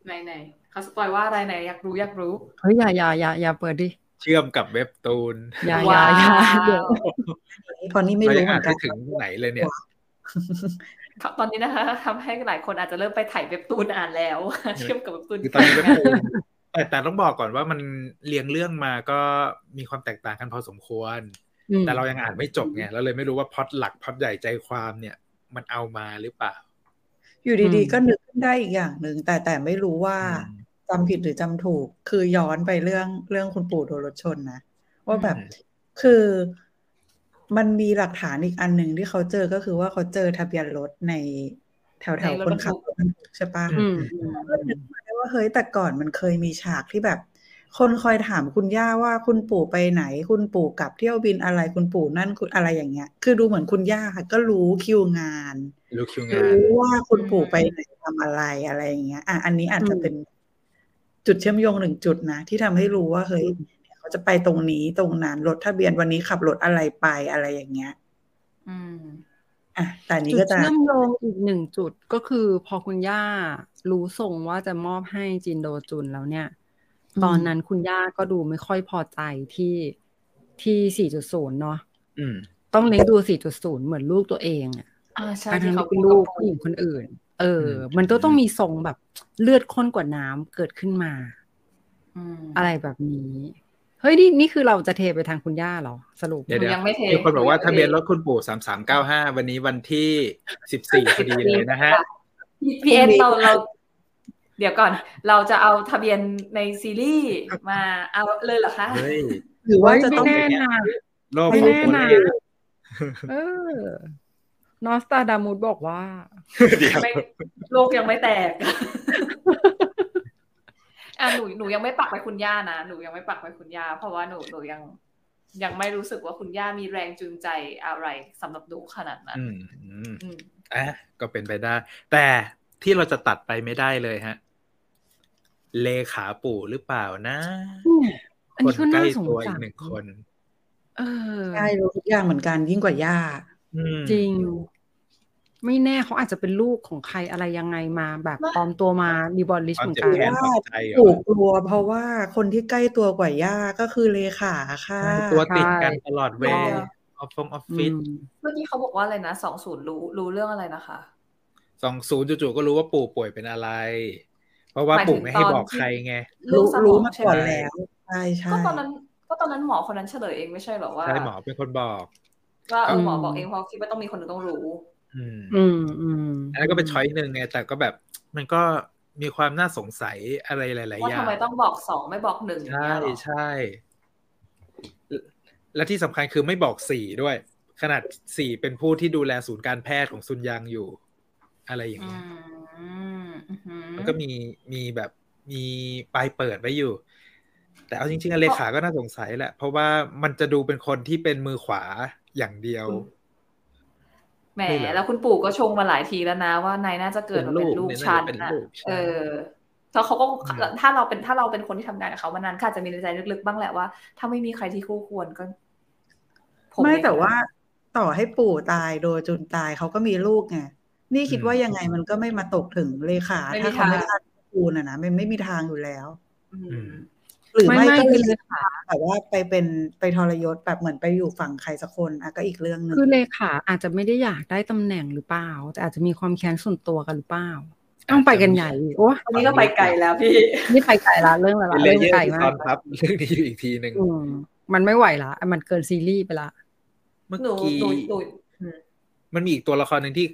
D: ไหนไหนเขาสปอยว่าอะไรไหนอยากรู้อยากรู้
C: เฮ้ยอย่าอย่าอย่าอย่าเปิดดิ
A: เชื่อมกับเว็บตูน
C: อย่าอย่าอย่าเดี๋ยว
B: ตอนนี้ไม่
A: เรายั
B: รู้
A: ง
B: เหมื
A: อ่า
B: อน นกั
A: ไม่
B: น
A: ถึงไหนเลยเนี่ย
D: ครับตอนนี้นะคะทำให้หลายคนอาจจะเริ่มไปถ่ายเว็บตูนอ่านแล้ว เชื่อมกับเว็บตูน
A: คือตอนนี้ก็คือแต่แต่ต้องบอกก่อนว่ามันเรียงเรื่องมาก็มีความแตกต่างกันพอสมควร
C: อืม
A: แต่เรายังอ่านไม่จบไงเราเลยไม่รู้ว่าพล็อดหลักพล็อดใหญ่ใจความเนี่ย มันเอามาหรือเปล่า
B: อยู่ดีๆ ก็นึกขึ้นได้อีกอย่างหนึ่งแต่แต่ไม่รู้ว่าจำผิดหรือจำถูก คือย้อนไปเรื่องเรื่องคุณปู่โดนรถชนนะ ว่าแบบคือมันมีหลักฐานอีกอันหนึ่งที่เขาเจอก็คือว่าเขาเจอทะเบียนรถในแถวแถวๆคนขับรถบรรทุกใช่ปะ
C: อืม
B: ก็นึกมาได้ว่าเฮ้ยแต่ก่อนมันเคยมีฉากที่แบบ คนคอยถามคุณย่าว่าคุณปู่ไปไหน คุณปู่กลับเที่ยวบินอะไรคุณปู่นั่นคุณอะไรอย่างเงี้ย คือดูเหมือนคุณย่าค่ะก็รู้คิวงาน
A: ลูกคิวงาน
B: รู้ว่าคุณปู่ไปไหนทำอะไรอะไรอย่างเงี้ย อ่ะอันนี้อาจจะ
C: อืม
B: เป็นจุดเชื่อมโยงหนึ่งจุดนะที่ทำให้รู้ว่าเฮ้ยเขาจะไปตรงนี้ตรงนั้นรถทะเบียนวันนี้ขับรถอะไรไปอะไรอย่างเงี้ย
D: อืม
B: อ่ะแต่อันนี้
C: จุ
B: ก็
C: ด
B: จะ
C: เชื่อมโยงอีกหนึ่งจุดก็คือพอคุณย่ารู้ทรงว่าจะมอบให้จินโดจุนแล้วเนี่ย ตอนนั้นคุณย่าก็ดูไม่ค่อยพอใจที่ที่ 4.0 เนาะ
A: อืม
C: ต้องเลี้ยงดู 4.0 เหมือนลูกตัวเองอะ
D: อ่าใช่
C: ทั้งๆที่
D: ที่เขา
C: เป็น
D: พู
C: ลู
D: ด
C: ก
D: กับ
C: ผู้หญิงคนอื่น เออ
A: อืม
C: มันก็ต้องมีทรงแบบเลือดข้นกว่าน้ำเกิดขึ้นมา
D: อืม
C: อะไรแบบนี้ เฮ้ยนี่นี่คือเราจะเทไปทางคุณย่าเหรอสรุป
A: เดี๋ยว
D: หนู
A: เดี๋ยว
D: ยังไม่เท
A: มีคนบอกว่าทะเบียนรถคุณปู่สามสามเก้าห้าวันนี้วันที่สิบสี่พอดีเลยนะฮะ
D: พี่พีเอสเราเรา เดี๋ยวก่อน เราจะเอาทะเบียนในซีรีส์มาเอาเลยเหรอคะ
A: เฮ้ย
B: หรือว่าจะต้อง
C: ไม่แน่นะ
A: โลกของคน
C: ไม่
A: เดีย
C: แน่นะ เออนอสตาดามูดบอกว่า
A: ว
D: ไม่โลกยังไม่แตก อ่ะหนูหนูยังไม่ปักไปคุณย่านะหนูยังไม่ปักไปคุณย่า เพราะว่าหนูหนูยัง ยังไม่รู้สึกว่าคุณย่ามีแรงจูงใจอะไรสำหรับหนูขนาดนั้น
A: อืมอืม
D: อืม
A: อ่ะก็เป็นไปได้ แต่ที่เราจะตัดไปไม่ได้เลยฮะ เลขาปู่หรือเปล่านะ
C: เนี่ยอัน
A: คน
C: นี้ก็
A: ใก
C: น่า
A: ล้
C: สง
A: ตัวอี
C: สาก ร
A: หนึ่งคน
C: เออ
B: ใช่รู้ทุกอย่างเหมือนกันยิ่งกว่าย่า
A: อืม
C: จริง ไม่แน่เขาอาจจะเป็นลูกของใครอะไรยังไงมา แบบ
D: ไม่
C: ปลอมตัวมาดีบอลลิช
A: ความ
C: เหมือน
A: เจ็บ
C: กัน
A: แค้น
B: ว่า
A: ฝังใจเหร
B: ถู
A: อก
B: กลัวเพราะว่าคนที่ใกล้ตัวกว่าย่าก็คือเลขาค่ะ
A: ตัวติดกันตลอดเวลาออฟฟงออฟ
C: อื
A: ฟิศ
C: ม
D: เมื่อกี้เขาบอกว่าอะไรนะสองศูนย์รู้รู้เรื่องอะไรนะคะ
A: สองศูนย์จู่ๆก็รู้ว่าปู่ป่วยเป็นอะไร เพราะว่าปู่ไม่ให้บอกใครไง
B: รู้
D: สง
B: รู้มา
D: ใช่
B: ก่อน
D: ไห
B: แล้วใช่ใช่
D: ก็ตอนนั้น ก็ตอนนั้นหมอคนนั้นเฉลยเองไม่ใช่เหรอว่า
A: ใช่หมอเป็นคนบอก
D: ว่าเออหมอบอกเองเพราะคิดว่าต้องมีคนหนึ่งต้องรู้
A: อืม
C: อืมอืม
A: อันนั้นก็เป็นช้อยหนึ่งไง แต่ก็แบบ มันก็มีความน่าสงสัยอะไรหลาย ๆ
D: ว่า
A: อย่า
D: ทำ
A: ง
D: ไมต้องบอกสองไม่บอกหนึ่งอย่า
A: ใช่
D: งเงี้ยเหรอ
A: ใช่ และที่สำคัญคือไม่บอกสี่ด้วย ขนาดสี่เป็นผู้ที่ดูแลศูนย์การแพทย์ของซุนยังอยู่ อะไรอย่าง
D: อื
A: เงี้ย
D: มอือหือ
A: มันก็มีมีแบบมีปลายเปิดไว้อยู่ แต่เอาจริงๆอะเลขาก็น่าสงสัยแหละ เพราะว่ามันจะดูเป็นคนที่เป็นมือขวาอย่างเดียว
D: อืม แหม
A: นี่เหรอ
D: แล้วคุณปู่ก็ชงมาหลายทีแล้วนะ ว่านายน่าจะเกิดมาเป็นลูก
A: เป็นลูก
D: ฉัน
A: เป็น
D: นะ
A: ลูกฉัน
D: เออแล้วเขาก็
A: อืม
D: ถ้าเราเป็นถ้าเราเป็นคนที่ทำงานกับเขามานานก็อาจจะมีในใจลึกๆบ้างแหละว่าถ้าไม่มีใครที่คู่ควรก็ผ
B: ไม่
D: เอง
B: แต่ว่า
D: นะ
B: ต่อให้ปู่ตายโดยจุนตายเขาก็มีลูกไงนี่คิด
A: อืม
B: ว่ายังไงมันก็ไม่มาตกถึงเลขา
D: ไม่มี
B: ถ้าเขาไม่
D: ทาง
B: ทันปูนะนะมันไม่มีทางอยู่แล้ว
D: อืม
A: อืม
B: หรือ
C: ไม่
B: ไม่
C: ไม่
B: ก็
C: คือ
B: เล
C: เลย ขา
B: แต่ว่าไปเป็นไปทรยศแบบเหมือนไปอยู่ฝั่งใครสักคนอ่ะก็อีกเรื่องหนึ่ง
C: คือเลขาอาจจะไม่ได้อยากได้ตำแหน่งหรือเปล่า แต่อาจจะมีความแค้นส่วนตัวกันหรือเปล่า ต้องไปกันใหญ่อีกโอ้
D: อันนี้ก็ไปไกลแล้วพี่
C: นี่ไปไกลละเรื่องละละ
A: เป็นเล
C: เรื่อง
A: เยอ
C: ไกล
A: ร์ที่
C: มา
A: ตอก นทับเรื่องนี้อยู่อีกทีหนึ่ง
C: อืม มันไม่ไหวละ มันเกินซีรีส์ไปละ
A: เมื่อ
D: หนู
A: กี้
D: หนูหนูอืม
A: มันมีอีกตัวละครหนึ่งที่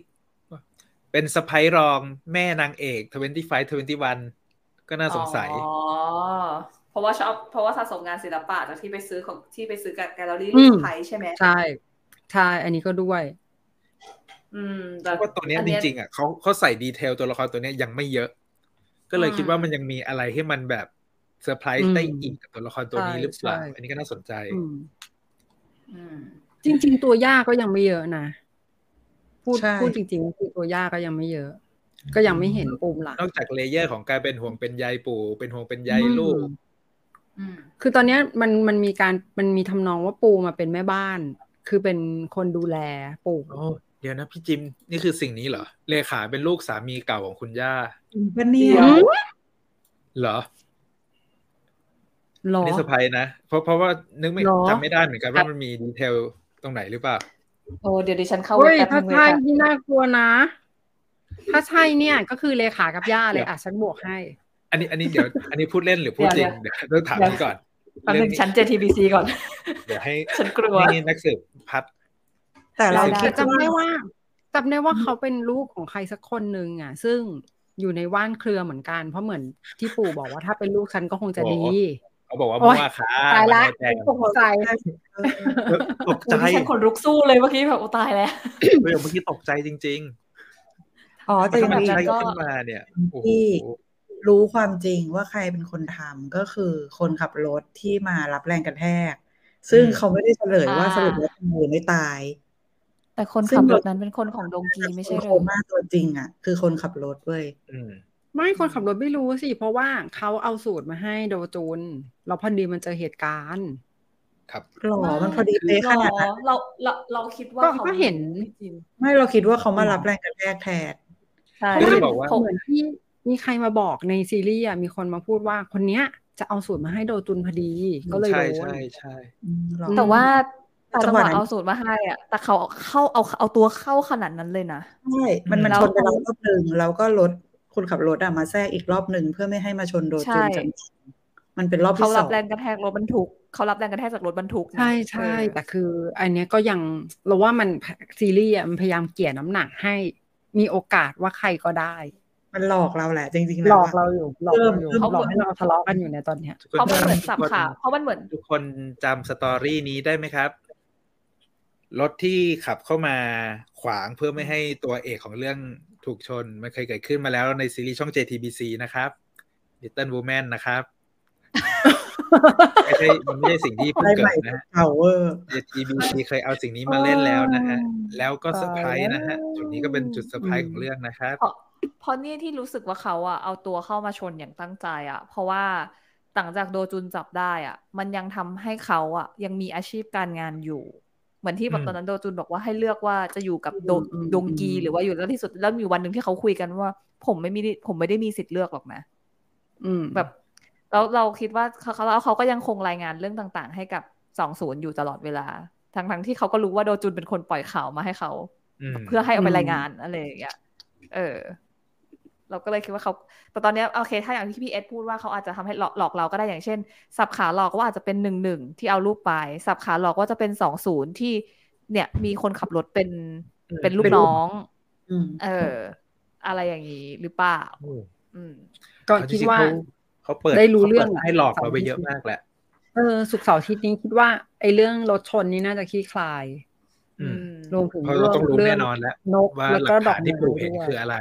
A: เป็นสไปรองแม่นางเอกทเวนตี้ไฟทเวนตี้วันก็น่าสงสัย
D: อ๋อเพราะว่าชอบเพราะว่าสะสมงานศิลปะจากที่ไปซื้อของที่ไปซื้อกับแกลเลอรี่
C: อืม
D: ไทยใช่ไหม
C: ใช่ ใช่ อันนี้ก็ด้วย
D: อืมแต่
A: ว่าตัวเนี้ย
D: อัน
A: จ
D: เนี้ย
A: ริงๆอ่ะเขาเขาใส่ดีเทลตัวละครตัวเนี้ยยังไม่เยอะ ก็เลย
D: อืม
A: คิดว่ามันยังมีอะไรให้มันแบบเซอร์ไพร
C: อื
A: ส์
C: ม
A: ได้อีกกับตัวละครตัวนี้
C: ใช่
A: หรือเปล่า
C: ใช่
A: อันนี้ก็น่าสนใจ
C: อืม
D: อืม
C: จริง ๆ ตัวยากก็ยังไม่เยอะนะ พูด
B: ใช่
C: พูดจริงๆคือตัวยากก็ยังไม่เยอะ ก็ยังไม่เห็นปุ่มหลัก
A: นอกจากเลเยอร์ของการเป็นห่วงเป็นใยปู่ เป็นห่วงเป็นใยลูก
C: อืม
D: อืม
C: คือตอนเนี้ยมันมันมีการมันมีทำนองว่าปูมาเป็นแม่บ้าน คือเป็นคนดูแลปู
A: โอ้เดี๋ยวนะพี่จิม นี่คือสิ่งนี้เหรอ เลขาเป็นลูกสามีเก่าของคุณย่า
B: ก็เนี่ย
D: เดี๋ยว
A: เหรอ
C: หรอ
A: นี่เซอร์ไพรส์นะ เพราะเพราะว่านึกไม่
C: หรอ
A: จำไม่ได้เหมือนกันว่ามันมีดีเทลตรงไหนหรือเปล่า
D: โอ้เดี๋ยวดิฉันเข้า
C: เฮ้ย
D: เว็บแป๊
C: ถ้า
D: บนึงเล
C: ใช่
D: ยค่ะ
C: ที่น่ากลัวนะ ถ้าใช่เนี่ยก็คือเลขากับย่าเลยอ่ะฉันบวกให้
A: อันนี้อันนี้เดี๋ยว อันนี้พูดเล่นหรือพูดจริงเดี๋ยวต้องถามพี่ก่อน
D: แป๊บนึง
A: เรื่อง
D: ฉัน JTBC ก่อน
A: เดี๋ยวให้
D: ฉันกลัว
A: นี่นักสืบพัด
B: แต่เรา
D: ได้
B: คิด
C: แต่จำ
B: ว่า
C: ได้ว่าจำได้ว่าเขาเป็นลูกของใครสักคนหนึ่งอ่ะ ซึ่งอยู่ในว่านเครือเหมือนกัน เพราะเหมือนที่ปู่บอกว่าถ้าเป็นลูกฉันก็คงจะดี
A: โอ้ เขาบอกว่า
C: โอ๊ย
A: ว่าขา
C: ตายละ
A: มันแดง
C: ตกใจ
A: ตกใจ
D: โอ้ดิฉันขนลุกสู้เลยเมื่อกี้แบบโอ้ตายแล้ว
A: เฮ้ยเมื่อกี้ตกใจจริง
B: อ๋อ
A: ๆ
B: จริง
A: ถ้ามัน
B: ๆ
A: ใช้
B: ก็
A: ขึ้นมาเนี่ยโอ้โห
B: รู้ความจริงว่าใครเป็นคนทำก็คือคนขับรถที่มารับแรงกระแทก ซึ่ง
A: อืม
B: เขาไม่ได้เฉลยว่า
D: อ่า
B: สรุปว่าตายหรือไม่ตาย
D: แต่คนขับรถนั้นเป็นคนของดงกีไม่ใช่
B: คน
D: หร
B: โค
D: อ
B: ม่าตัวจริงอ่ะ คือคนขับรถเว้ย
A: อืม
C: ไม่คนขับรถไม่รู้สิเพราะว่าเขาเอาสูตรมาให้โดจูนแล้วพอดีมันเจอเหตุการณ์
A: ครับ
B: หรอมันพอดีเป๊ะขนาดนั้น
D: เราเราเราคิดว่า
C: ก็
D: ขา
C: ก็เห็น
D: จริง
B: ไม่เราคิดว่าเขามารับแรงกระแทกแทน
D: ใช่
C: เพราะ
A: ะ
C: ว่า
A: บอกว่า
C: เหมือนที่มีใครมาบอกในซีรีส์อ่ะมีคนมาพูดว่าคนเนี้ย จะเอาสูตรมาให้โดจุนพอดี ก็เลย
A: ใช่
C: โดน
A: ใช่ใช่
B: อืมหรอ
D: แต่ว่า
B: จั
D: จั
B: งห
D: งห
B: วะ
D: วะ
B: นั้น
D: เอาสูตรมาให้อ่ะ แต่เขาเข้าเอาเอาตัวเข้าขนาดนั้นเลยนะ
B: ใช่มันมัน
D: เรา
B: ชนไปแล้วรอบหนึ่งแล้วก็รถคนขับรถอะมาแทรกอีกรอบหนึ่งเพื่อไม่ให้มาชนโดน
D: ใช่
B: จนจังๆมันเป็นรอบ
D: เขา
B: ที่ส
D: รั
B: อบ ง
D: แรงกระแทกรถบรรทุกเขารับแรงกระแทกจากรถบรรทุกนะ
C: ใช่ใช่
D: เออ
C: แต่คือ อันเนี้ยก็ยังเราว่ามันซีรีส์อะมันพยายามเกลี่ยน้ำหนักให้มีโอกาสว่าใครก็ได้
B: มันหลอกเราแหละ จริงๆ
C: หล
B: แล้ว
C: อก
B: อะ
C: เราอยู่หลอกเราอยู่
B: เพิ่ม
C: หลอกให้เราทะเลาะกันอยู่ในยตอนเนี้ย
A: ทุกค
D: เพราะมันเหมือนสับ
A: ทุกค
D: ขาเพราะมันเหมือน
A: ทุกคนจำสตอรี่นี้ได้ไหมครับ รถที่ขับเข้ามาขวางเพื่อไม่ให้ตัวเอกของเรื่องถูกชน มันเคยเกิดขึ้นมาแล้วในซีรีส์ช่อง JTBC นะครับ Little Woman นะครับไม่ใช่มันไม่ใช่สิ่งที่เพิ่ง
B: ได้ให
A: เกิ
B: ม่
A: ดนะฮะ
B: เก่าเวอร์
A: JTBC เคยเอาสิ่งนี้มาเล่นแล้วนะฮะ แล้วก็เซอร์ไพรส์นะฮะ
C: ตายแล้ว
A: จุดนี้ก็เป็นจุดเซอร์ไพรส์ของเรื่องนะครับ
D: เพราะเพราะ นี่ที่รู้สึกว่าเขาอะเอาตัวเข้ามาชนอย่างตั้งใจอะเพราะว่าหลังจากโดจุนจับได้อะมันยังทำให้เขาอะยังมีอาชีพการงานอยู่ เหมือนที่แบ
A: อื
D: บ
A: ม
D: ตอนนั้นโดจุนบอกว่าให้เลือกว่าจะอยู่กับโด
C: อืม
D: ดงกี
C: อืม
D: หรือว่าอยู่แล้วที่สุดแล้วมีวันหนึ่งที่เขาคุยกันว่า ผมไม่มีผมไม่ได้มีสิทธิ์เลือกหรอกนะ
C: อืม
D: แบบแล้วเราคิดว่าเขาเขาแล้วเขาก็ยังคงรายงานเรื่องต่างๆ ให้กับสองศูนย์อยู่ตลอดเวลา ทั้งทั้งๆที่เขาก็รู้ว่าโดจุนเป็นคนปล่อยข่าวมาให้เขา
A: อืม
D: เพื่อให้เอาไปรายงานอะไรอย่างเงี้ย เออ เราก็เลยคิดว่าเขา แต่ตอนเนี้ยโอเค ถ้าอย่างที่พี่เอสพูดว่าเขาอาจจะทำให้หลอกหลอกเราก็ได้อย่างเช่น สับขาหลอกว่าอาจจะเป็นหนึ่งหนึ่งที่เอารูปไป สับขาหลอกว่าจะเป็นสองศูนย์ที่ เนี่ย มีคนขับรถเป็น
A: อืม
D: เป็นลูกน้อง
B: อืม
D: เออ อะไรอย่างนี้หรือเปล่า
A: อืม
D: อืม
C: ก็คิดว่า
A: เอจริงๆเขเขาเปิด
C: ได้รู้เรื่อง
A: ขาปิดให้หลอกเราไปเยอะมากแหละ
C: เออสุกร์เสาร์อาทิตย์นี้คิดว่าไอ้เรื่องรถชนนี่น่าจะคลี่คลาย
A: อืม
C: รวมถึง
A: เพราะเราต้องรู้
C: เรื่
A: แน่นอนแล้ว
C: นก
A: ว่า
C: แล้ว
A: หลั
C: ก็
A: ก
C: ดอ
A: ฐาก นที่ปู่เห็น
C: ด้วย
A: คืออะไร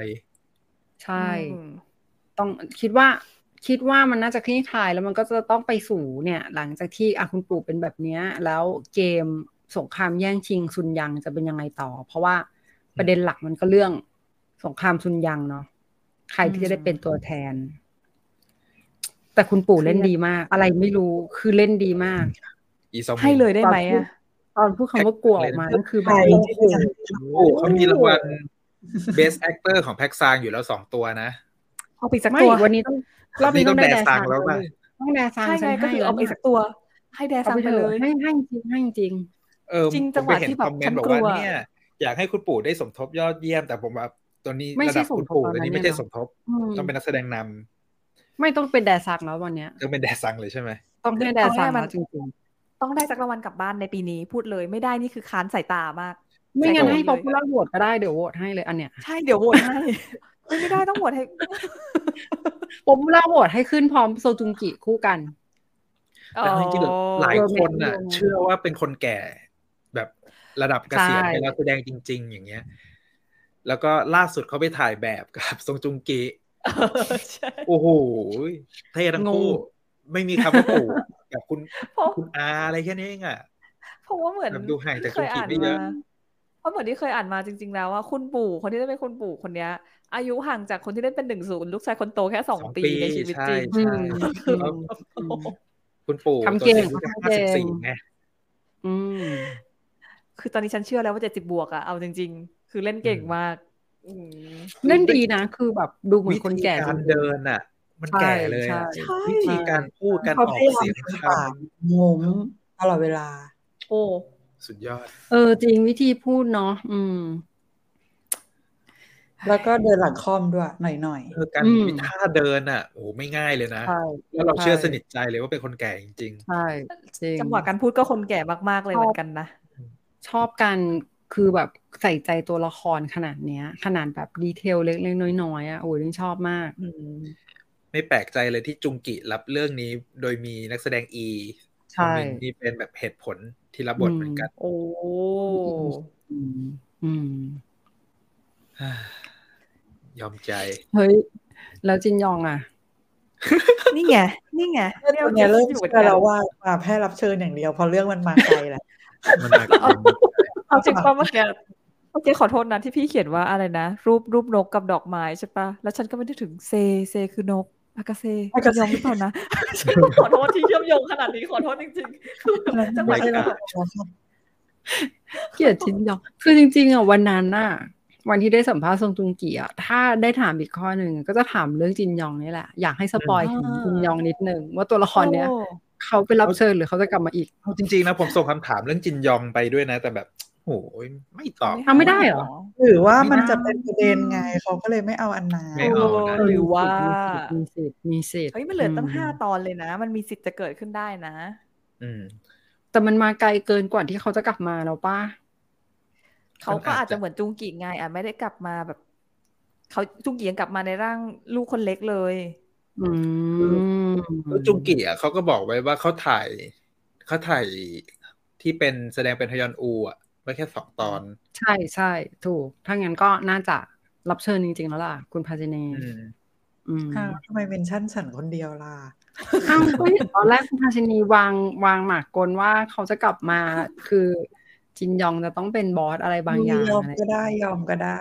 C: ใช่
D: อืม
C: ต้องคิดว่า คิดว่ามันน่าจะคลี่คลายแล้วมันก็จะต้องไปสู่เนี่ย หลังจากที่อะคุณปู่เป็นแบบเนี้ย แล้วเกมสงครามแย่งชิงซุนยังจะเป็นยังไงต่อ เพราะว่าประเด็นหลักมันก็เรื่องสงครามซุนยังเนาะใครที่จะได้เป็นตัวแทน แต่คุณปู่เล่นดีมาก อะไรไม่รู้คือเล่นดีมาก
A: อีซอม
D: ให้เลยได้ไหมอะ
C: ตอนพูดคำว่ากลัวออกมานั่นคือแบบ
B: ใช่
C: โอ้โห
A: โอ้เขามีรางวัล Best Actor ของแพ็กซางอยู่แล้วสองตัวนะ
D: เอาไปอีกสัก
C: ไม่
D: ตัว
C: วันนี้ต้องรอบนี้
A: นี่ต้
C: ต้
A: อ
C: อง งได้
A: แด
C: แด
A: ร์ซั
C: ซั
A: ง
C: ง
A: แล้
C: แล้วว
A: ป่ะ
C: ต้องแดซัง
D: ใช่ไงก็คือเอาไปอีกสักตัว ให้แด
C: เอา
D: ซัง
C: ไป
D: ไป
C: เถ
D: เล
C: อะ
D: ย
C: ให้ให้จริงให้จริง
A: เออ
D: จริง
A: ผม
D: จังหวะ
A: ไปเน
D: ที่แบ
A: ค
D: บ
A: อมเมนต์
D: ฉัน
A: บอก
D: กลั
A: ว่าว เนี่ย อยากให้คุณปู่ได้สมทบยอดเยี่ยมแต่ผมว่าตัวนี้
C: ไม่
A: ระ
C: ใช่
A: ดับ
C: สม
A: คุณ
C: ทบ
A: ปู่
C: ตอนนั้
A: ตัวน นี้ไม่ใช่
C: แน่นอน
A: สมทบ
C: อืม
A: ต้องเป็นนักแสดงนำ
C: ไม่ต้องเป็นแดซังแล้ววันเนี้ย
A: ต้องเป็นแดร์ซังเลยใช่ไหม
C: ต้องให้แดซัง
D: เอาให้มั
C: แล้ว
D: น
C: จริง
D: ต้องได้สักรางวัลกลับบ้านในปีนี้พูดเลยไม่ได้นี่คือค้านสายตามาก
C: ไม่งั้น
D: ใช่
C: ให้ป๊อปปูล่าโหวตก็ได้เดี๋ยวโหวตให้เลยอันเนี้ย
D: ใช่เดี๋ยวโหวตให้ เอ้ยไม่ได้ต้องโหวตให้
C: ป๊อปปูล่าโหวตให้ขึ้นพร้อมโซจุงกิคู่กัน
A: แต่จริงๆหลายคนน่ะ
C: โอ้
A: เชื่อว่าเป็นคนแก่แบบระดับเกษียณไปแล้วแสดงจริง ๆ อย่างเงี้ย แล้วก็ล่าสุดเขาไปถ่ายแบบกับ ทรงจุงกี
D: เออใช่
A: โอ้โหเท่ทั้งคู่
C: ง
A: ไม่มีคำว่าปู่ กับคุณ
D: เพราะ
A: คุณอาอะไรแค่นี้เองอ่ะ
D: เพราะว่าเหมือน
A: แบบดูห่างจาก
D: เคยอ่าน
A: ธุรกิจไม่เย
D: มา
A: อะ
D: เพราะเหมือนที่เคยอ่านมาจริง ๆ แล้วว่าคุณปู่คนที่ได้เป็นคุณปู่คนเนี้ย อายุห่างจากคนที่ได้เป็นหนึ่งศูนย์ลูกชายคนโตแค่สองปีในชีวิต
A: ใช่
D: จริง
A: ใช่
C: อืม
A: แล้ว
D: โอ้โห
A: คุณปู่
C: ทำเก่ง
A: ตัวจริง
C: ทำ
A: ห้าสิ
C: เก่
A: บ
C: ง
A: สี่ไง
C: อืม
D: คือตอนนี้ฉันเชื่อแล้วว่าเจ็ดสิบบวกอะเอาจริง ๆ คือเล่นเก่งมากอืม
C: เล่นดีนะคือแบบดูเหมือ
A: วิ
C: นคน
A: ธี
C: แก่
A: การ
C: จริงๆ
A: เดินอ่ะ มันแก่เลย
C: ใช่
A: อะ
C: ใช่
D: ใช่
A: วิธีการพูดการอ
B: เขา
A: อก
B: พยายาม
A: เสียง
B: ทำ
A: ค
B: ปากงมตลอดเวลา
D: โอ้
A: ำสุดยอด
C: เออจริงวิธีพูดเนาะอืม
B: แล้วก็เดินหลังคอมด้วยหน่อย
A: เออการ
C: อืม
A: วิท่าเดินอ่ะ โอ้โหไม่ง่ายเลยนะ
C: ใช่
A: แล้วเราเชื่อสนิทใจเลยว่าเป็นคนแก่จริง
C: ใช่จริง
D: จังหวะการพูดก็คนแก่มากๆเลยเหมือนกันนะ
C: ชอบการคือแบบใส่ใจตัวละครขนาดเนี้ย ขนาดแบบดีเทลเล็กๆน้อยๆอ่ะโอ้ยนี่ชอบมาก
D: อืม
A: ๆ ไม่แปลกใจเลยที่จุงกิรับเรื่องนี้ โดยมีนักแสดงอี
C: ใช่
A: คนหนึ่งที่เป็นแบบเหตุผลที่รับบทเหมือนกัน
D: โอ้
C: อืมอืม
A: ฮ่ ายอมใจ
C: เฮ้ย แล้วจินยองอ่ะ
D: นี่ไงนี่ไง
B: ๆเนี่ยเริ่มเชื่อแล้วว่ามาแพร่รับเชิญอย่างเดียวเพอเรื่องมันมาไกลแหละ
A: มันหนักจริง
D: เอาจริงป่ะเมื่อกี้เมื่อกี้ขอโทษนะที่พี่เขียนว่าอะไรนะ รูปรูปนกกับดอกไม้ใช่ปะแล้วฉันก็ไม่ได้ถึงเซเซคือนกอากาเซจินยองหรือเปล่านะ ขอ โทษที่เชื่อมโยงขนาดนี้ขอโทษจริงๆคือจังหวะที่เรา
C: เกลียดจินยอง คือจริงๆอ่ะวันนั้นน่ะ วันที่ได้สัมภาษณ์ทรงจุงกีอ่ะถ้าได้ถามอีกข้อหนึ่งก็จะถามเรื่องจินยองนี่แหละ อยากให้สปอย
D: อ่า
C: ถึงจินยองนิดนึงว่าตัวละครเนี้ย
D: โอ้
C: เขาไปรับเชิญหรือเขาจะกลับมาอีก
A: เอาจริงๆนะผมส่งคำถามเรื่องจินยองไปด้วยนะ แต่แบบโอ้ยไม่ตอบ
C: ทำไม่ได้เหรอ
B: หรือว่ามันจะเป็นประเด็นไงเขาก็เลยไม่เอาอันนั้น
A: ไม่เอานะ
D: หรือว่า
C: มีสิทธิ์มีสิทธิ์
D: เฮ้ยมันเหลือตั้ง
C: ม
D: ห้าตอนเลยนะ มันมีสิทธิ์จะเกิดขึ้นได้นะ
A: อืม
C: แต่มันมาไกลเกินกว่าที่เขาจะกลับมาแล้วป้า
D: เขา
A: มัน
D: ก็
A: อาจ
D: อาจ
A: จะ
D: จะเหมือนจุงกีไงอ่ะไม่ได้กลับมาแบบเขาจุงกียังกลับมาในร่างลูกคนเล็กเลย
C: อืม
A: แล้วจุงกิอ่ะเขาก็บอกไว้ว่าเขาถ่ายเขาถ่ายที่เป็นแสดงเป็นฮยอนอูอ่ะไว้แค่สองตอน
C: ใช่ใช่ถูก ถ้างั้นก็น่าจะรับเชิญจริง ๆ แล้วล่ะ คุณพาเจเนี
A: อืม
C: อืม
B: อ้าวทำไมเมนชั่นฉันคนเดียวล่ะ
C: อ้าวก็เห็นตอนแรกคุณพาเจนีวางวางหมากกลว่าเขาจะกลับมา คือจินยองจะต้องเป็นบอสอะไรบางอย่าง
B: ยอม
C: อะไร
B: ก็ได้ยอมก็ได้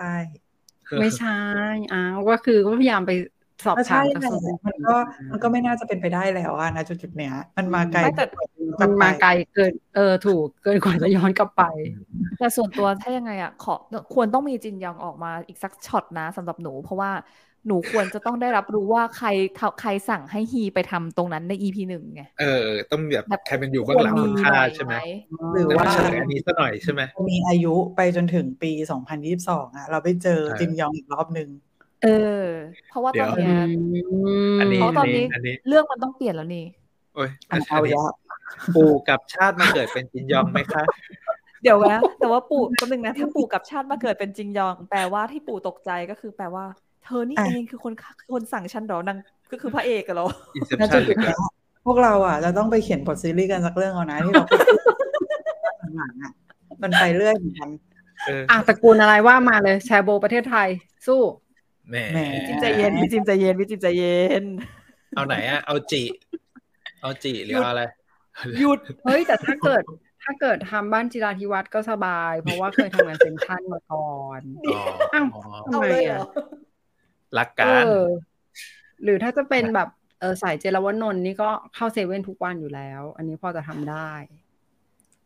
C: ไม่ใช่อ้าวก็คือก็พยายามไปสอบ
B: ถ้า
C: ถา
B: ใช่
C: มกับ
B: ไง
C: สองค
B: มันก็มันก็ไม่น่าจะเป็นไปได้แล้วอะนะจุดๆเนี้ย มันมาไกล
D: ไม่แต่
C: มันมาไกลเกิน เออถูกเกินกว่าจะย้อนกลับไป
D: แต่ส่วนตัวถ้ายังไงอ่ะขอควรต้องมีจินยองออกมาอีกสักช็อตนะสำหรับหนู เพราะว่าหนูควรจะต้องได้รับรู้ว่าใครทำใครสั่งให้ฮีไปทำตรงนั้นใน EP หนึ่งไง
A: เออ ต้องแบบ
D: แบบ
A: ใครเป็นอยู่เบื้องหลัง
D: ควร
A: คน
D: มี
A: ฆ่า
D: น่อย
A: ใช่ไหม
B: หรือ
A: แต่
B: ว่า
A: ไม่เฉลยอันนี้ซะหน่อยใช่ไหม
B: มีอายุไปจนถึงปี 2022 อ่ะ เราไปเจอ
A: ใช่
B: จินยองอีกรอบหนึ่ง
D: เออ เพราะว่าตอน
C: อื
D: เนี้ย
C: ม
A: อันนี้
D: เพราะตอนนี้
A: อันนี้
D: เรื่องมันต้องเปลี่ยนแล้วนี่
A: โอ้ยอั
B: อั
A: น
B: น
A: นี้
B: เอา
A: อันนี้
B: ละ
A: ปู่กับชาติมาเกิดเป็นจินยองไหมคะ
D: เดี๋ยวนะ แต่ว่า ปู่แป๊บนึงนะ ถ้าปู่กับชาติมาเกิดเป็นจินยอง แปลว่าที่ปู่ตกใจก็คือแปลว่า เธอนี่เองคือคนฆ่าคือคนสั่งฉันเหรอนางก็คือพระเอกอะเหรอ
A: อินเซป
B: น่าจะ
A: ชั่นห
B: ถึ
A: รือง เปล่า
B: พวกเราอ่ะ จะต้องไปเขียนบทซีรีส์กันสักเรื่องเอานะ ที่เราพูดหลังๆอ่ะ มันไปเรื่อยเหมือนกัน
A: เออ
C: อ่ะตระกูลอะไรว่ามาเลยแชร์โบประเทศไทย สู้
A: แหม
B: แหม
D: จิมใจเย็นพี่จิมใจเย็นพี่จิมใจเย็น
A: เอาไหนอะเอาจิ เอาจิหรือเอาอะไร
D: หยุด
C: เฮ้ย แต่ถ้าเกิด ถ้าเกิดทำบ้านจิราธิวัฒน์ก็สบาย เพราะว่าเคยทำงานเซ็นทรัลมาก่อน
A: อ๋ออ๋อ
C: ทำไมอ่ะ
A: รัก
C: เอ
A: การ
C: อ หรือถ้าจะเป็นแบบเออสายเจรวนนท์นี่ก็เข้าเซเว่นทุกวันอยู่แล้ว อันนี้พอจะทำได้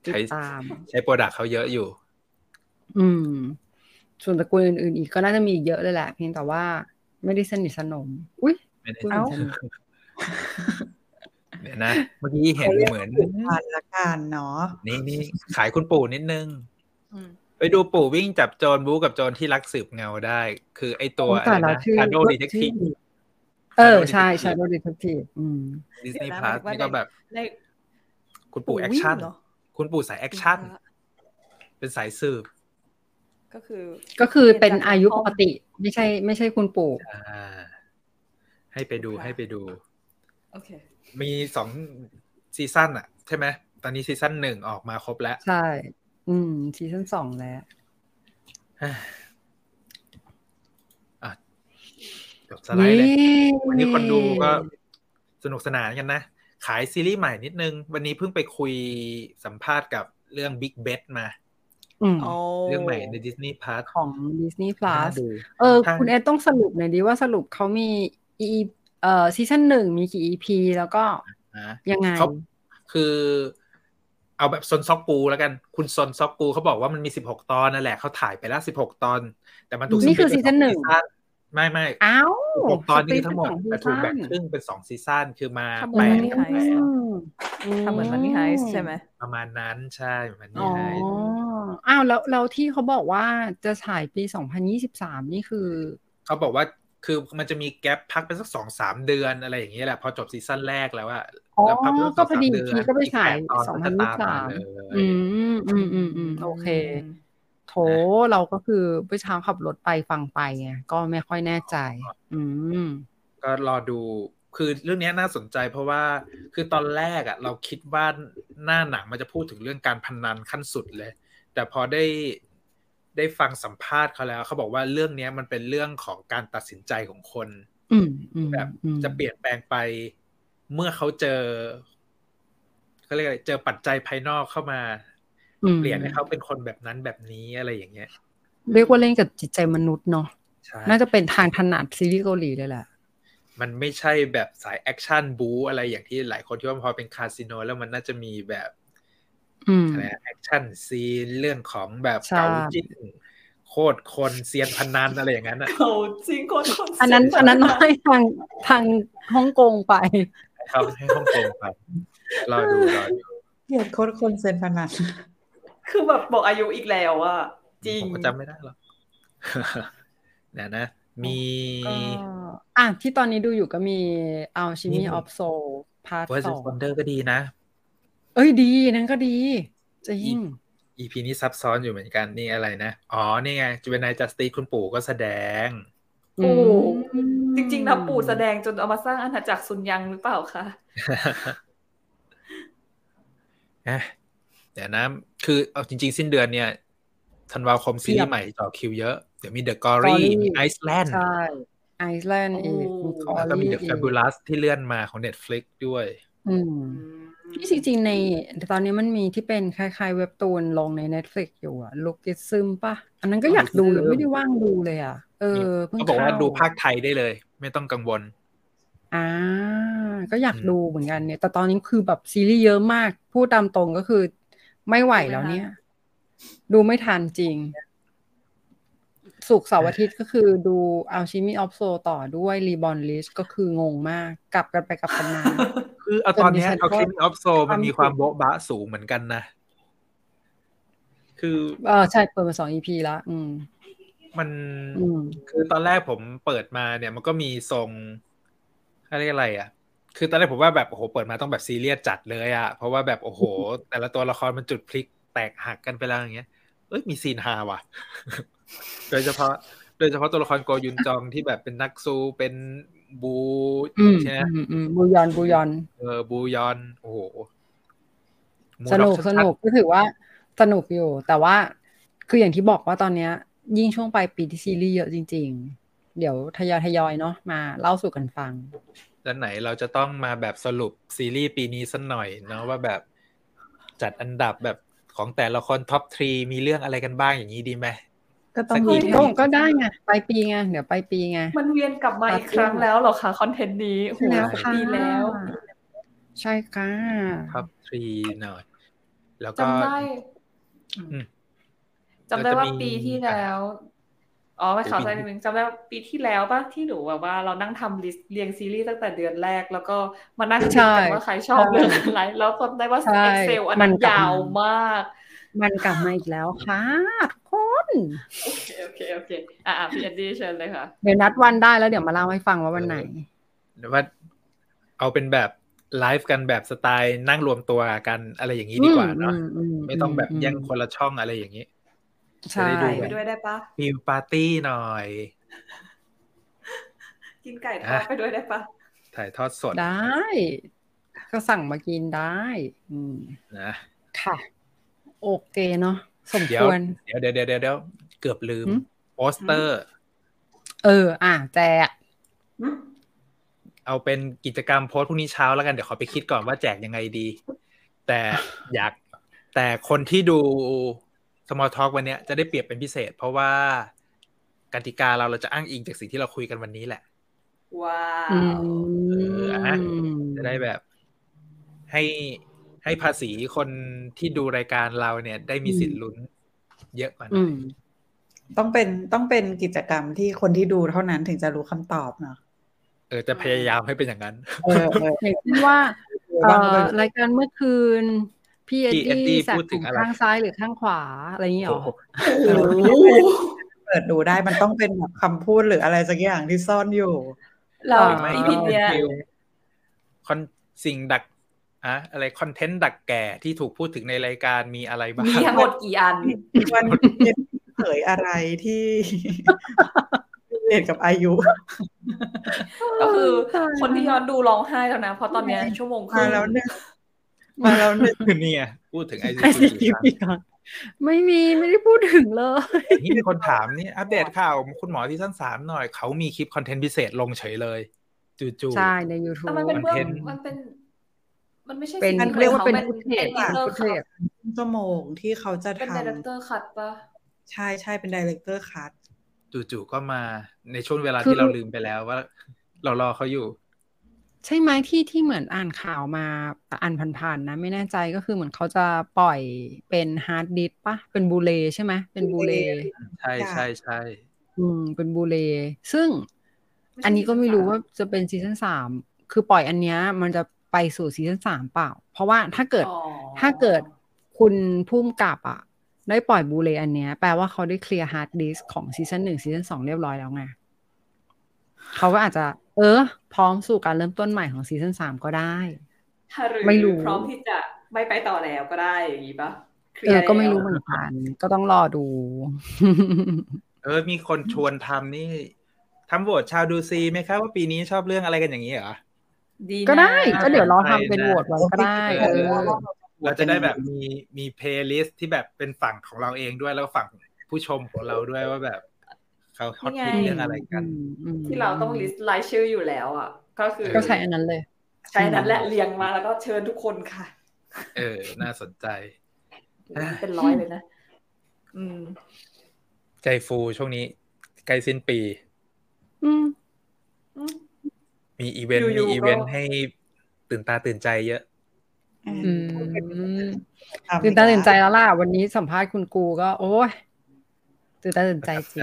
C: ติด
A: ใช้
C: ตาม
A: ใช้โปรดักต์เขาเยอะอยู่
C: อืม ส่วนตระกูลอื่นๆ อีกก็น่าจะมีอีกเยอะเลยแหละ เพียงแต่ว่าไม่ได้สนิทสนม อุ้ย
A: ไม่ได้
C: เอ้า
A: เดี๋ยวนะ เมื่อกี้เห็นเหมือน
B: ผ่านละกันเนาะ
A: นี่นี่ขายคุณปู่นิดนึง ไปดูปู่วิ่งจับโจรบู๊กับโจรที่รักสืบเงาได้ คือไอตัวอะไร
C: แต่ละ
A: นะ
C: ชื่อ
A: คาโดดีเทคทีฟ
C: เออ
A: Shadow
C: ใช่
A: Detective
C: ชาโดดีเทคทีฟอืม
A: ดิสนีย์พลัสนี่ก็แบบ
D: ใน
A: คุณปู่แอคชั่น
E: วิ่งเหรอ
A: คุณปู่สายแอคชั่นเป็นสายสืบ
E: ก็คือ
C: ก็คือเป็นอายุปกติ ไม่ใช่ ไม่ใช่คุณปู่
A: อ่าให้ไปดูให้ไปดู
E: โอเค
A: มีสองซีซั่นอะใช่ไหมตอนนี้ซีซั่นหนึ่งออกมาครบแล้ว
C: ใช่ อืมซีซั่นสองแล้ว
A: อ่ะจบสไลด์เลย วันนี้คนดูก็สนุกสนานกันนะ ขายซีรีส์ใหม่นิดนึง วันนี้เพิ่งไปคุยสัมภาษณ์กับเรื่อง Big b e t มา
C: อืม
A: เรื่องใหม่ใน Disney Plus
C: ของ Disney Plus
A: ดู
C: เออ
A: ถ้า
C: คุณเอดต้องสรุปหน่อยดีว่าสรุปเขามี e เอ่อซีซั่นหนึ่งมีกี่ EP แล้วก็
A: นะ
C: ยังไง
A: เขาคือ เอาแบบซอนซอกปูแล้วกัน คุณซอนซอกปูเขาบอกว่ามันมี 16 ตอนนั่นแหละเขาถ่ายไปแล้ว 16 ตอน แต่มันถูก
C: นี่คือ
A: สปดเป็
C: ซีซั่นหนึ่ง
A: สอไม่ไม่
C: อ้าว
A: หกตอนนี้ทั้งหมด
C: สปี
A: แต่
C: ด
A: ถูกแบ่ง
C: เป็น
A: ครึ่งเป็นสองซีซั่นคือมา
E: ทำ
A: แป
C: สอ
A: ด
C: ง
A: กับ
E: แบ่
A: แป
E: ง
A: ด
C: อืม
E: ทำเหมือนมันนี่ไฮส์ใช่ไหม
A: ประมาณนั้นใช่เหมือน
C: อ๋
A: นี่
C: อ
A: ไง
C: อ้าวแล้วแล้วที่เขาบอกว่าจะฉายปี 2023 นี่คือ
A: เขาบอกว่าคือมันจะมีแกลบพักไปสักสองสามเดือนอะไรอย่างนี้ยแหละ พอจบซีซั่นแรกแล้วอะ
C: อ๋อ
A: แล้วพัไปสั
C: ก็พอดี
A: สมเน
C: ทีก็ไปฉาย
A: อีกแปดตอนก็จะตามมา
C: 2023
A: เลย
C: อืมอืมอืมอืมโอเค โถเราก็คือเมื่อเช้าขับรถไปฟังไปไงก็ไม่ค่อยแน่ใจ อืม
A: ก็รอดูคือเรื่องเนี้ยน่าสนใจเพราะว่าคือตอนแรกอะเราคิดว่าหน้าหนังมันจะพูดถึงเรื่องการพนันขั้นสุดเลย แต่พอได้ได้ฟังสัมภาษณ์เขาแล้ว เขาบอกว่าเรื่องเนี้ยมันเป็นเรื่องของการตัดสินใจของคน
C: อืมอืม
A: แบบ
C: อืม
A: จะเปลี่ยนแปลงไปเมื่อเขาเจอเขาเรียกอะไรเจอปัจจัยภายนอกเข้ามา
C: อืม
A: เปลี่ยนให้เขาเป็นคนแบบนั้นแบบนี้อะไรอย่างเงี้ย
C: เรียกว่าเล่นกับจิตใจมนุษย์เนาะ
A: ใช่
C: น่าจะเป็นทางถนัดซีรีส์เกาหลีเลยแหละ
A: มันไม่ใช่แบบสายแอคชั่นบู๊อะไรอย่างที่หลายคนที่ว่าพอเป็นคาสิโนแล้วมันน่าจะมีแบบ
C: อืม
A: อะไรแอคชั่นซีนเรื่องของแบบ
C: ใช่
A: เก่าจิ้นโคตรคนเซียนพนันอะไรอย่างนั้นอ่ะ
D: เขาจริงคนคน
C: อันนั้น
D: สุด
C: อันนั้นให้ทางทางฮ่องกงไป
A: เขาให้ฮ่องกงไปรอดูรอดู
B: เกลียดโคตรคนเซนพนัน
D: คือแบบบอกอายุอีกแล้วอะจริง
A: ผมก็จำไม่ได้หรอก นะนะ มี
C: ก็อ่ะที่ตอนนี้ดูอยู่ก็มีอัลชิ
A: นี่
C: มีออฟโซพาร์ท
A: Voice
C: ส
A: of
C: อง
A: Wonder ก็ดีนะ
C: เอ้ยดีนั้นก็ดีจริง
A: EP นี้ซับซ้อนอยู่เหมือนกันนี่อะไรนะ อ๋อ นี่ไงจูเวนไนจัสติคุณปู่ก็แสดง
D: โอ้
C: อืม
D: จริง ๆนะปู่แสดงจนเอามาสร้างอาณาจักรซุนยังหรือเปล่าคะ
A: นะ เดี๋ยวนะ คือเอาจริง ๆ สิ้นเดือนเนี่ยธันวาคมซีรีส์ใหม่ต่อคิวเยอะ เดี๋ยวมีเดอะกอรี่มีไอซ์แลนด์
C: ใช่ไอซ์แลนด์อีกมีคอ
A: แล้วก็มี
C: รี
A: เดอะ
C: อี
A: แฟ
C: ก
A: บูลัสที่เลื่อนมาของ Netflix ด้วย
C: อืม ที่จริงๆในตอนนี้มันมีที่เป็นคล้ายๆเว็บตูนลงใน Netflix อยู่อะลูกิซึมป่ะ อันนั้นก็อยากดูอยู่
A: Lookism
C: ไม่ได้ว่างดูเลยอะเออเพิ่ง
A: เขาบอก
C: เข้า
A: ว่าดูภาคไทยได้เลย ไม่ต้องกังวล
C: อ่าก็อยาก
A: อืม
C: ดูเหมือนกันเนี่ย แต่ตอนนี้คือแบบซีรีส์เยอะมาก พูดตามตรงก็คือไม่ไหวแล้วเนี่ย ดูไม่ทันจริง สุกร์เสาร์อาทิตย์ก็คือดูอัลชิมีออฟโซต่อด้วยรีบอนลิชก็คืองงมาก กลับกันไปกลับกันมา
A: คือเอาตอนเนี้ย
C: จนดิฉัน
A: เอาคลิปออฟโซ
C: ก็
A: มันมีความโบ๊ะบะสูงเหมือนกันนะ คือ
C: เออใช่เปิดมาสองอีพีละอืม
A: มัน
C: อืม
A: คือตอนแรกผมเปิดมาเนี่ยมันก็มีทรงเขาเรียกอะไรอ่ะ คือตอนแรกผมว่าแบบโอ้โหเปิดมาต้องแบบซีเรียสจัดเลยอ่ะ เพราะว่าแบบโอ้โห แต่ละตัวละครมันจุดพลิกแตกหักกันไปแล้วอย่างเงี้ย เอ้ยมีซีนฮาว่ะ โดยเฉพาะ โดยเฉพาะตัวละครโกยุนจองที่แบบเป็นนักสู้เป็นบู
C: อืม
A: ใช่ไหม
C: อืมอืมบูยอนบูยอน
A: เออบูยอน โอ้โหมู
C: ส
A: ร็
C: นุ
A: อก
C: ส
A: ชัดๆ
C: นุกก็ถือว่าสนุกอยู่ แต่ว่าคืออย่างที่บอกว่าตอนเนี้ย ยิ่งช่วงปลายปีที่ซีรีส์เยอะจริง ๆ เดี๋ยวทยอยทยอยเนาะมาเล่าสู่กันฟัง
A: แล้วไหนเราจะต้องมาแบบสรุปซีรีส์ปีนี้สักหน่อยเนาะว่าแบบจัดอันดับแบบของแต่ละคนท็อปทรีมีเรื่องอะไรกันบ้างอย่างนี้ดีไหม
B: ก็ต้อง
A: สัก
B: มี
A: นิด
B: เท
C: ก็
B: ค
C: ก็ได้ไงปลายปีไงเดี๋ยวปลายปีไง
D: มันเวียนกลับมาอีกครั้งแล้วเหรอคะคอนเทนต์นี้โอ้โห
C: แล้ว
D: หก
C: ค่ะ
D: ปีแล้ว
C: ใช่ค่ะ
A: ท็อปทรีหน่อย แล้วก็
D: จำได้
A: อืม
D: จำได้ว่า
A: เราจะมี
D: ปีที่แล้ว อ๋อไปข่าวใจนิดนึงจำได้ว่าปีที่แล้วป่ะที่หนูแบบว่าเรานั่งทำลิสต์เรียงซีรีส์ตั้งแต่เดือนแรก แล้วก็มานั่งคิดกันว่าใครชอบเรื่องอะไรแล้วจำได้ว่า
C: ใช่
D: Excel อันนั้นยาวมาก
C: มันกลับมาอีกแล้วค่ะทุกคน
D: โอเคโอเคโอเค อ่ะอ่ะพี่แอนดี้เชิญเลยค่ะ
C: เดี๋ยวนัดวันได้แล้วเดี๋ยวมาเล่าให้ฟังว่าวันไหน
A: หรือว่าเอาเป็นแบบ ไลฟ์กันแบบสไตล์นั่งรวมตัวกันอะไรอย่างนี้ดีกว่าเนาะ
C: อืมอืม
A: ไม่ต้องแบบ
C: ม
A: แย่งคนละช่องอะไรอย่างนี้
C: ใช่
A: จะได้ดู
D: ไป
A: กัน
D: ด้วยได้ปะ
A: ฟิลปาร์ตี้หน่อย
D: กินไก่ทอด
A: อ่ะ
D: ไปด้วยได้ปะ
A: ถ่ายทอดสด
C: ได้ ก็สั่งมากินได้ อืม
A: นะ
C: ค่ะ โอเคเนาะสม
A: เดี๋
C: ค
A: ยว
C: วร
A: เดี๋ยวเดี๋ยวเดี๋ยวเดี๋ยวเกือบลืม
C: หืม
A: โปสเตอร์
C: เออ อ่ะแจก
D: หึ
A: เอาเป็นกิจกรรมโพสต์พรุ่งนี้เช้าแล้วกันเดี๋ยวขอไปคิดก่อนว่าแจกยังไงดี แต่อยาก แต่คนที่ดูสมอลท a l กวันเนี้ยจะได้เปรียบเป็นพิเศษ เพราะว่ากติกาเราเราจะอ้างอิงจากสิ่งที่เราคุยกันวันนี้แหละ
D: ว้า
C: อื
D: ว
A: ออ่ะ
C: ม
A: จะได้แบบ ให้ให้ภาษีคนที่ดูรายการเราเนี่ย ได้มีสิทธิ์ลุ้น เยอะกว่าห
C: อื
A: น่อย
C: ม
B: ต้องเป็นต้องเป็นกิจกรรมที่คนที่ดูเท่านั้นถึงจะรู้คำตอบเนาะ
A: เออจะพยายามให้เป็นอย่างนั้น
B: เออเออ
C: อย่างเช่นว่า
B: หรือ
C: เอ่
B: ว่า
C: อรายการเมื่อคืน พี่เอ็ด
A: พี่เอ็ดดี้
C: ดี้
A: พูดถึงอะไร
C: ข้างซ้ายหรือข้างขวา อะไรอย่างเงี้ยหรอ
B: เปิดดูได้มันต้องเป็นแบบคำพูดหรืออะไรสักอย่างที่ซ่อนอยู่
D: เรา
C: อ่า
A: ไม่
D: อี
A: ก็
D: พีเนี้ย
A: ฟิลคอนสิ่งดักอะอะไรคอนเทนต์ดักแก่ที่ถูกพูดถึงในรายการมีอะไรบ้าง
D: มีทั้งหมดกี่ อัน
B: วันเย็นเผยอะไรที่ เรียนกับอายุ
D: ก็คือคนที่ย้อนดูร้องไห้แล้วนะ เพราะตอนเนี้ยชั่วโมงค
B: มา
D: รึ่ง
B: แล้วหนึ่งมาแล้วหนึ่ง
A: เนี่ย พูดถึงไอ
C: ไอซี
A: ซี
C: คิวอีกเหรอไม่มีไม่ได้พูดถึงเลย
A: นี่มีคนถามนี่อัปเดตข่าวคุณหมอที่สั้นสามหน่อย เขามีคลิปคอนเทนต์พิเศษลงเฉยเลย จู่
C: ใช่ ใน YouTube
D: แต่มันเป็น
A: คอน
D: เรื่อง
A: เทนต์
D: มันเป็น มันไม่ใช่
C: เป็น
D: สิ่งที่
C: เรียกว่าเป็น
D: ข
C: ฟุตเทจ
D: เป็นดีเลอร์
C: ฟุตเทจ
D: คัท
B: ชั่วโมงที่เขาจะ
D: เป็น
B: ท
D: ดีเลเตอร์คัทปะ
B: ำใช่ใช่เป็นดีเลกเตอร์คัท
A: ๆจู่ๆก็มาในช่วงเวลาที่เราลืมไปแล้วว่า เรารอเขาอยู่
C: ใช่ไหมที่ที่เหมือนอ่านข่าวมาแต่อ่านผ่านๆนะ ไม่แน่ใจก็คือเหมือนเขาจะปล่อยเป็นฮาร์ดดิสปะเป็นบูเลใช่ไหมเป็นบูเล
A: ใช่ใช่ใช่
C: อืมเป็นบูเล ซึ่งอันนี้ก็ไม่รู้ว่าจะเป็นซีซั่นสาม คือปล่อยอันเนี้ยมันจะไปสู่ซีซั่นสามเปล่า เพราะว่าถ้าเกิด
D: อ๋อ
C: ถ้าเกิดคุณพุ่มกับอ่ะ ได้ปล่อยบูเลอันเนี้ย แปลว่าเขาได้เคลียร์ฮาร์ดดิสก์ของซีซั่นหนึ่งซีซั่นสองเรียบร้อยแล้วไงเขาก็อาจจะ เออ พร้อมสู่การเริ่มต้นใหม่ของซีซั่นสามก็ได้
D: หรือ
C: ไม่รู้
D: พร้อมที่จะไม่ไปต่อแล้วก็ได้อย่างนี้ปะเคลี
C: เอย อ
D: แล้ว
C: ก็ไม่รู้เหมือนกัน ก็ต้องรอดู
A: เออ มีคนชวนทำนี่ทำโหวตชาวดูซีไหมครับว่าปีนี้ชอบเรื่องอะไรกันอย่างนี้เหรอ
D: ดีนะ
C: ก็ได้ ก็เดี๋ยวรอทำเป็นโหวตไว้ก็ได้เออ
A: เราจะได้แบบมีมีเพลย์ลิสที่แบบเป็นฝั่งของเราเองด้วยแล้วฝั่งผู้ชมของเราด้วยว่าแบบเขาฮอตฮิตเรื่องอะไรกัน
C: มม
D: ที่เราต้องลิสต์รายชื่ออยู่แล้วอ่ะ ก็คือ
C: ก็ใช้อันนั้นเลย
D: ใช้อันนั้นแหละเรียงมาแล้วก็เชิญทุกคนค่ะ
A: เออ น่าสนใจ อ่ะ
D: เป็นร้อยเลยนะ อืม
A: ใจฟูช่วงนี้ ใกล้สิ้นปี
C: อืม
A: มีอีเวนต์
D: อยู่
A: มี
D: ๆ
A: อีเวนต์
D: ก็
A: ให้ตื่นตาตื่นใจเยอะ
C: อืม
B: ทำ
C: ตื่นตาตื่นใจแล้วล่ะ วันนี้สัมภาษณ์คุณกูก็ โอ้ยตื่นตาตื่นใจจริ ง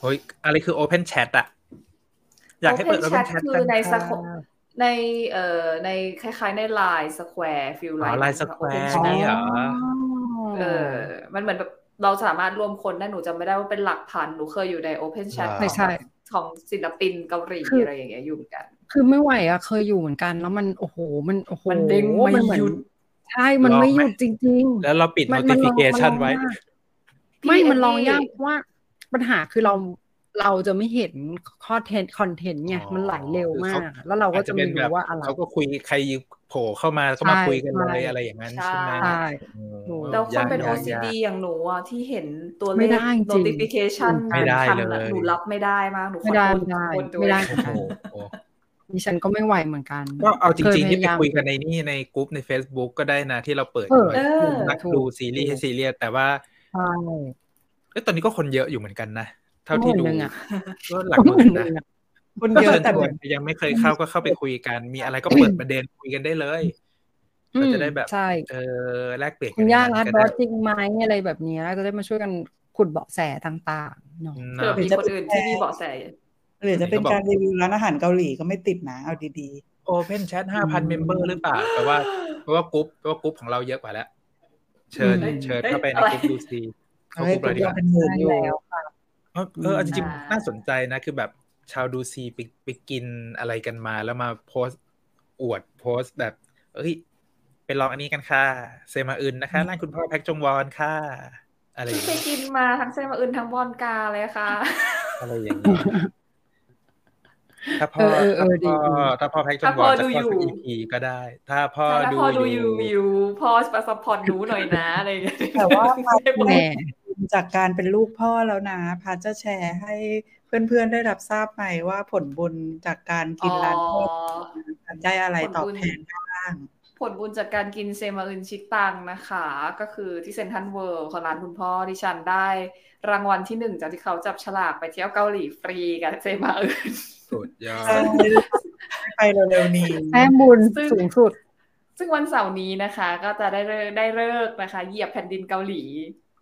A: เฮ้ย อะไรคือ Open Chat อะอยากให้เปิด
D: Open
A: Open
D: Chat
A: Chat
D: คือในสโคป ในเอ่อในคล้าย ๆ ในลายสแควร์ฟิล
A: อ๋อ Line Square
D: ใช่
A: นี่เหรอ
D: เออ มันเหมือนแบบเราสามารถรวมคนได้หนูจำไม่ได้ว่าเป็นหลักพันหนูเคยอยู่ใน Open Chat
A: ว้าว
C: ไม่ใช่
D: ของศิลปินเกาหลี
C: คืออ
D: อะไรอย่างเงี้ยอยู่เหมือนกัน
C: คือไม่ไหวอะเคยอยู่เหมือนกัน แล้วมันโอ้โห มันโอ้โห
D: มันเด้ง
C: น
D: ไม่หยุด
C: ใช่ มันไม่หยุดจริง ๆ
A: แล้วเราปิด
C: มันมันลอง
A: notification
C: มันลอ
A: ไว้
C: งยาก ไม่
D: พี่
C: มันลอง
D: เอ็ดดี้
C: ยากเพราะว่าปัญหาคือเราเราจะไม่เห็นข้อเทนคอนเทนต์ไง
A: อ๋อ
C: มันไหลเร็วมา
A: เขา
C: ก แล้วเราก็จะไม่
A: อจ
C: รู้
A: เป็น
C: ว่าอะไร
A: เขาก็คุยใครโผล่เข้ามาก็มา
C: ใช่
A: คุยกันเล
C: ใช่
A: ยอะไรอย่างนั้นใช่ไหม
D: ใช่
C: ใช่
A: โอ้โห
D: แล้วคนเป็น
A: ยาก
D: OCD อย่างหนูอ่ะที่เห็นตัวเล
C: ไม่
D: ข
C: ได้จริง
D: notification
A: ไม่ได้
D: พัน
A: เลย
D: หนูรับไม่ได้มากหนูข
C: ไม่
D: อ
C: ได้
D: โทษ
C: ไม่ได้
D: ทุกค
C: ไม่
D: นด้วย
C: ได้
A: โอ้โหโอ้โห
C: ดิฉันก็ไม่ไหวเหมือนกัน
A: ก็เอาจริงๆ
C: เค
A: ที่ไป
C: พาาม
A: คุยกันในนี่ในกลุ่มใน Facebook ก็ได้นะที่เราเปิด
C: เออ
A: ไว้
D: เออ
A: นักดูซีรีส์ให้ซีเรียสแต่ว่า
C: ใช่
A: เอ้ยตอนนี้ก็คนเยอะอยู่เหมือนกันนะ เท่าที่ดู
C: หมื่นหนึ่งอะ
A: ก็หลักห
C: ห
A: มื่
C: มื่
A: น
C: นห
A: นะ
C: นึ่งอะ
B: คน
A: ก็
B: เย
A: เชิ
B: อะ
A: ญ
B: แต่
A: ชวนยังไม่เคยเข้าก็เข้าไปคุยกัน มีอะไรก็เปิดประเด็นคุยกันได้เลย เราจะได้แบบ
C: ใช่
A: เออแลกเปลี่ยน
C: คุณย่ารัด
A: กัน
C: ร
A: ได้
C: ถจริงไหมอะไรแบบเนี้ยจะได้มาช่วยกันขุดเบาะแสต่างๆเนาะ
D: เผื่อ
A: นะ
D: มีคนอื่นที่มีเบาะแส
B: หรือจะเป็นการรีวิวร้านอาหารเกาหลีก็ไม่ติดนะเอาดี
A: Open Chat 5,000 member หรือเปล่าแปลว่าแปลว่ากรุ๊ปแปลว่ากรุ๊ปของเราเยอะกว่าแล้ว เชิญ
D: อืม
A: เชิญ
D: เอ้ย
A: เข้าไปใน
D: อะไร
A: กรุ๊ปดูซี
B: ๆ
A: เข้า
B: เอา
A: กรุ๊ปเราดี
B: ให้คุณ
A: กว่า
B: เป็นหมื่น
C: ได้
B: อยู่
C: แล้วค่ะ
A: เออเออเอาจริง
D: อ่า
A: ๆน่าสนใจนะ คือแบบ ชาวดูซีไปไปกินอะไรกันมา แล้วมาโพสต์อวดโพสต์แบบเอ้ยไปลองอันนี้กันค่ะ เซมาอึนนะคะร้านคุณพ่อแพ็กจงวอนค่ะ อะไรอย่าง
D: ไป
A: เงี้ย
D: กินมาทั้งเซมาอื่นทั้งบอนกาเลยค่ะ
A: อะไรอย่างเงี้ยถ้าพ่อ
C: เออเออเออดี
A: ถ้าพ่อถ้าพ่อแพ็กจงว
D: ถ้าพ่
A: อ
D: อน ดู
A: จะ
D: อยู่
A: พ่ออีพีก็ได้ ถ้าพ่อ
D: ใช่ถ้าพอดู
A: ดู
D: อ
A: อยู่ ยู่
D: อยู่พอประสปอร์ตหนูหน่อยนะอะไรอย่างเงี้ย
B: แต่ว่า
C: แหม
B: จากการเป็นลูกพ่อแล้วนะพาจะแชร์ให้เพื่อนๆได้รับทราบไหมว่าผลบุญจากการกินร้านพ่อมันได้อะไรตอบแทนบ้าง
D: ผลบุญจากการกินเซมาอึนชิตังนะคะ ก็คือที่เซนทรันเวิลด์ของร้านคุณพ่อดิฉันได้ รางวัลที่หนึ่งจากที่เขาจับฉลากไปเที่ยวเกาหลีฟรีกับเซมาอึน
A: สุดยอด
B: ไปเร็วๆนี้
C: แต้มบุญสูงสุด
D: ซึ่งวันเสาร์นี้นะคะก็จะได้เลิกได้เลิกนะคะ เหยียบแผ่นดินเกาหลี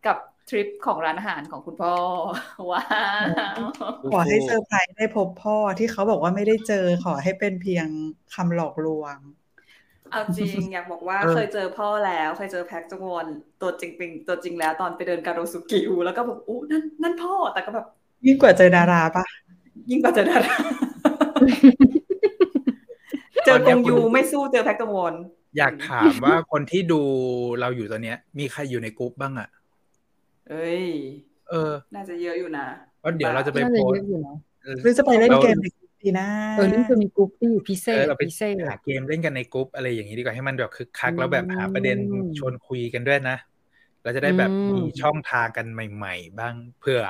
D: กับทริปของร้านอาหารของคุณพ่อ ว้า
B: ข
D: ว
B: อให้เซอร์ไพรส์ได้พบพ่อที่เขาบอกว่าไม่ได้เจอขอให้เป็นเพียงคำหลอกลวง
D: เอาจริง อยากบอกว่า
A: เออ
D: เคยเจอพ่อแล้วเคยเจอแพ็กจงวอนตัวจริงๆตัวจริงแล้วตอนไปเดินการโรสุกิวแล้วก็แบบอู้นั่นนั่นพ่อแต่ก็แบบ
B: ยิ่งกว่าเจอดาราปะ
D: ยิ่งกว่าเจอดา ราเจอกงยูไม่สู้เจอแพ็กจงวอน
A: อยากถามว่าคนที่ดูเราอยู่ตอนเนี้ย มีใครอยู่ในกรุ๊ปบ้างอ่ะ
D: เอ้ย
A: เออ
D: น่าจะเยอะอยู่นะ
A: เพราะเดี๋ยวเราจะไป
C: น่า
A: โพ
C: จะ
A: สต์
C: เยอะอยู่นะ
A: เออ
B: หรือจะไปเล่นเกมในกลุ่มดีนะ
C: เออนี่จะมีกรุ๊ปที่อยู่พิเศ
A: เอ
C: ษ
A: อเราไป
C: พิเศษ
A: หาเกมเล่นกันในกรุ๊ปอะไรอย่างนี้ดีกว่าให้มันแบบคึกคัก
C: อืม
A: แล้วแบบหาประเด็นชวนคุยกันด้วยนะ เราจะได้แบบ
C: อืม
A: มีช่องทางกันใหม่ ๆ บ้างเผื่อ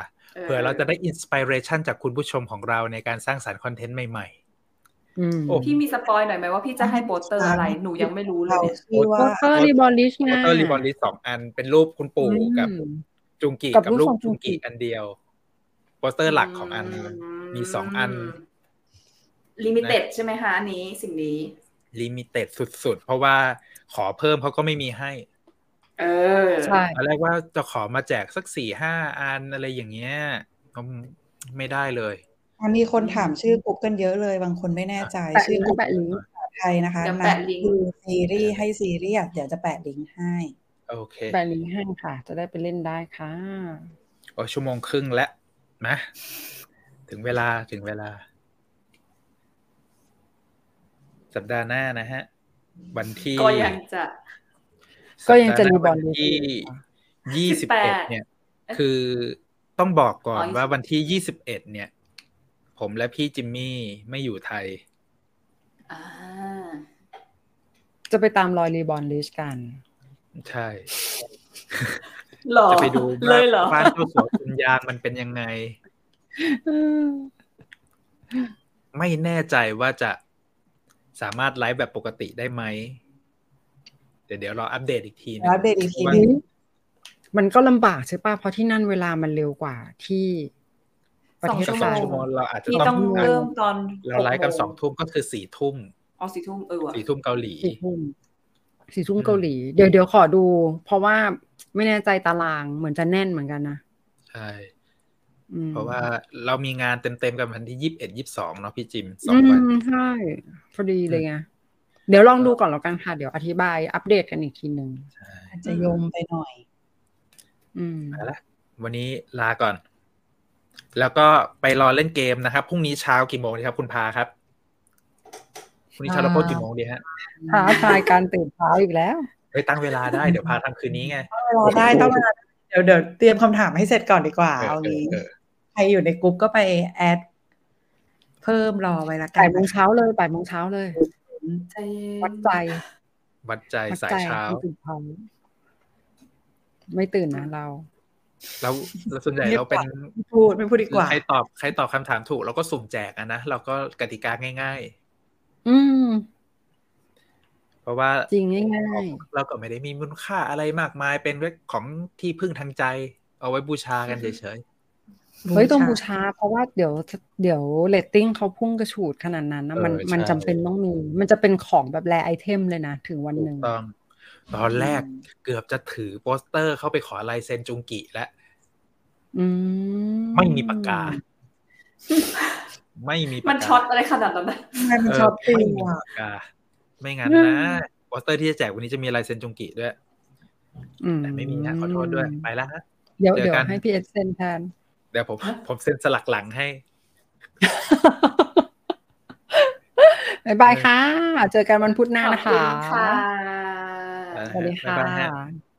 A: เผื่อเราจะได้อินสปิเรชันจากคุณผู้ชมของเราในการสร้างสารรค์คอนเทนต์ใหม่
C: อืม
A: โอ้
D: พี่มีสปอยหน่อยไหมว่าพี่จะให้โปสเตอร์อะไรหนูยังไม่รู้เลย
B: เรา
D: เนี่ย
B: ชื่อ
C: โป
B: ว่า
C: สเตอร์รีบอลลิช
A: ๆ
C: ไง
A: แล้วก็รีบอลลิสสองอันเป็นรูปคุณปู่กับ
C: อืม
A: จุงกิ
C: กับ
A: กับ
C: รู
A: รู
C: ป
A: ป
C: ของจุ
A: จุ
C: ง
A: ง
C: กิ
A: กิอันเดียวโปสเตอร์หลักของอันนั้น มีสองอัน
D: ลิมิเต็ดใช่ไหมคะอันนี้สิ่งนี้
A: ลิมิเต็ดสุดๆ เพราะว่าขอเพิ่มเขาก็ไม่มีให้
D: เออ
C: ใช่
A: ตอนแรกว่าจะขอมาแจกสักสี่ห้าอันอะไรอย่างเงี้ยก็ไม่ได้เลย
B: มันมีคนถามชื่อกลุ่มกันเยอะเลย บางคนไม่แน่ใจ
C: แปะ
B: ชื่อ
C: ลิง
B: กลุ่ม
C: ก์แปะลิงก์
B: ไทยนะคะ
D: เดี๋ยว
B: นะ
D: แปะลิง
B: ดู
D: ก์
B: ซีรีส์ให้ซีรีส์เดี๋ยวจะแปะลิงก์ให้
A: โอเค
C: แปะลิงก์ให้ค่ะ จะได้ไปเล่นได้ค่ะ
A: โอ้ยชั่วโมงครึ่งแล้วนะถึงเวลาถึงเวลา สัปดาห์หน้านะฮะ วันที่
D: ก็ยังจะ
C: ก็ยังจะรีบอล
A: สัปดาห์หน้าวัน
C: ลิ
A: ที่
C: ช
A: ยี่สิบเอ็ด
D: 18
A: เนี่ย คือต้องบอกก่อน
D: อ๋อ
A: ว่าวันที่ยี่สิบเอ็ดเนี่ย ผมและพี่จิมมี่ไม่อยู่ไทย
D: อ่า
C: จะไปตามรอยรีบอลลิชกัน
A: ใช่
D: หล่อ
A: จะไปดู
D: เล
A: ว่าย
D: เหรอ
A: บ้านเจ้าสัวคุณยางมันเป็นยังไง ไม่แน่ใจว่าจะสามารถไลฟ์แบบปกติได้ไหมเดี๋ยวเดี๋ยวรออัปเดตอีกทีหนึง
B: แล้วเบบีที
A: ว่า
B: นี้
C: มันก็ลำบากใช่ป่ะ เพราะที่นั่นเวลามันเร็วกว่าที่ประเทศ
A: สักสอ
C: เรา
A: งชั่วโมงเราอาจจะ
D: ที่
A: ต้
D: ต้
A: อ
D: อง ง
A: เ
D: เริ่มตอน
A: ราไลฟ์กันสองทุ่มก็คือสี่ทุ่ม
D: อ๋อสี่ทุ่มเออว่ะ
A: สี่ทุ่มเกาหลี
C: สี่ทุ่มสี่ทุ่ม
A: อืม
C: เกาหลี เดี๋ยวเดี๋ยวขอดู เพราะว่าไม่แน่ใจตารางเหมือนจะแน่นเหมือนกันนะ
A: ใช่
C: อืม
A: เพราะว่าเรามีงานเต็มๆกันวันที่ยี่สิบเอ็ดยี่สิบสองเนาะพี่จิมส
C: อื
A: องวัน
C: มใช่พอดีเลยไงเดี๋ยวลองดูก่อนแล้วกันค่ะ เดี๋ยวอธิบายอัปเดตกันอีกทีหนึ่ง
B: อาจจะโยมไปหน่อย
C: อืม
A: เอาละวันนี้ลาก่อน แล้วก็ไปรอเล่นเกมนะครับพรุ่งนี้เช้ากี่โมงดีครับ คุณพาครับพรุ่งนี้เช้าเราโพสต์กี่โมงดีฮะ
C: ท้าทายการตื่นเช้าอีกแล้ว
A: เฮ้ยตั้งเวลาได้เดี๋ยวพาทำคืนนี้ไง
B: รอได้ต้องเวลาเดี๋ยวเดี๋ยวเตรียมคำถามให้เสร็จก่อนดีกว่า เอางี้
A: เออเออเออ
B: ใครอยู่ในกลุ่มก็ไปแอด เพิ่มรอไว้ละกั
C: แป
B: น
C: ดโมงเช้าเลยแปดโมงเช้าเลย
D: ใจเย็น
C: วัดใจ
A: วัดใจ
C: วัด
A: สาย
C: ใจ
A: เช้า
C: ไม่ตื่นเช้าไม่ตื่นนะเรา
A: แล้วแล้วส่วนใหญ่เราเป็น
B: ไม่พูดไม่พูดดีกว่า
A: ใครตอบใครตอบคำถามถูกเราก็สุ่มแจกอะนะเราก็กติกาง่าย
C: อืม
A: ๆ เพราะว่า
C: จริงง่าย
A: เราก็ไม่ได้มีมูลค่าอะไรมากมายเป็นเรื่องของที่พึ่งทางใจ เอาไว้บูชากันเฉย
C: ๆเฮ้ยต้องบูชา เพราะว่าเดี๋ยวเดี๋ยวเรตติ้งเขาพุ่งกระฉูดขนาดนั้น
A: ๆ
C: นะมัน
A: เออ
C: มัน
A: ใช่
C: จำเป็นต้องมี มันจะเป็นของแบบแรไอเทมเลยนะ ถึงวันหนึ่ง
A: ถูกต้องตอนแรกเกือบจะถือโปสเตอร์เข้าไปขอลายเซ็นจุงกิแล้ว
C: อืม
A: ไม่มีปากกา ไม่มีปากกา
D: มันช็อตอะไรขนาดนั้นนะ
B: ทำไมมัน
A: เ
B: ชอบตี
A: ไม่มีปา
B: อ่ะ
A: กกา ไม่งั้นนะโปสเตอร์ที่จะแจกวันนี้จะมีลายเซ็นจุงกิด้วย
C: อื
A: แต่ไม่มีนะขอโทษด้วยไปแล้วฮะ
C: เดี๋ยว
A: เจอกัน
C: เดี๋ยวให้พี่เอสเซนแทน
A: เดี๋ยวผมผมเซ็นสลักหลังให้
C: บายบายค่ะ เจอกันวันพุธหน้า
D: ขอบ
C: นะคะ
D: คุณค่ะ
A: อ่า
C: สวัสดี
A: บ๊า
C: ค่ะ
A: ยบายฮะ